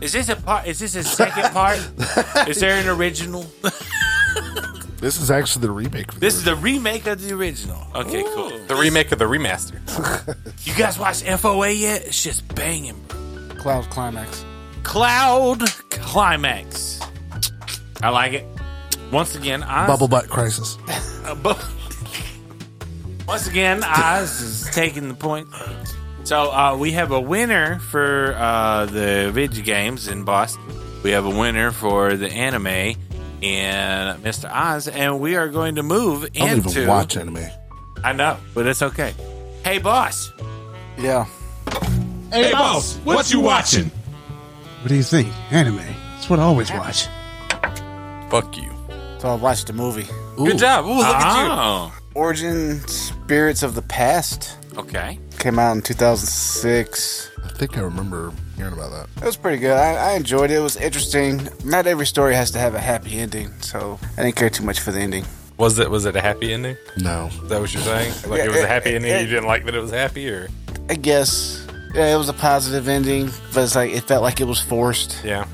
Is this a part? Is this a second
<laughs>
part? is there an original?
This is actually the remake.
This is the remake of the original. Okay, cool.
The remake of the remaster.
You guys watch FOA yet? It's just banging. bro.
Cloud climax.
Cloud climax. I like it. Once again, I
bubble butt crisis.
Uh, bu- Once again, Oz is taking the point. So uh, we have a winner for uh, the video games in Boston. We have a winner for the anime in Mr. Oz, and we are going to move
I don't
into.
even watch anime.
I know, but it's okay. Hey, boss.
Yeah.
Hey, boss, what, you watching? What do you think? Anime. It's what I always watch.
Fuck you. Ah.
So I watched the movie.
Good job. Ooh, look at
oh,
Origin Spirits of the Past
okay.
came out in 2006.
I think I remember hearing about that.
It was pretty good. I, I enjoyed it. It was interesting. Not every story has to have a happy ending, so I didn't care too much for the ending.
you. Was it was it a happy ending?
No.
Is that what you're saying? Like
Yeah,
it was a
it-
happy
it-
ending.
it-
you didn't like that it was happy, or
I guess yeah, it was a positive ending, but it's like it felt like it was forced.
yeah,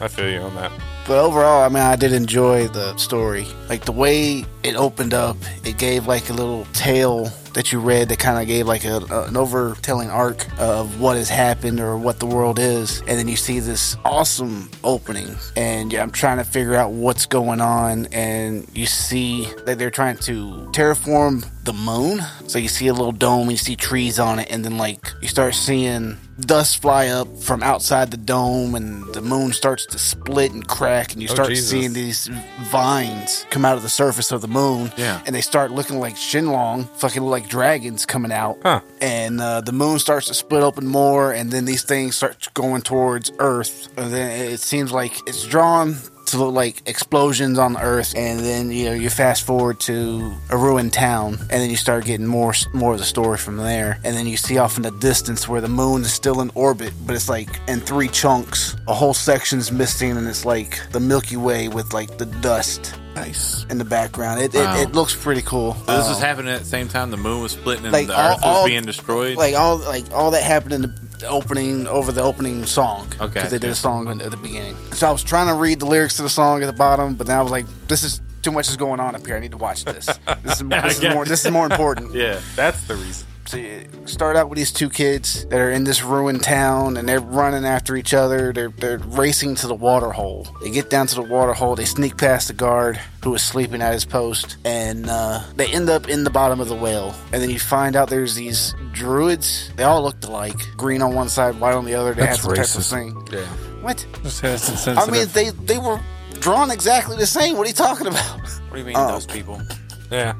I feel you on that.
But overall, I mean, I did enjoy the story. Like the way it opened up, it gave like a little tale that you read that kind of gave like a, a, an overtelling arc of what has happened or what the world is. And then you see this awesome opening, and yeah, I'm trying to figure out what's going on. And you see that they're trying to terraform the moon. So you see a little dome, and you see trees on it, and then like you start seeing dust fly up from outside the dome and the moon starts to split and crack and you
Oh,
start
Jesus.
seeing these vines come out of the surface of the moon
Yeah.
and they start looking like shinlong fucking look like dragons coming out
Huh.
and uh, the moon starts to split open more and then these things start going towards earth and then it seems like it's drawn to look like explosions on the earth and then you know you fast forward to a ruined town and then you start getting more more of the story from there and then you see off in the distance where the moon is still in orbit but it's like in three chunks a whole section's missing and it's like the milky way with like the dust
Nice.
in the background it,
Wow.
it, it looks pretty cool
So this
Um,
was happening at the same time the moon was splitting and
Like,
the
all-
earth was
all-
being destroyed.
like all like all that happened in the opening over the opening song.
Okay.
because they did a song in- at the beginning. So I was trying to read the lyrics to the song at the bottom, but then I was like, "This is too much is going on up here. I need to watch this.
<laughs>
This is,
I
this is
guess.
more. This is more important.
yeah, that's the reason.
See, start out with these two kids that are in this ruined town and they're running after each other. They're, they're racing to the water hole. They get down to the water hole. They sneak past the guard who is sleeping at his post and uh, they end up in the bottom of the well. And then you find out there's these druids. They all looked alike green on one side, white on the other. They
That's
had some type of
racist.
thing.
Yeah.
What? I
I
mean, they, they were drawn exactly the same. What are you talking about?
what do you mean
Oh.
those people?
Yeah.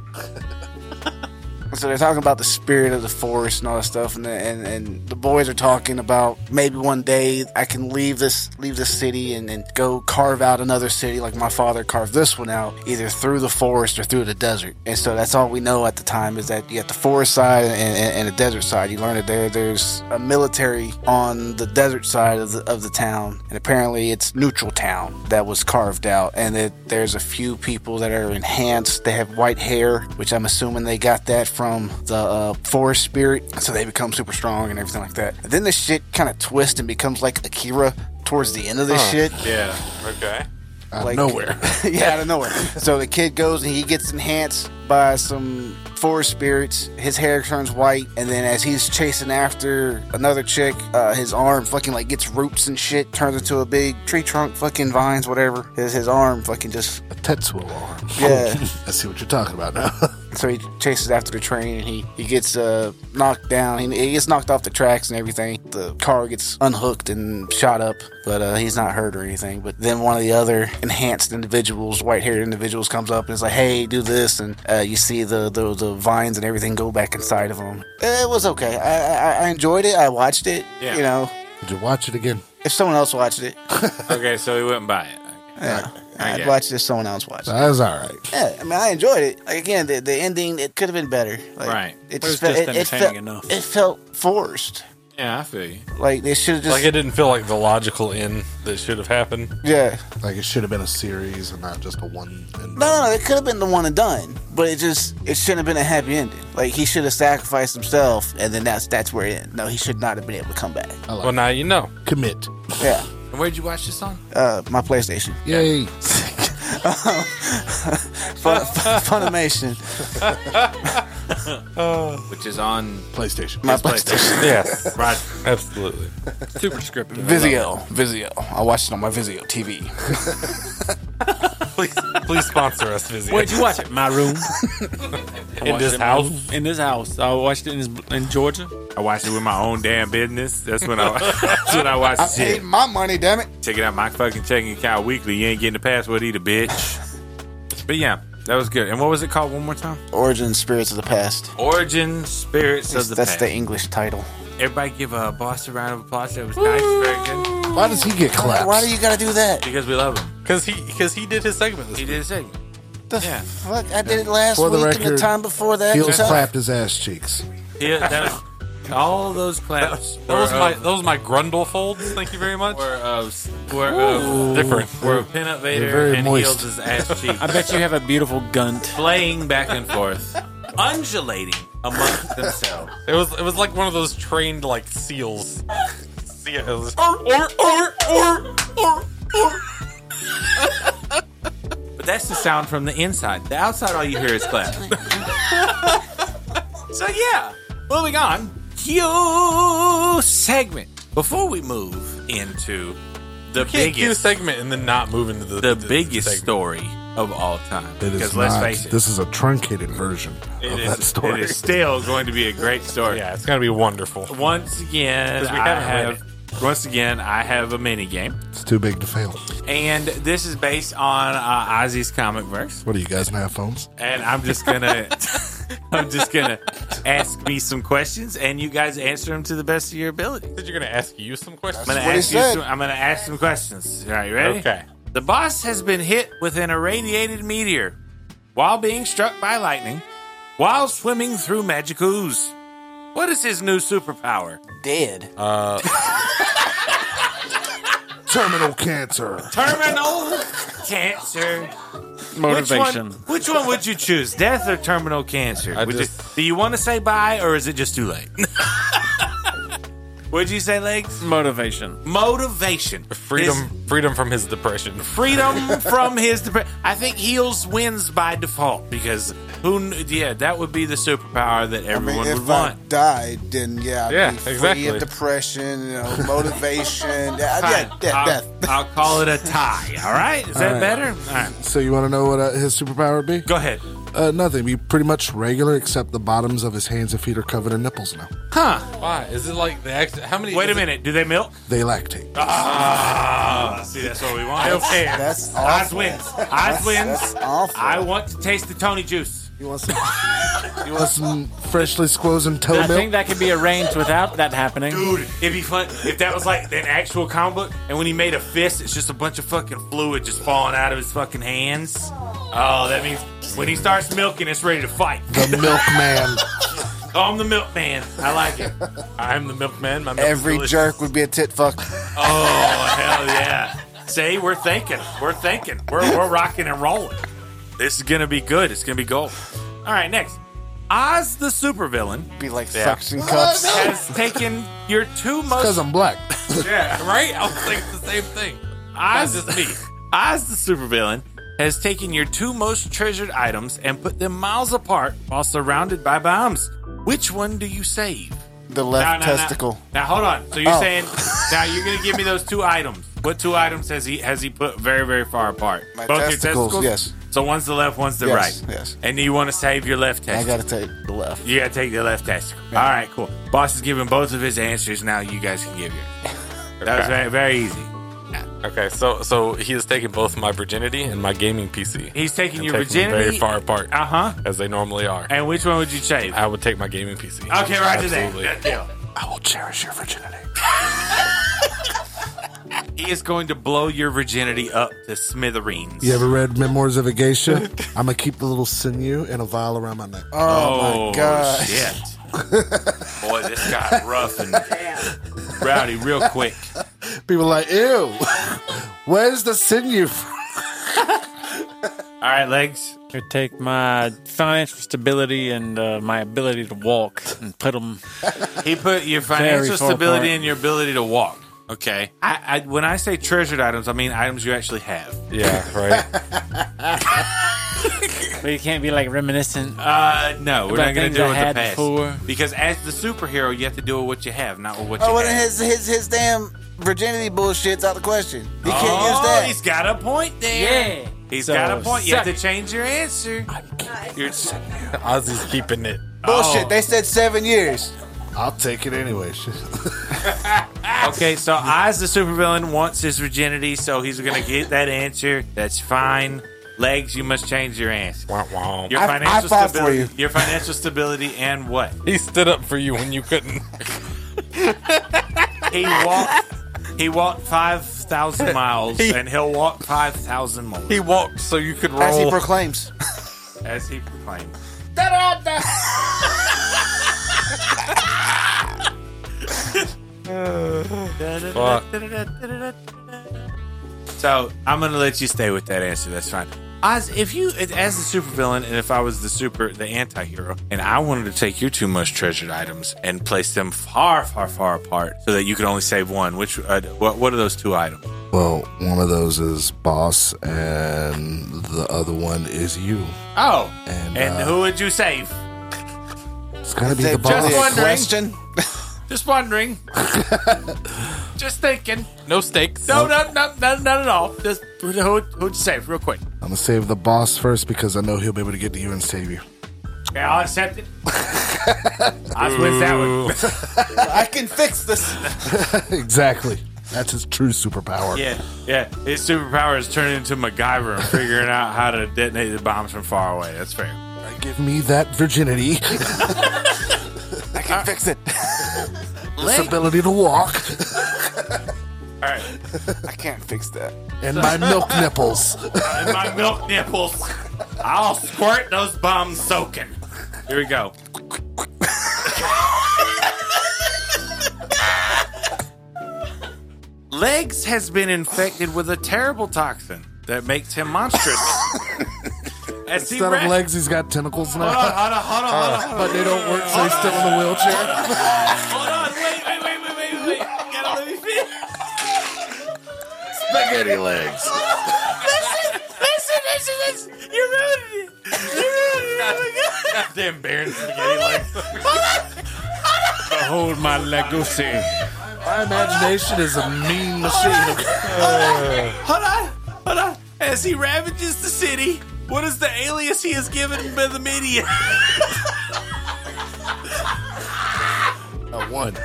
So they're talking about the spirit of the forest and all that stuff, and the, and and the boys are talking about maybe one day I can leave this leave this city and, and go carve out another city like my father carved this one out, either through the forest or through the desert. And so that's all we know at the time is that you got the forest side and, and, and the desert side. You learn that there there's a military on the desert side of the, of the town, and apparently it's neutral town that was carved out, and that there's a few people that are enhanced. They have white hair, which I'm assuming they got that from the uh, forest spirit, so they become super strong and everything like that. And then this shit kind of twists and becomes like Akira towards the end of this
Huh.
shit.
Yeah. Okay.
Out
<laughs>
of nowhere. <laughs> yeah, out of nowhere. So the kid goes and he gets enhanced by some forest spirits. His hair turns white, and then as he's chasing after another chick, uh, his arm fucking like gets roots and shit, turns into a big tree trunk, fucking vines, whatever. His his arm fucking just
A Tetsuo arm.
Yeah.
I see what you're talking about now. <laughs>
so he chases after the train and he, he gets uh, knocked down. He, he gets knocked off the tracks and everything. The car gets unhooked and shot up, but uh, he's not hurt or anything. But then one of the other enhanced individuals, white haired individuals, comes up and is like, hey, do this. And uh, you see the, the, the vines and everything go back inside of him. Uh, It was okay. I, I, I enjoyed it. I watched it.
Yeah.
You know,
Did you watch it again?
if someone else watched it,
okay, so he wouldn't buy it.
yeah.
I
I'd
get
watch it if someone else watched it.
That was all right.
Yeah, I mean, I enjoyed it. Like again, the, the ending it could have been better. Like,
Right.
It,
It was
just felt,
just
it, it
entertaining
felt,
enough.
It felt forced.
Yeah, I feel you.
Like they should have just
like it didn't feel like the logical end that should have happened.
yeah.
Like it should have been a series and not just a one. And
No, no, it could have been the one and done, but it just it shouldn't have been a happy ending. Like he should have sacrificed himself, and then that's that's where it. Ended. No, he should not have been able to
<laughs>
come back.
I like
Well, now you know.
commit.
Yeah,
And where'd you watch this on?
uh, my
<laughs>
PlayStation,
Yay!
Fun, Funimation,
<laughs> Which is on
PlayStation.
my PlayStation,
Yes.
Right.
Absolutely.
Super descriptive.
Vizio, Vizio. I watched it on my Vizio TV.
Please, please sponsor us, Vizio.
Where'd you watch it?
<laughs>
My room.
in this house?
In this house. I watched it in, his, in Georgia.
I watched it with my own damn business. That's when I <laughs> that's when I watched shit.
my money, damn it.
Checking out my fucking checking account weekly. You ain't getting the password either, bitch. But yeah, that was good. And what was it called one more time?
Origin Spirits of the Past.
Origin Spirits of the
that's
Past.
the English title.
Everybody give a boss a round of applause. That was nice, very good.
Why does he get clapped?
Why do you gotta do that?
Because we love him.
Because he because he did his segment. This
He
week.
did say.
The
Yeah.
fuck? I did it last
For the
week and
record,
the time before that.
He
and stuff.
clapped his ass cheeks.
Yeah, that was, all those claps were
Those my
of,
those my grundle folds. Thank you very much.
were of, were of
Different.
were of Pinup
They're
Vader
very
and
moist.
heels his ass cheek,
I bet you have a beautiful gunt.
playing back and forth, undulating amongst themselves.
It was it was like one of those trained like seals. <laughs> seals.
But that's the sound from the inside. The outside, all you hear is claps. <laughs> so yeah, moving on. Q segment. Before we move into the
Can't do a
biggest,
segment and then not move into the
the biggest
segment.
story of all time.
It is
Because let's
not-
face it,
This is a truncated version of
it
that
is,
story.
it is <laughs> still going to be a great story.
Yeah, it's gonna be wonderful.
Once again,
'Cause we
I
haven't read
have. Once again, I have a mini game,
It's too big to fail.
and this is based on uh, Ozzy's comic verse.
What do you guys have phones?
and I'm just
<laughs>
gonna, I'm just gonna ask me some questions, and you guys answer them to the best of your ability.
Said you're gonna ask you some questions.
I'm gonna
what he
ask you.
said.
Some, I'm gonna ask some questions. All right, you ready?
Okay.
The boss has been hit with an irradiated meteor while being struck by lightning while swimming through magic ooze. What is his new superpower?
Dead.
Terminal cancer.
<laughs>
Terminal cancer.
Motivation.
Which one, which one would you choose, death or terminal cancer?
I
Would you-
just-
do you want to say bye, or is it just too late? <laughs> What'd you say, legs?
Motivation.
Motivation.
Freedom, freedom from his depression.
freedom from his depression. I think heels wins by default because who? kn- Yeah, that would be the superpower that
I mean,
everyone
if
would want.
I died, then yeah, I'd
Yeah,
be free
exactly.
of depression, you know, motivation.
<laughs>
yeah,
Fine.
yeah, yeah,
I'll,
death.
I'll call it a tie. All right, is
All
that
right.
better? All right.
So you want to know what uh, his superpower would be?
Go ahead.
Uh, nothing. Be pretty much regular, except the bottoms of his hands and feet are covered in nipples now.
Huh?
Why is it like the act? How many?
Wait a minute. Do they milk?
They lactate.
Ah, see, that's what we want.
That's-
Okay.
that's
Oz
awful.
wins. Oz
That's-
wins.
that's awful.
I want to taste the Tony juice.
You want some?
You want some freshly squoze and toe
I
milk?
think that could be arranged without that happening.
Dude, it'd be fun if that was like an actual comic book, and when he made a fist, it's just a bunch of fucking fluid just falling out of his fucking hands. Oh, that means when he starts milking, it's ready to fight.
the
<laughs>
milkman.
Oh, I'm the milkman. I like it. I'm the milkman. My milk
Every
is delicious.
jerk would be a tit fuck.
Oh hell yeah! See, we're thinking, we're thinking, we're we're rocking and rolling. This is gonna be good. It's gonna be gold. All right, next. Oz the supervillain.
Be like
yeah.
suction cups. <laughs>
Has taken your two most.
Because I'm black.
<laughs> Yeah,
right? I was thinking the same thing.
Oz, me. <laughs> Oz the supervillain has taken your two most treasured items and put them miles apart while surrounded by bombs. Which one do you save?
The left
No, no, no.
testicle.
Now hold on. So you're
Oh. <laughs>
saying now you're gonna give me those two items. What two items has he has he put very very far apart?
My
your
testicles, yes.
So one's the left, one's the
Yes,
right.
yes.
And you want to save your left
I
testicle.
gotta take the left.
You gotta take the left testicle. All right, cool. Boss is giving both of his answers. Now you guys can give yours. That was
Okay.
very very easy.
Okay, so so he has taken both my virginity and my gaming PC.
He's taking
And
your
taken them
virginity.
very far apart
Uh huh.
as they normally are.
And which one would you save?
I would take my gaming PC.
Okay, right to that.
Absolutely.
Good deal.
I will cherish your virginity.
He is going to blow your virginity up to smithereens.
You ever read Memoirs of a Geisha? I'm gonna keep the little sinew in a vial around my neck.
Oh,
Oh,
my god.
shit. Boy, this got rough and rowdy real quick.
People are like, ew. <laughs> Where's the sinew? from?"
All right, legs.
Could take my financial stability and uh, my ability to walk and put them.
He put your financial
far
stability
apart.
and your ability to walk. Okay. I, I when I say treasured items, I mean items you actually have.
Yeah, <laughs> right.
But you can't be like reminiscent.
Uh, no, we're
About
not going
things
to do
I
it with the
had
past.
before.
Because as the superhero, you have to deal with what you have, not with what you
Oh, well,
have.
his his his damn virginity bullshit's out the question. He can't
oh,
use that.
he's got a point there.
Yeah.
He's
So,
got a point. You have
suck
to change your answer. You're
Ozzy's keeping it.
Bullshit.
Oh.
They said seven years.
I'll take it anyway. Shit.
Okay, so Oz the supervillain wants his virginity, so he's gonna get that answer. That's fine. Legs, you must change your answer.
Womp womp.
Your
I-
financial
I fought for
stability.
you.
Your financial stability and what?
He stood up for you when you <laughs> couldn't.
He walked. He walked five thousand
<laughs>
miles,
He-
and he'll walk five thousand more,
He walked so you could
As he
roll.
proclaims.
as he proclaimed.
Fuck.
So I'm gonna let you stay with that answer. That's fine. Oz, if you as the supervillain, and if I was the super the anti-hero, and I wanted to take your two most treasured items and place them far, far, far apart, so that you could only save one. Which uh, what, what are those two items?
Well, one of those is boss, and the other one is you.
Oh,
And,
and
uh,
who would you save?
It's gotta be
They
the boss.
just
wondering.
question.
Just <laughs> wondering. Just thinking.
No stakes.
No, no, no, no, not at all. Just who who- who'd you save? Real quick.
I'm gonna save the boss first because I know he'll be able to get to you and save you. <laughs>
Okay, I'll <laughs> accept it. Oz wins that one.
I can fix this.
exactly. That's his true superpower.
<laughs> Yeah, yeah. His superpower is turning into MacGyver and figuring out how to detonate the bombs from far away. That's fair.
Give me that virginity, <laughs>
I can fix it. <laughs>
this ability to walk,
All right.
I can't fix that.
and my milk nipples.
And my milk nipples. I'll squirt those bombs soaking. Here we go. Legs has been infected with a terrible toxin that makes
<laughs>
him monstrous. As he
Instead of
res-
legs, he's got tentacles
Hold on,
now,
hold on,
<laughs>
hold on, hold on.
but they don't work, so he's still in the wheelchair.
Hold on, wait, wait, wait, wait, wait, wait,
spaghetti legs.
listen, listen, listen, listen. You're ruining it. Oh
Goddamn Baron spaghetti legs.
Behold my legacy.
My imagination is a mean machine.
Hold on, hold on. As he ravages the city, what is the alias he is given by the media?
A one.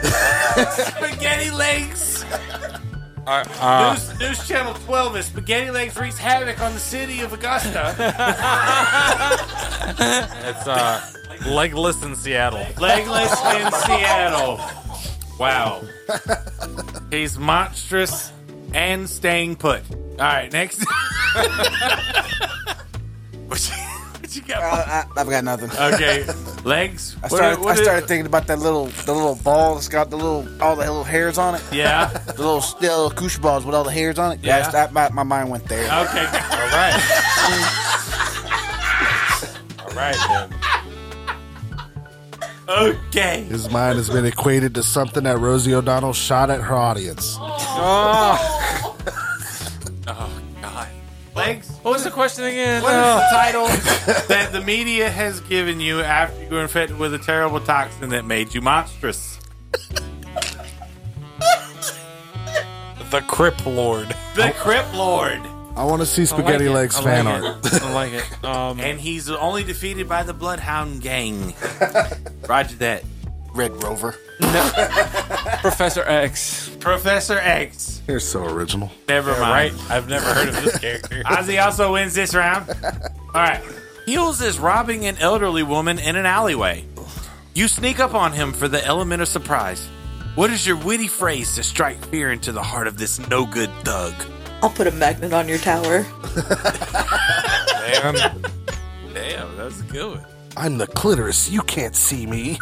Spaghetti legs.
Uh, uh,
news, news Channel 12 is Spaghetti Legs wreaks havoc on the city of Augusta.
<laughs> it's uh, legless in Seattle.
Legless in Seattle. Wow. He's monstrous and staying put. All right, next. <laughs> what, you, what you got?
Oh, I, have got nothing.
Okay, legs.
Uh,
Uh,
I
What-
started,
what
I
is-
started thinking about that little the little ball that's got the little all the little hairs on it.
Yeah.
the little the little koosh balls with all the hairs on it.
Yeah.
Yeah. That's, that, my, my mind went there.
Okay. All right. <laughs> All right, then. Okay.
His mind has been equated to something that Rosie O'Donnell shot at her audience.
Oh. God. Legs. What was the question again? What is
Oh.
the <laughs> title that the media has given you after you were infected with a terrible toxin that made you monstrous?
The Crip Lord.
The Crip Lord.
I want to see spaghetti legs fan art.
I like it. Um, and he's only defeated by the
<laughs>
Bloodhound Gang. Roger that.
Red Rover.
Professor X.
Professor X.
You're so original.
Never
Yeah,
mind.
right? I've never heard of this character.
<laughs> Ozzy also wins this round. All right. Heels is robbing an elderly woman in an alleyway. You sneak up on him for the element of surprise. What is your witty phrase to strike fear into the heart of this no good thug?
I'll put a magnet on your tower.
Damn. Damn, that's a good one.
I'm the clitoris. You can't see me.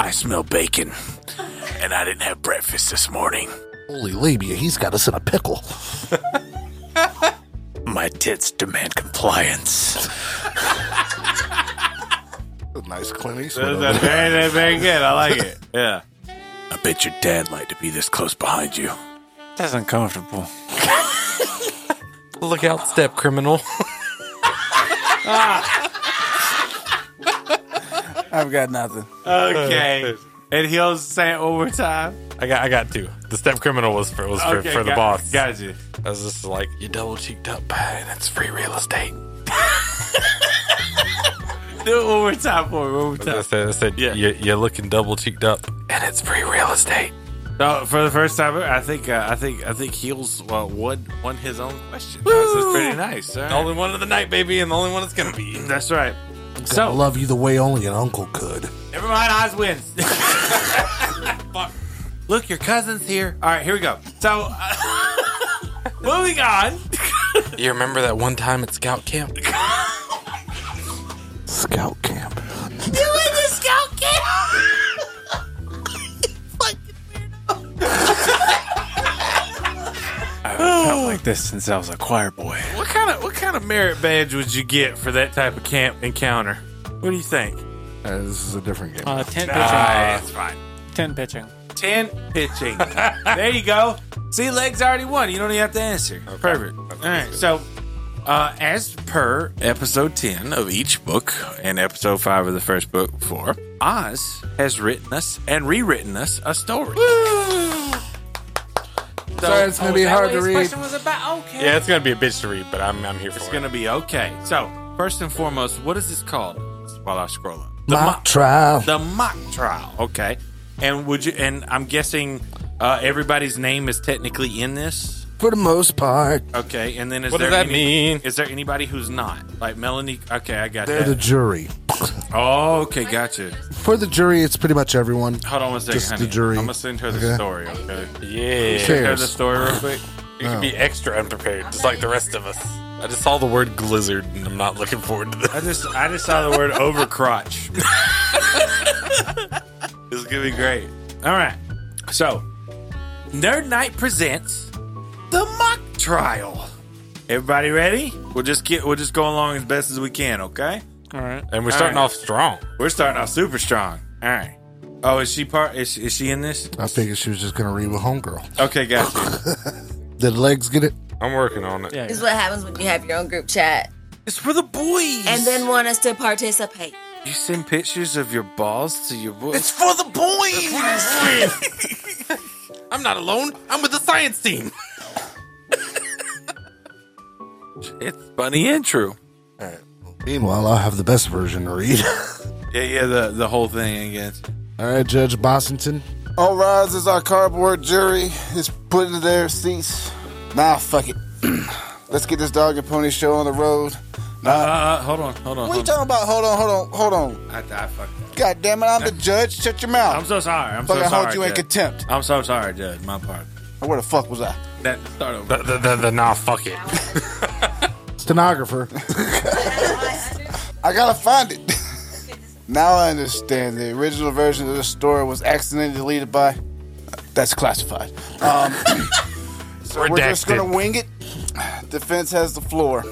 I smell bacon, and I didn't have breakfast this morning.
Holy labia, he's got us in a pickle.
My tits demand compliance.
nice Clint Eastwood.
<laughs> That's
over there.
very, that's very good. I like it. Yeah. I bet your dad liked to be this close behind you.
That's uncomfortable.
Look out, step criminal.
I've got nothing.
Okay. and he'll say it one more time.
I got I got two. The step criminal was for was for,
Okay,
for the
got-
boss.
got you.
I was just like, you double cheeked up, and it's free real estate.
Do it one more time for me. One more
I
time.
said, I said yeah. you, you're looking double cheeked up, and it's free real estate.
No, for the first time, I think uh, I think I think heels uh, won won his own question. That's, that's pretty nice.
The
All right.
only one of the night, baby, and the only one it's gonna be.
That's right.
I
So
love you the way only an uncle could.
never mind. Oz wins.
<laughs>
Fuck. Look, your cousin's here. All right, here we go. So uh, <laughs> moving on.
You remember that one time at scout camp?
Scout camp.
Doing the scout camp.
I haven't felt like this since I was a choir boy.
What kind of what kind of merit badge would you get for that type of camp encounter? What do you think?
Uh, this is a different game.
Uh, tent
Nah,
Ah,
it's fine.
pitching. Tent pitching.
10
<laughs>
pitching. there you go. See, legs already won. You don't even have to answer. Perfect. All right. So, uh, as per episode 10 of each book and episode 5 of the first book before, Oz has written us and rewritten us a story. oh,
Sorry, it's gonna be hard to read.
was about? Okay.
Yeah, it's gonna be a bitch to read, but I'm I'm here for
It's
it.
going to be okay. So, first and foremost, what is this called? While I scroll up. The
Mock trial.
the mock trial. Okay. And would you? And I'm guessing uh, everybody's name is technically in this.
For the most part,
Okay. And then is
What
there
does that
any-
mean?
Is there anybody who's not? Like Melanie? Okay, I got
they're the
that.
jury.
oh, okay, gotcha.
For the jury, it's pretty much everyone.
Hold on one second,
Just
honey.
the jury.
I'm gonna send her the
Okay.
story. Okay.
Yeah,
Sure.
you
Send her the
Cheers.
story real quick.
can be extra unprepared, just like the rest of us. I just saw the word glizzard, and I'm not looking forward to
I
that.
just I just saw the word overcrotch. <laughs> it's gonna be great. All right. So, Nerd Night presents the mock trial. Everybody ready? We'll just get we'll just go along as best as we can. Okay.
All right.
And we're starting
All right.
off strong.
We're starting off super strong. All right. Oh, is she part? Is, is she in this?
I figured she was just gonna read with homegirl.
Okay, gotcha.
Did legs get it?
I'm working on it.
This is what happens when you have your own group chat.
It's for the boys.
And then want us to participate.
you send pictures of your balls to your boys.
It's for the boys.
<laughs> I'm not alone. I'm with the science team. <laughs> it's funny and true.
Meanwhile, I'll have the best version to read. <laughs>
Yeah, yeah, the the whole thing again.
All right, Judge Bossington.
All rise as our cardboard jury is put into their seats. Nah, fuck it. <clears throat> Let's get this dog and pony show on the road.
Uh, uh, uh, hold on, hold on.
What are
Hold
you talking about? Hold on, hold on, hold on.
on. I, I fucked.
God damn it, I'm the judge. Shut your mouth.
I'm so sorry. I'm
Fucking
so sorry.
hold you in
Judge.
contempt.
I'm so sorry, Judge. My part.
Where the fuck was I?
That start over.
The, the, the, the nah, fuck it.
Stenographer.
I gotta find it. <laughs> now I understand. The original version of the story was accidentally deleted by. That's classified.
<coughs>
Um, so we're just
Redacted.
gonna wing it. Defense has the floor.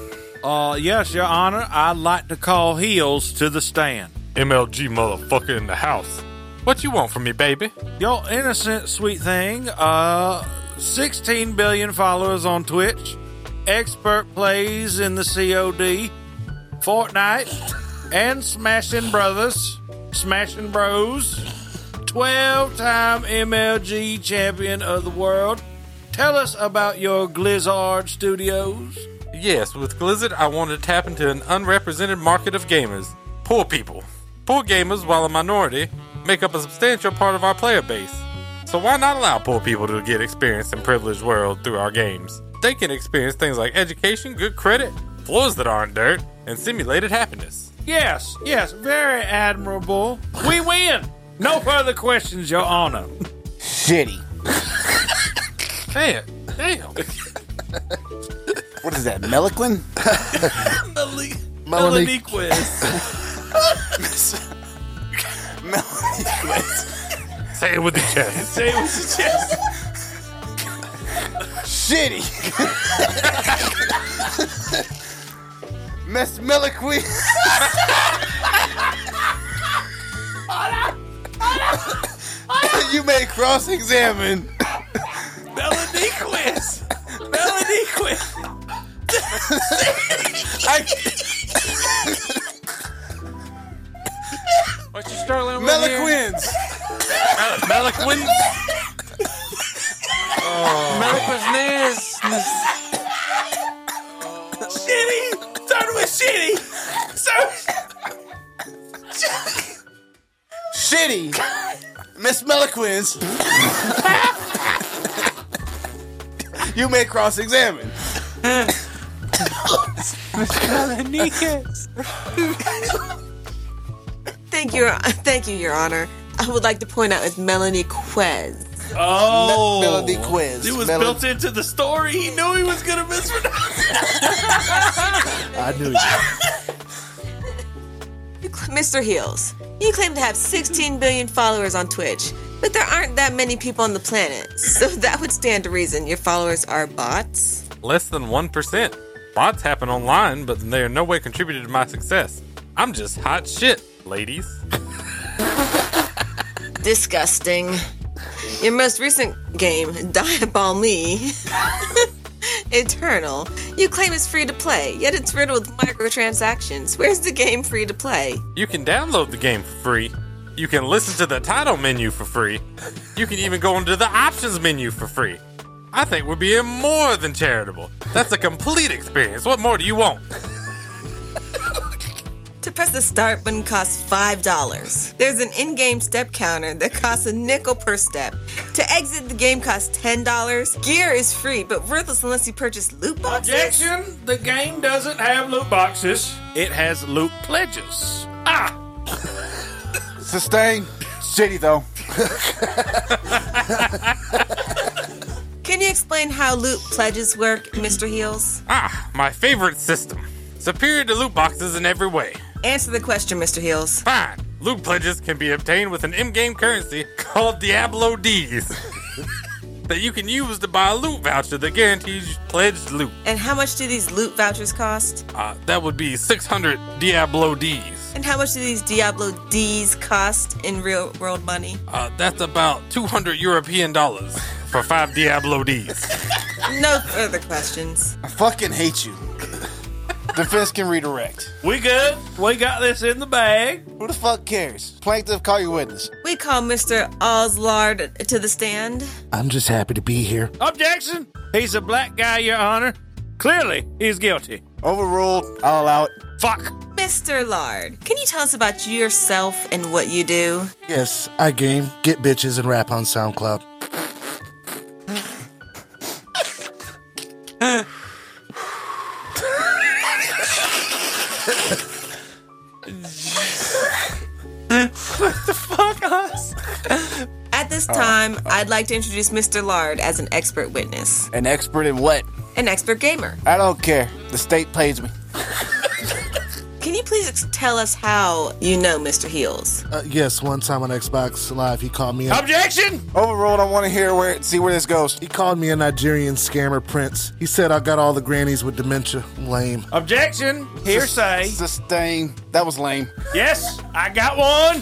Uh, yes, Your Honor. I'd like to call heels to the stand.
MLG motherfucker in the house. What you want from me, baby?
Your innocent sweet thing. Uh, 16 billion followers on Twitch. Expert plays in the COD, Fortnite, and Smashing Brothers, Smashing Bros. 12 time MLG champion of the world. Tell us about your Glizzard Studios.
Yes, with Glizzard, I want to tap into an unrepresented market of gamers. Poor people. Poor gamers, while a minority, make up a substantial part of our player base. So why not allow poor people to get experience in privileged world through our games? They can experience things like education, good credit, floors that aren't dirt, and simulated happiness.
Yes, yes, very admirable. We win. No further questions, Your Honor.
Shitty.
Damn, damn.
What is that, Meliquin?
Melanie
<laughs> Say it with the chest.
Say it was a chest.
Shitty. Miss Meliquin. <laughs> you may cross-examine.
Melanie Quiz. Melanie Quiz.
What's your Sterling? Uh,
Meliquins.
Meliquins.
Meliquins. Shitty. Started with shitty. So.
Shitty. Miss Meliquins. you may cross-examine.
Thank you, thank you, Your Honor. I would like to point out it's Melanie Quez.
Oh,
Me- Melody Quiz.
It was
Melo-
built into the story. He knew he was gonna mispronounce.
I knew
You cl- Mr. Heels, you claim to have 16 billion followers on Twitch, but there aren't that many people on the planet, so <laughs> that would stand to reason your followers are bots.
Less than 1%. Bots happen online, but they are no way contributed to my success. I'm just hot shit, ladies.
Disgusting. Your most recent game, Diabol Me <laughs> Eternal, you claim is free to play, yet it's riddled with microtransactions. Where's the game free to play?
You can download the game for free. You can listen to the title menu for free. You can even go into the options menu for free. I think we're being more than charitable. That's a complete experience. What more do you want?
To press the start button costs $5. There's an in game step counter that costs a nickel per step. To exit the game costs $10. Gear is free, but worthless unless you purchase loot boxes.
Objection! The game doesn't have loot boxes. It has loot pledges. Ah!
Sustain. Shitty though.
Can you explain how loot pledges work, Mr. Heels?
Ah, my favorite system. Superior to loot boxes in every way.
Answer the question, Mr. Heels.
Fine. Loot pledges can be obtained with an in-game currency called Diablo D's <laughs> that you can use to buy a loot voucher that guarantees you pledged loot.
And how much do these loot vouchers cost?
Uh, that would be 600 Diablo D's.
And how much do these Diablo D's cost in real world money?
Uh, that's about 200 European dollars for five Diablo Ds.
No further questions.
I fucking
<laughs>
hate you. Defense can redirect.
We good. We got this in the bag.
Who the fuck cares? Plaintiff, call your witness.
We call Mr. Oslard to the stand.
I'm just happy to be here.
Objection! He's a black guy, Your Honor. Clearly, he's guilty.
Overruled. I'll allow it.
Fuck.
Mr. Lard, can you tell us about yourself and what you do?
Yes, I game, get bitches, and rap on SoundCloud.
what the fuck, us?
At this
Oh,
time, I'd like to introduce Mr. Lard as an expert witness,
An expert in what?
an expert gamer.
I don't care. The state pays me.
Can you please ex- tell us how you know Mr. Heels?
Uh, yes, one time on Xbox Live, he called me. A,
Objection!
Overruled. I want to hear where see where this goes.
He called me a Nigerian scammer prince. He said I got all the grannies with dementia. Lame.
Objection. Hearsay.
Sustain. That was lame.
Yes, I got one.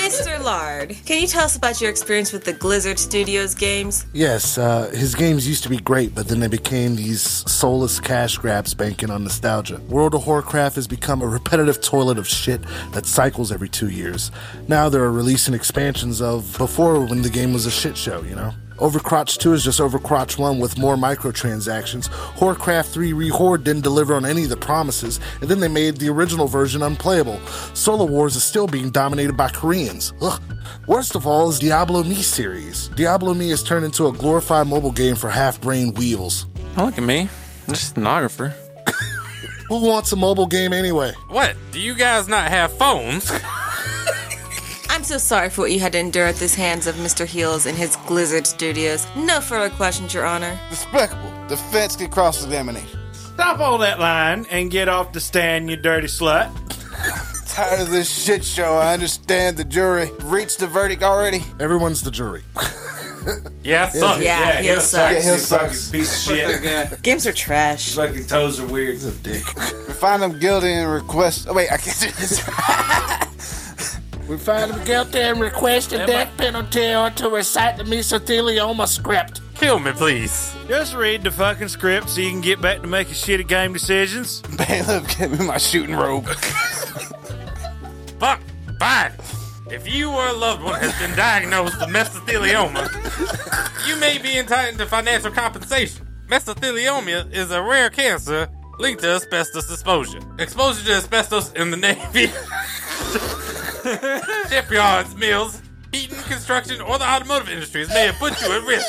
Mr. Lard, can you tell us about your experience with the Glizzard Studios games?
Yes, uh, his games used to be great, but then they became these soulless cash grabs banking on nostalgia. World of Warcraft has become a repetitive toilet of shit that cycles every two years. Now they're releasing expansions of before when the game was a shit show, you know? Overcrotch 2 is just Overcrotch 1 with more microtransactions. Horcraft 3 Rehorde didn't deliver on any of the promises, and then they made the original version unplayable. Solo Wars is still being dominated by Koreans. Ugh. Worst of all is Diablo Me series. Diablo Me has turned into a glorified mobile game for half-brained weevils.
Don't look at me. I'm just a stenographer.
Who wants a mobile game anyway?
What? Do you guys not have phones?
I'm so sorry for what you had to endure at the hands of Mr. Heels and his Glizzard Studios. No further questions, Your Honor.
Despicable. Defense can cross examination.
Stop all that lying and get off the stand, you dirty slut.
Tired of this shit show. I understand the jury reached the verdict already.
Everyone's the jury. <laughs>
Yeah,
suck. Yeah, Yeah, Heels sucks. Yeah, Heels sucks.
Piece of shit.
Games are trash.
Fucking toes are weird. He's a dick.
We find them guilty and request. Oh wait, I can't do
<laughs>
this.
We find him guilty and request a death penalty or to recite the mesothelioma script.
Kill me, please.
Just read the fucking script so you can get back to making shitty game decisions.
Bailiff, give me my
<laughs>
shooting robe.
Fuck. Fine. If you or a loved one has been diagnosed with mesothelioma, you may be entitled to financial compensation. Mesothelioma is a rare cancer linked to asbestos exposure. Exposure to asbestos in the Navy, <laughs> shipyards, mills, heating, construction, or the automotive industries may have put you at risk.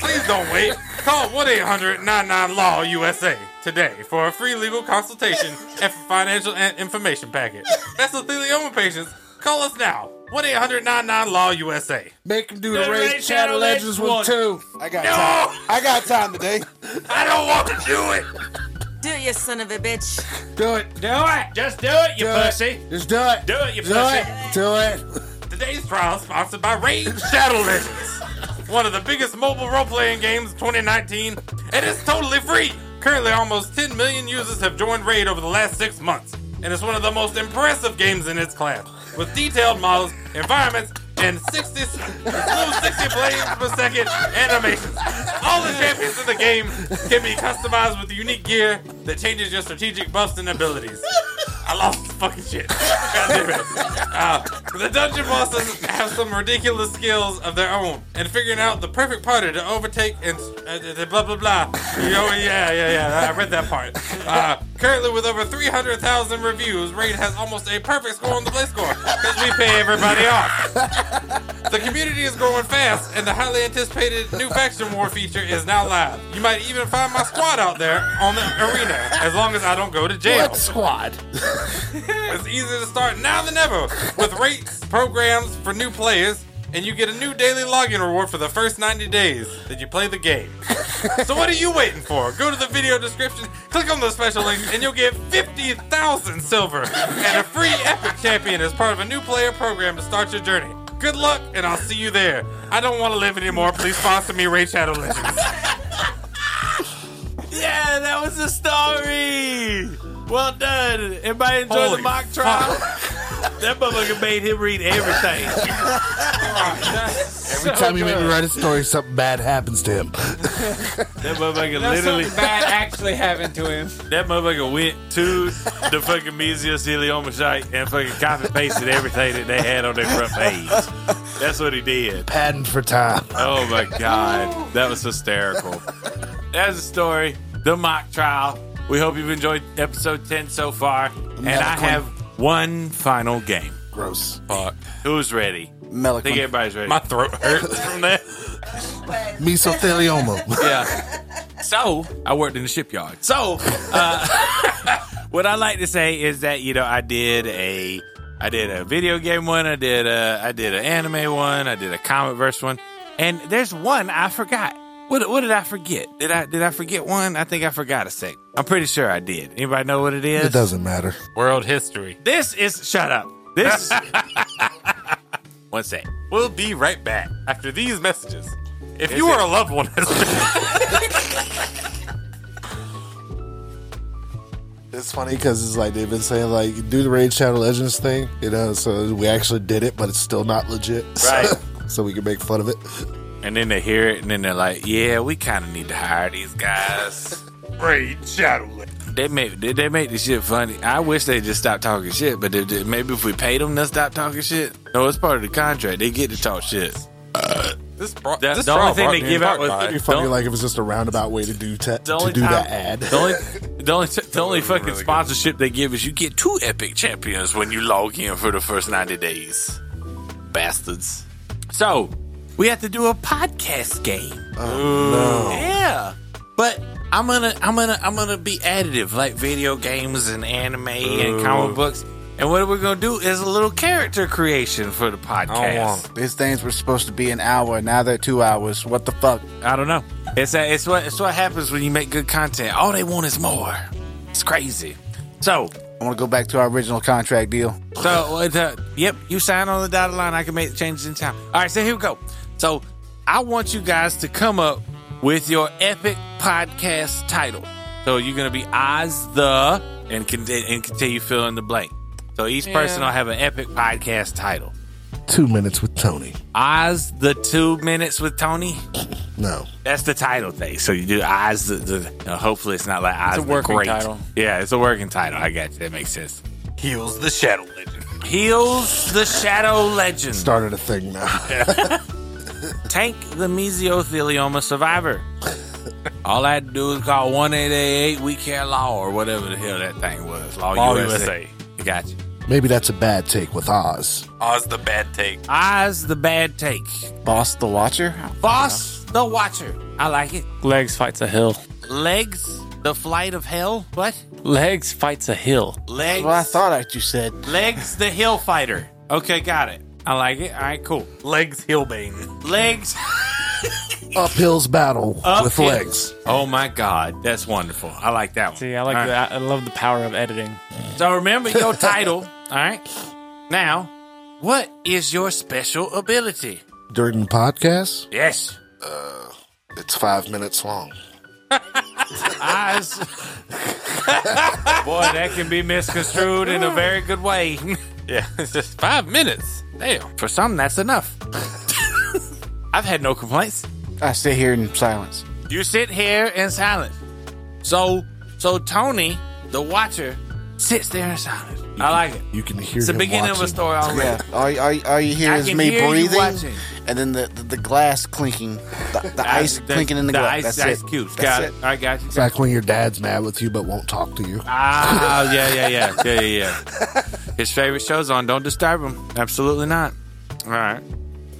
Please don't wait. Call 1 800 99 Law USA today for a free legal consultation and for financial and information packet. Mesothelioma patients, call us now. 1 800 99 Law USA.
Make him do
the Raid Shadow Legends one.
too.
I got time. I got time today.
I don't want to do it.
Do it, you son of a bitch.
<laughs> Do it.
Do it. Just do it, you
Do it.
pussy.
Just do it.
Do it, you
Do
pussy.
it. Do it. <laughs>
Today's trial is sponsored by Raid Shadow Legends, one of the biggest mobile role playing games of 2019, and it's totally free. Currently, almost 10 million users have joined Raid over the last six months, and it's one of the most impressive games in its class, with detailed models, environments, and 60 smooth 60 frames per second animations. All the champions in the game can be customized with unique gear that changes your strategic buffs and abilities. I lost the fucking shit. <laughs> God damn it. Uh, the dungeon bosses have some ridiculous skills of their own, and figuring out the perfect party to overtake and uh, uh, blah blah blah. You know, yeah, yeah, yeah. I read that part. Uh, currently, with over 300,000 reviews, Raid has almost a perfect score on the Play Score because we pay everybody off. The community is growing fast, and the highly anticipated new faction war feature is now live. You might even find my squad out there on the arena, as long as I don't go to jail.
What squad?
It's easier to start now than ever with rates programs for new players, and you get a new daily login reward for the first 90 days that you play the game. so what are you waiting for? Go to the video description, click on the special link, and you'll get 50,000 silver and a free Epic Champion as part of a new player program to start your journey. Good luck, and I'll see you there. I don't want to live anymore. Please sponsor me, Ray Shadow Legends.
Yeah, that was the story. Well done. Everybody enjoy
Holy
the mock trial?
That motherfucker made him read <laughs> everything. Oh
Every time you make me write a story, something bad happens to him.
That motherfucker
That's
literally
something
bad actually happened to him.
That motherfucker went to the fucking Museum site and fucking copy pasted everything that they had on their front page. That's what he did.
Patent for time.
Oh my god, that was hysterical. That's the story. The mock trial. We hope you've enjoyed episode ten so far, and I
Malcolm.
have one final game.
Gross.
Fuck. Who's ready? I think everybody's ready.
My throat
<laughs> hurts from that.
Mesothelioma.
yeah. So I worked in the shipyard. So uh, <laughs> what I like to say is that you know I did a I did a video game one, I did a I did an anime one, I did a comic verse one, and there's one I forgot. What, what did I forget? Did I did I forget one? I think I forgot a sec. I'm pretty sure I did. Anybody know what it is?
It doesn't matter.
World history. This is shut up. This
<laughs>
one sec.
We'll be right back after these messages. If
Is
you
it-
are a loved one,
It's funny because it's like they've been saying like do the Raid Shadow Legends thing, you know. So we actually did it, but it's still not legit,
Right.
<laughs> so we can make fun of it.
And then they hear it, and then they're like, "Yeah, we kind of need to hire these
<laughs>
guys." Raid Shadow. They make they, they make this shit funny. I wish they just stopped talking shit, but they, they- maybe if we paid them, they'll stop talking shit. No, it's part of the contract. They get to talk shit.
this brought
The-
this
Uh, the
trial
only thing
brought
they
me in
give out
part
was-
by-
It'd be funny
don't-
like if it's just a roundabout way to do te-
The
to
only
do
time-
that ad.
The only the only, the only fucking sponsorship they give is you get two epic champions when you log in for the first ninety days. Bastards. So we have to do a podcast game.
Oh, no.
Yeah. But I'm gonna I'm gonna I'm gonna be additive like video games and anime and comic books. And what we're gonna do is a little character creation for the podcast.
These things were supposed to be an hour. Now they're two hours. What the fuck?
I don't know. It's a, it's what it's what happens when you make good content. All they want is more. It's crazy. So
I want to go back to our original contract deal.
So, uh, the- yep, you sign on the dotted line. I can make the changes in time. All right, so here we go. So, I want you guys to come up with your epic podcast title. So, you're going to be Oz the and, con- and continue fill in the blank. So, each person
Yeah.
will have an epic podcast title.
Two minutes with Tony.
Oz the Two Minutes with Tony.
No.
That's the title thing. So you do eyes. The, the, uh, hopefully, it's not like eyes.
a
the
working
Great.
title.
Yeah, it's a working title. I got you. That makes sense. Heals the shadow legend. Heals the shadow legend.
Started a thing now. <laughs>
Tank the mesothelioma survivor. All I had to do was call one eight eight eight. We care law or whatever the hell that thing was. Law,
Law
USA. You Got you.
Maybe that's a bad take with Oz.
Oz the bad take. Oz the bad take.
Boss the Watcher?
Boss the watcher. I like it.
Legs fights a hill.
Legs the flight of hell. What?
Legs fights a hill.
Legs.
Well, I thought that you said.
Legs the Hill Fighter. Okay, got it. I like it. All right, cool. Legs Hillbane. Legs
Uphill's battle
up
with
hill.
legs.
Oh my God, that's wonderful. I like that one. See,
I like that. I love the power of editing.
So remember your title. All right. Now, what is your special ability?
Durden podcast.
Yes.
Uh, it's five minutes long.
Eyes. <laughs> Boy, that can be misconstrued in a very good way. <laughs> Yeah, it's just five minutes. Damn. For some, that's enough. <laughs> I've had no complaints.
I sit here in silence.
You sit here in silence. So, so Tony, the Watcher, sits there in silence. I like it.
You can hear
It's the beginning of a story already.
Yeah. All, you- all, you- all you hear
I
is
can
me
hear you
breathing,
watching.
and then the, the, the glass clinking, the,
<laughs>
the ice clinking in the, glass.
ice,
That's
ice
it.
cubes.
That's
got it. I got you.
It's like when your dad's mad with you but won't talk to you.
Ah, yeah, yeah, yeah, yeah, yeah, yeah. His favorite show's on. Don't disturb him. Absolutely not. All right.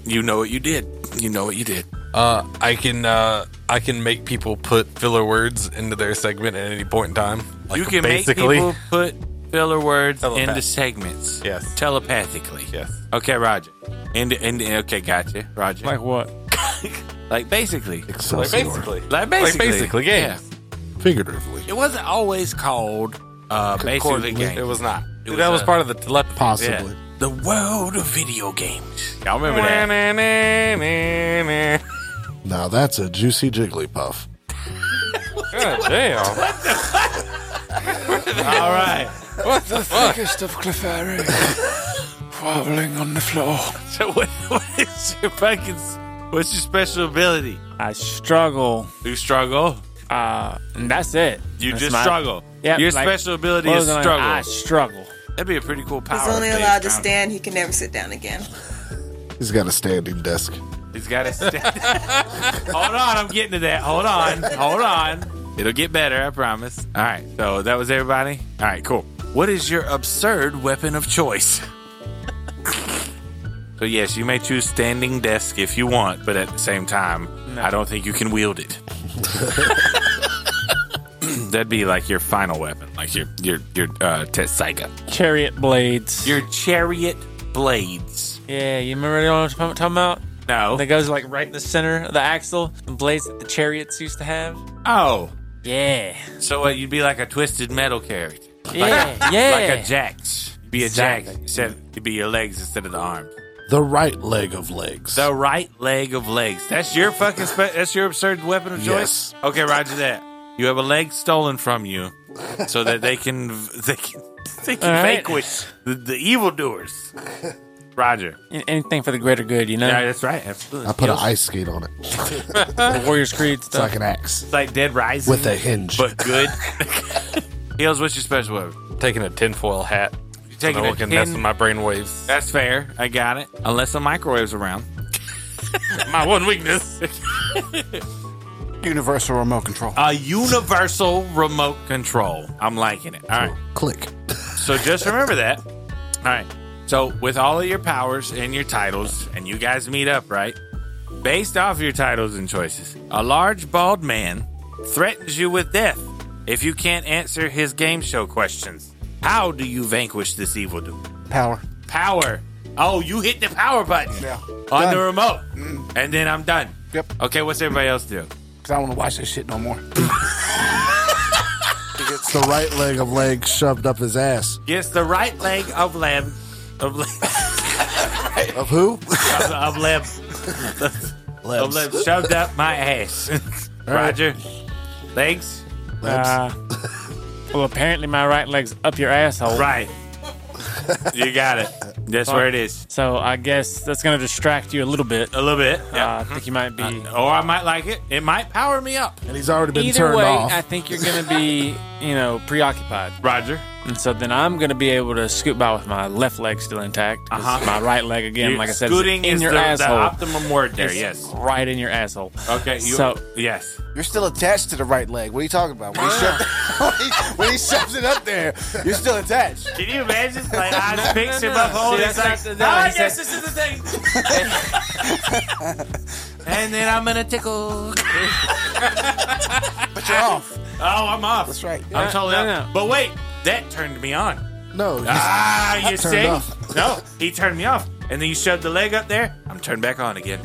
You know what you did. You know what you did.
Uh, I can uh, I can make people put filler words into their segment at any point in time. Like,
you can
basically.
make people put filler words into
Telepath-
segments. Yes. Telepathically. Yes. Okay, Roger. And and okay, gotcha, Roger.
Like what?
<laughs> like basically.
Excelsior.
Like basically.
Like
Like basically.
basically games.
Figuratively.
It wasn't always called uh, basically
Concordantly,
games.
it was not.
It was,
that was
uh,
part of the telepathy.
Possibly. The world of video games. Y'all remember that?
that?
<laughs>
Now that's a juicy jigglypuff.
God damn.
All right.
What the fuck?
Thickest of Clefairy.
<laughs> groveling on the floor.
So what, what is your fucking? What's your special ability?
I struggle.
You struggle.
Uh, and that's it.
You
That's
just
my-
struggle.
Yeah,
Your
like,
special ability
what
is
was it?
struggle.
I struggle.
That'd be a pretty cool power.
He's only
if they
allowed to
found
stand. He can never sit down again.
He's got a standing desk.
it. He's got to stand. <laughs> Hold on, I'm getting to that. Hold on, hold on. It'll get better, I promise. All right, so that was everybody. All right, cool. What is your absurd weapon of choice? <laughs> So yes, you may choose standing desk if you want, but at the same time, I don't think you can wield it. That'd be like your final weapon, like your your your uh, Tetsaiga.
Chariot blades.
Your chariot blades.
Yeah, you remember what I'm talking about?
No.
That goes like right in the center of the axle. The blades that the chariots used to have.
Oh,
yeah.
So uh, you'd be like a twisted metal character. Like-
Yeah,
like,
yeah.
a jacks. You'd be a jack. Instead, it'd be your legs instead of the arms.
The right leg of legs.
The right leg of legs. That's your fucking. Spe- that's your absurd weapon of choice.
Yes.
Okay, Roger that. You have a leg stolen from you, so that they can <laughs> they can they can
All right.
vanquish the, the evildoers. Roger.
Anything for the greater good, you know?
Yeah, that's right. Absolutely.
I put an ice skate on it.
<laughs> the Warriors Creed
It's
stuff.
like an axe.
It's like Dead Rising
With a hinge. <laughs>
but good. Heels, what's your special weapon?
Taking a tinfoil hat.
You're
so
taking
no
a
one can mess
tin-
with my brain waves.
That's fair. I got it. Unless a microwave's around. <laughs> My one weakness.
Universal remote control.
A universal remote control. I'm liking it. All right.
Click.
So just remember that. All right. So with all of your powers and your titles, and you guys meet up, right? Based off your titles and choices, a large bald man threatens you with death if you can't answer his game show questions. How do you vanquish this evildoer?
Power.
Power. Oh, you hit the power button
Yeah.
on
Done. Mm.
the remote, and then I'm done.
Yep.
Okay, what's everybody else do?
Because I don't want to watch this shit no
<laughs>
more.
It's the right leg of legs shoved up his ass.
Gets the right leg of Leb, of Leb,
Of who?
of, <laughs> of Leb, of
Legs.
Leb shoved up my ass. <laughs>
All right.
Roger, legs.
<laughs> Uh, well, apparently my right leg's up your asshole.
Right. You got it. That's where it is.
So I guess that's going to distract you a little bit.
A little bit.
Uh, I think you might be.
Or I might like it. It might power me up.
And he's already been
Either
turned
way,
off.
I think you're going to be, you know, preoccupied.
Roger.
And so then I'm going to be able to scoot by with my left leg still intact. 'cause
Uh-huh.
My right leg, again,
You're-
like I said, is
scooting
in
is
your
the,
asshole.
The optimum word there.
It's
yes.
Right in your asshole.
Okay. You,
So-
yes.
You're still attached to the right leg. What are you talking about? When he, shoved, when he- when he shoves it up there, you're still attached.
Can you imagine? Like I just
No,
picked
no,
him
no.
up, hold
See,
it, it's like,
that's not the- no,
oh, I
he
guess
said-
this is the thing.
<laughs>
and then I'm gonna tickle.
But you're off.
Oh, I'm off.
That's right.
I'm totally
No, no,
off. But wait, that turned me <laughs> on.
no. he's-
Ah, you
Turned
see?
off.
No, he turned me off. And then you shoved the leg up there. I'm turned back on again.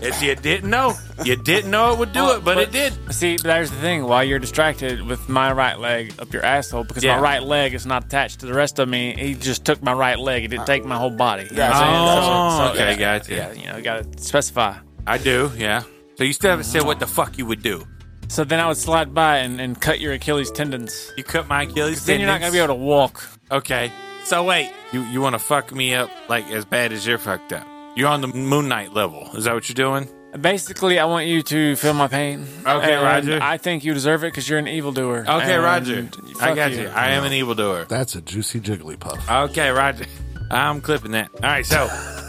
If you didn't know, you didn't know it would do
Well,
it, but, it did.
See, there's the thing. While you're distracted with my right leg up your asshole, because
Yeah.
my right leg is not attached to the rest of me, he just took my right leg. He didn't take my whole body. You know what I'm
Oh,
saying?
okay,
yeah,
gotcha.
Yeah, you know, you gotta specify.
I do, yeah. So you still haven't said what the fuck you would do.
So then I would slide by and, and cut your Achilles tendons.
You cut my Achilles.
Then you're not gonna be able to walk.
Okay. So wait, you you want to fuck me up like as bad as you're fucked up? You're on the Moon Knight level. Is that what you're doing?
Basically, I want you to feel my pain.
Okay,
And
Roger.
I think you deserve it because you're an evildoer.
Okay,
And
Roger. I
fuck
got you. I am an evildoer.
That's a juicy jigglypuff.
Okay, Roger. I'm clipping that. All right. So,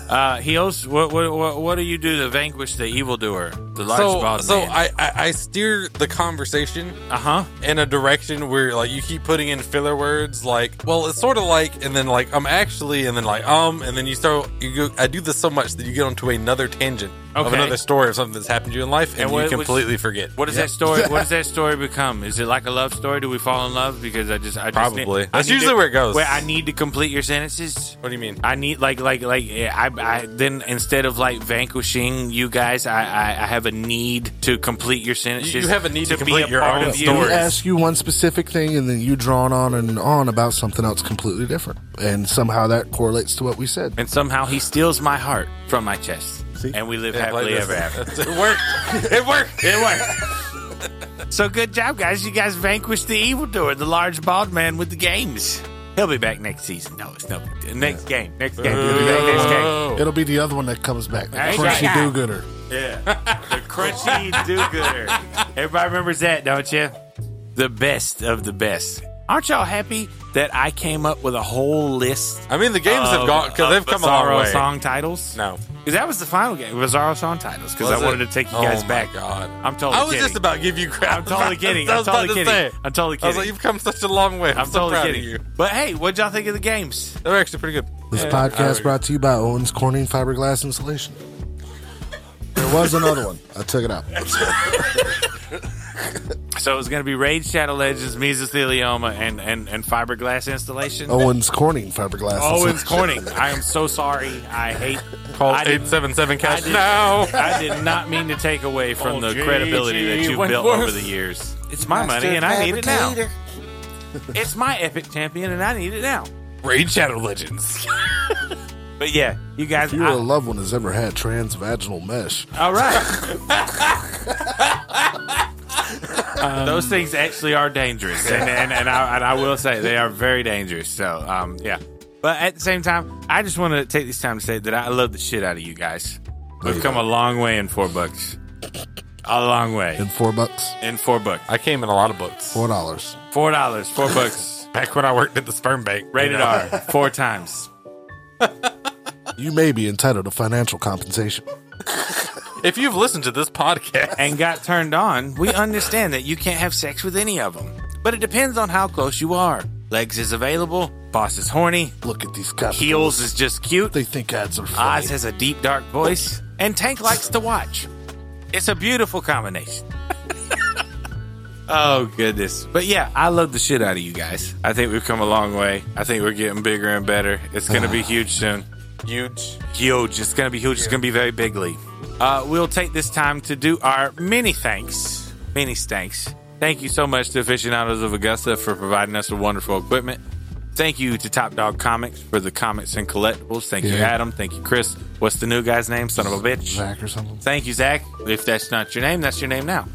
uh, heels. What what what, what do you do to vanquish the evildoer? The large
So,
bald
so
man.
I, I I steer the conversation
uh huh.
in a direction where like you keep putting in filler words like well it's sort of like and then like I'm actually and then like um and then you start you go I do this so much that you get onto another tangent of
Okay.
another story of something that's happened to you in life and,
And what-
you completely forget
What does that story?
<laughs>
What does that story become? Is it like a love story? Do we fall in love? Because I just I just need-
Probably.
I
That's
need
usually
to-
where it goes.
Wait, I need to complete your sentences.
what do you mean
I need like like like yeah, I, I then instead of like vanquishing you guys, I I, I have a need to complete your sentences.
You- you have a need to
be
complete
a
your
part
own
of you.
story.
We ask you one specific thing, and then you drone on and on about something else completely different, and somehow that correlates to what we said.
And somehow he steals my heart from my chest, and we live
Yeah, like
happily
this. <laughs>
ever after.
it worked it worked
<laughs> It worked. so good job, guys! You guys vanquished the evildoer, the large bald man with the games. He'll be back next season. No, it's no big deal. Next game. Next game. Next game.
It'll be the other one that comes back.
That's
Crunchy
right.
do gooder.
Yeah. <laughs> The crunchy do gooder. Everybody remembers that, don't you? The best of the best. Aren't y'all happy that I came up with a whole list?
I mean, the games have gone- 'cause they've come a long way.
song titles.
No,
because that was the final game, Bizarro song titles. Because
Was
I wanted
it?
to take you
Oh
guys
my
back.
God.
I'm totally.
I was
kidding.
just about to give you crap.
I'm totally kidding.
<laughs> I
I'm
was about
totally
to
kidding.
say.
I'm totally
I was
kidding.
like, you've come such a long way. I'm,
I'm
so
totally
proud
kidding.
of you.
But hey, what'd y'all think of the games?
They're actually pretty good.
This podcast brought to you by Owens Corning Fiberglass Insulation. There was another one. I took it out.
So it's going to be Raid Shadow Legends, Mesothelioma, and and and fiberglass installation.
Owens Corning Fiberglass
Owens
Insulation.
Corning. I am so sorry. I hate.
Call
I didn't-
877
I
cash
did-
now.
I did not mean to take away from
Oh,
the
gee,
credibility
gee,
that you've
went
built
worse.
over the years. It's my money, and I need it now. It's my epic champion, and I need it now.
Raid Shadow Legends.
But yeah, you guys.
If your loved one has ever had transvaginal mesh,
All right.
Um,
Those things actually are dangerous, and and, and, I, and I will say they are very dangerous. So, um, yeah. But at the same time, I just want to take this time to say that I love the shit out of you guys. We've come a long way in four bucks. A long way
in four bucks,
in four bucks.
I came in a lot of books.
four dollars.
Four dollars, four bucks.
Back when I worked at the sperm bank.
Rated
you know.
R, four times.
You may be entitled to financial compensation.
If you've listened to this podcast
and got turned on, we understand that you can't have sex with any of them. But it depends on how close you are. Legs is available. Boss is horny.
Look at these customers.
Heels is just cute.
They think ads are funny.
Oz has a deep, dark voice. And Tank likes to watch. It's a beautiful combination. oh, goodness. But yeah, I love the shit out of you guys. I think we've come a long way. I think we're getting bigger and better. It's going
<sighs>
to be huge soon.
Huge.
Huge. It's going to be huge. It's going to be very bigly. Uh, we'll take this time to do our many thanks. Many thanks. Thank you so much to Aficionados of Augusta for providing us with wonderful equipment. Thank you to Top Dog Comics for the comics and collectibles. Thank you,
Yeah.
Adam. Thank you, Chris. What's the new guy's name? Son of a bitch.
Zach or something.
Thank you, Zach. If that's not your name, that's your name now.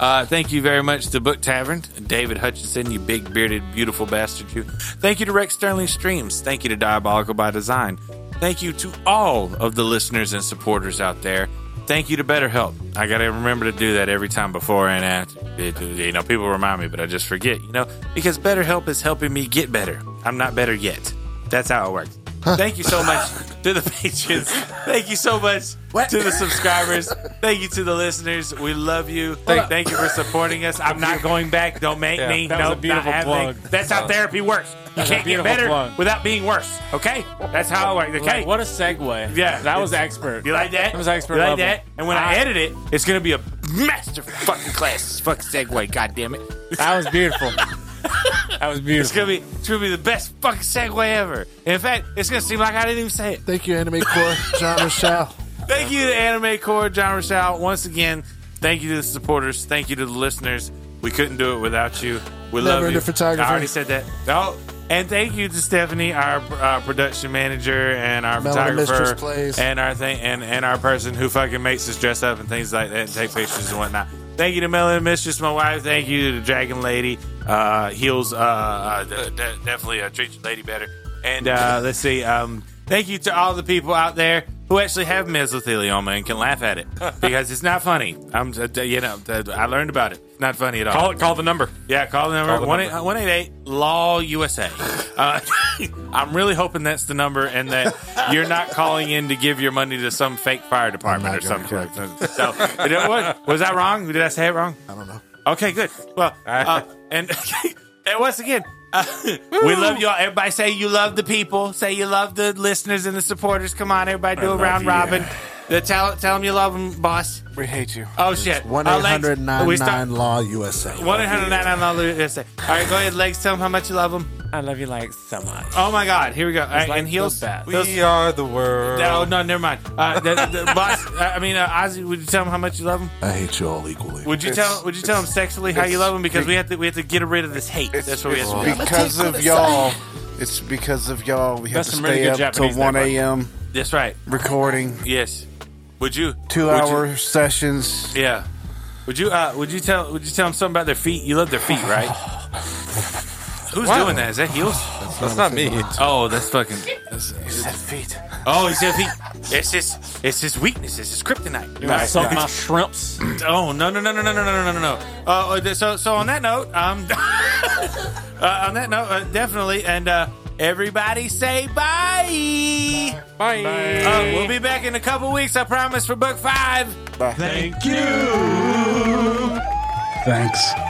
Uh, thank you very much to Book Tavern, David Hutchinson, you big bearded, beautiful bastard. You. Thank you to Rex Sterling Streams. Thank you to Diabolical by Design. Thank you to all of the listeners and supporters out there. Thank you to BetterHelp. I gotta remember to do that every time before and after. It- you know, people remind me, but I just forget. You know, because BetterHelp is helping me get better. I'm not better yet. That's how it works. Thank you so much to the <laughs> patrons. Thank you so much to the subscribers. Thank you to the listeners. We love you. Thank, thank you for supporting us. I'm not going back. Don't make
Yeah,
me.
that was
No,
a beautiful
not having.
plug.
That's how
Uh,
therapy works. You
was a
can't get
beautiful
better
plug.
without being worse. Okay, that's how it works. Okay,
Like, what a segue.
Yeah.
That was expert.
You like that?
That was expert
You like
level.
that? And when I,
I-
edit it, it's gonna be a master fucking class. Fuck segue. God damn it.
That was
<laughs>
beautiful. that was
It's
beautiful.
gonna be it's gonna be the best fucking segue ever. In fact, it's gonna seem like I didn't even say it.
Thank you, Anime Core, John Rochelle.
Thank you to Anime Core, John Rochelle. Once again, thank you to the supporters. Thank you to the listeners. We couldn't do it without you. We
Never
love
end
you.
a photographer.
I already said that. Oh, and thank you to Stephanie, our uh, production manager, and our
Melody
photographer,
Mistress plays.
and our thing, and, and our person who fucking makes us dress up and things like that and take pictures and whatnot. Thank you to Melon Mistress, my wife. Thank you to the Dragon Lady. Uh, heels, uh, uh, de- de- definitely uh, treat your lady better. And uh, let's see. Um, thank you to all the people out there who actually have mesothelioma and can laugh at it because it's not funny. I'm, uh, you know, uh, I learned about it. It's not funny at all.
Call it. Call the number.
Yeah, call the number
Call the
one
number.
one eight eight Law USA. Uh, <laughs> I'm really hoping that's the number, and that you're not calling in to give your money to some fake fire department or something. Like that. So, you know what? was that wrong? Did I say it wrong? I don't know. Okay, good. Well, uh, and <laughs> and once again. Uh, we love you all. Everybody say you love the people. Say you love the listeners and the supporters. Come on, everybody do a
love
round
you,
robin. The tell, tell them you love them, boss.
We hate you.
Oh, shit.
One
Uh,
eight
Lex,
hundred
we
nine
start-
nine Law USA.
one eight hundred nine nine All right, go ahead, legs. Tell them how much you love them.
I love you like so much.
Oh my God, here we go. All right,
like
and heels.
the best.
Those-
We are the world.
oh no, never mind. Uh,
<laughs>
the, the boss. uh, I mean, uh, Ozzy, would you tell them how much you love them?
I hate you all equally.
Would you tell? Would you tell them sexually how you love them? Because we have to. We have to get rid of this hate. That's what we have to do.
Because of y'all. It's because of y'all. We have
That's
to
some really
stay
good
up till
Japanese
1
network.
a.m.
That's right.
Recording
Yes. Would you?
two
would you-
hour sessions.
yeah.
<sighs>
Would you? Uh, would you tell? Would you tell them something about their feet? You love their feet, right? Who's
Wow.
doing that? Is that heels?
<sighs> That's That's not not me. me.
Oh, that's fucking. That's, it's that feet. Oh, he's that feet. It's his. It's his weakness. It's his kryptonite.
You wanna suck my
shrimps. Oh no no no no no no no no no no. Uh, Uh, so so on that note, um, <laughs> uh, on that note, uh, definitely, and uh, everybody say bye. Bye. Uh, we'll be back in a couple weeks. I promise for book five.
Thanks.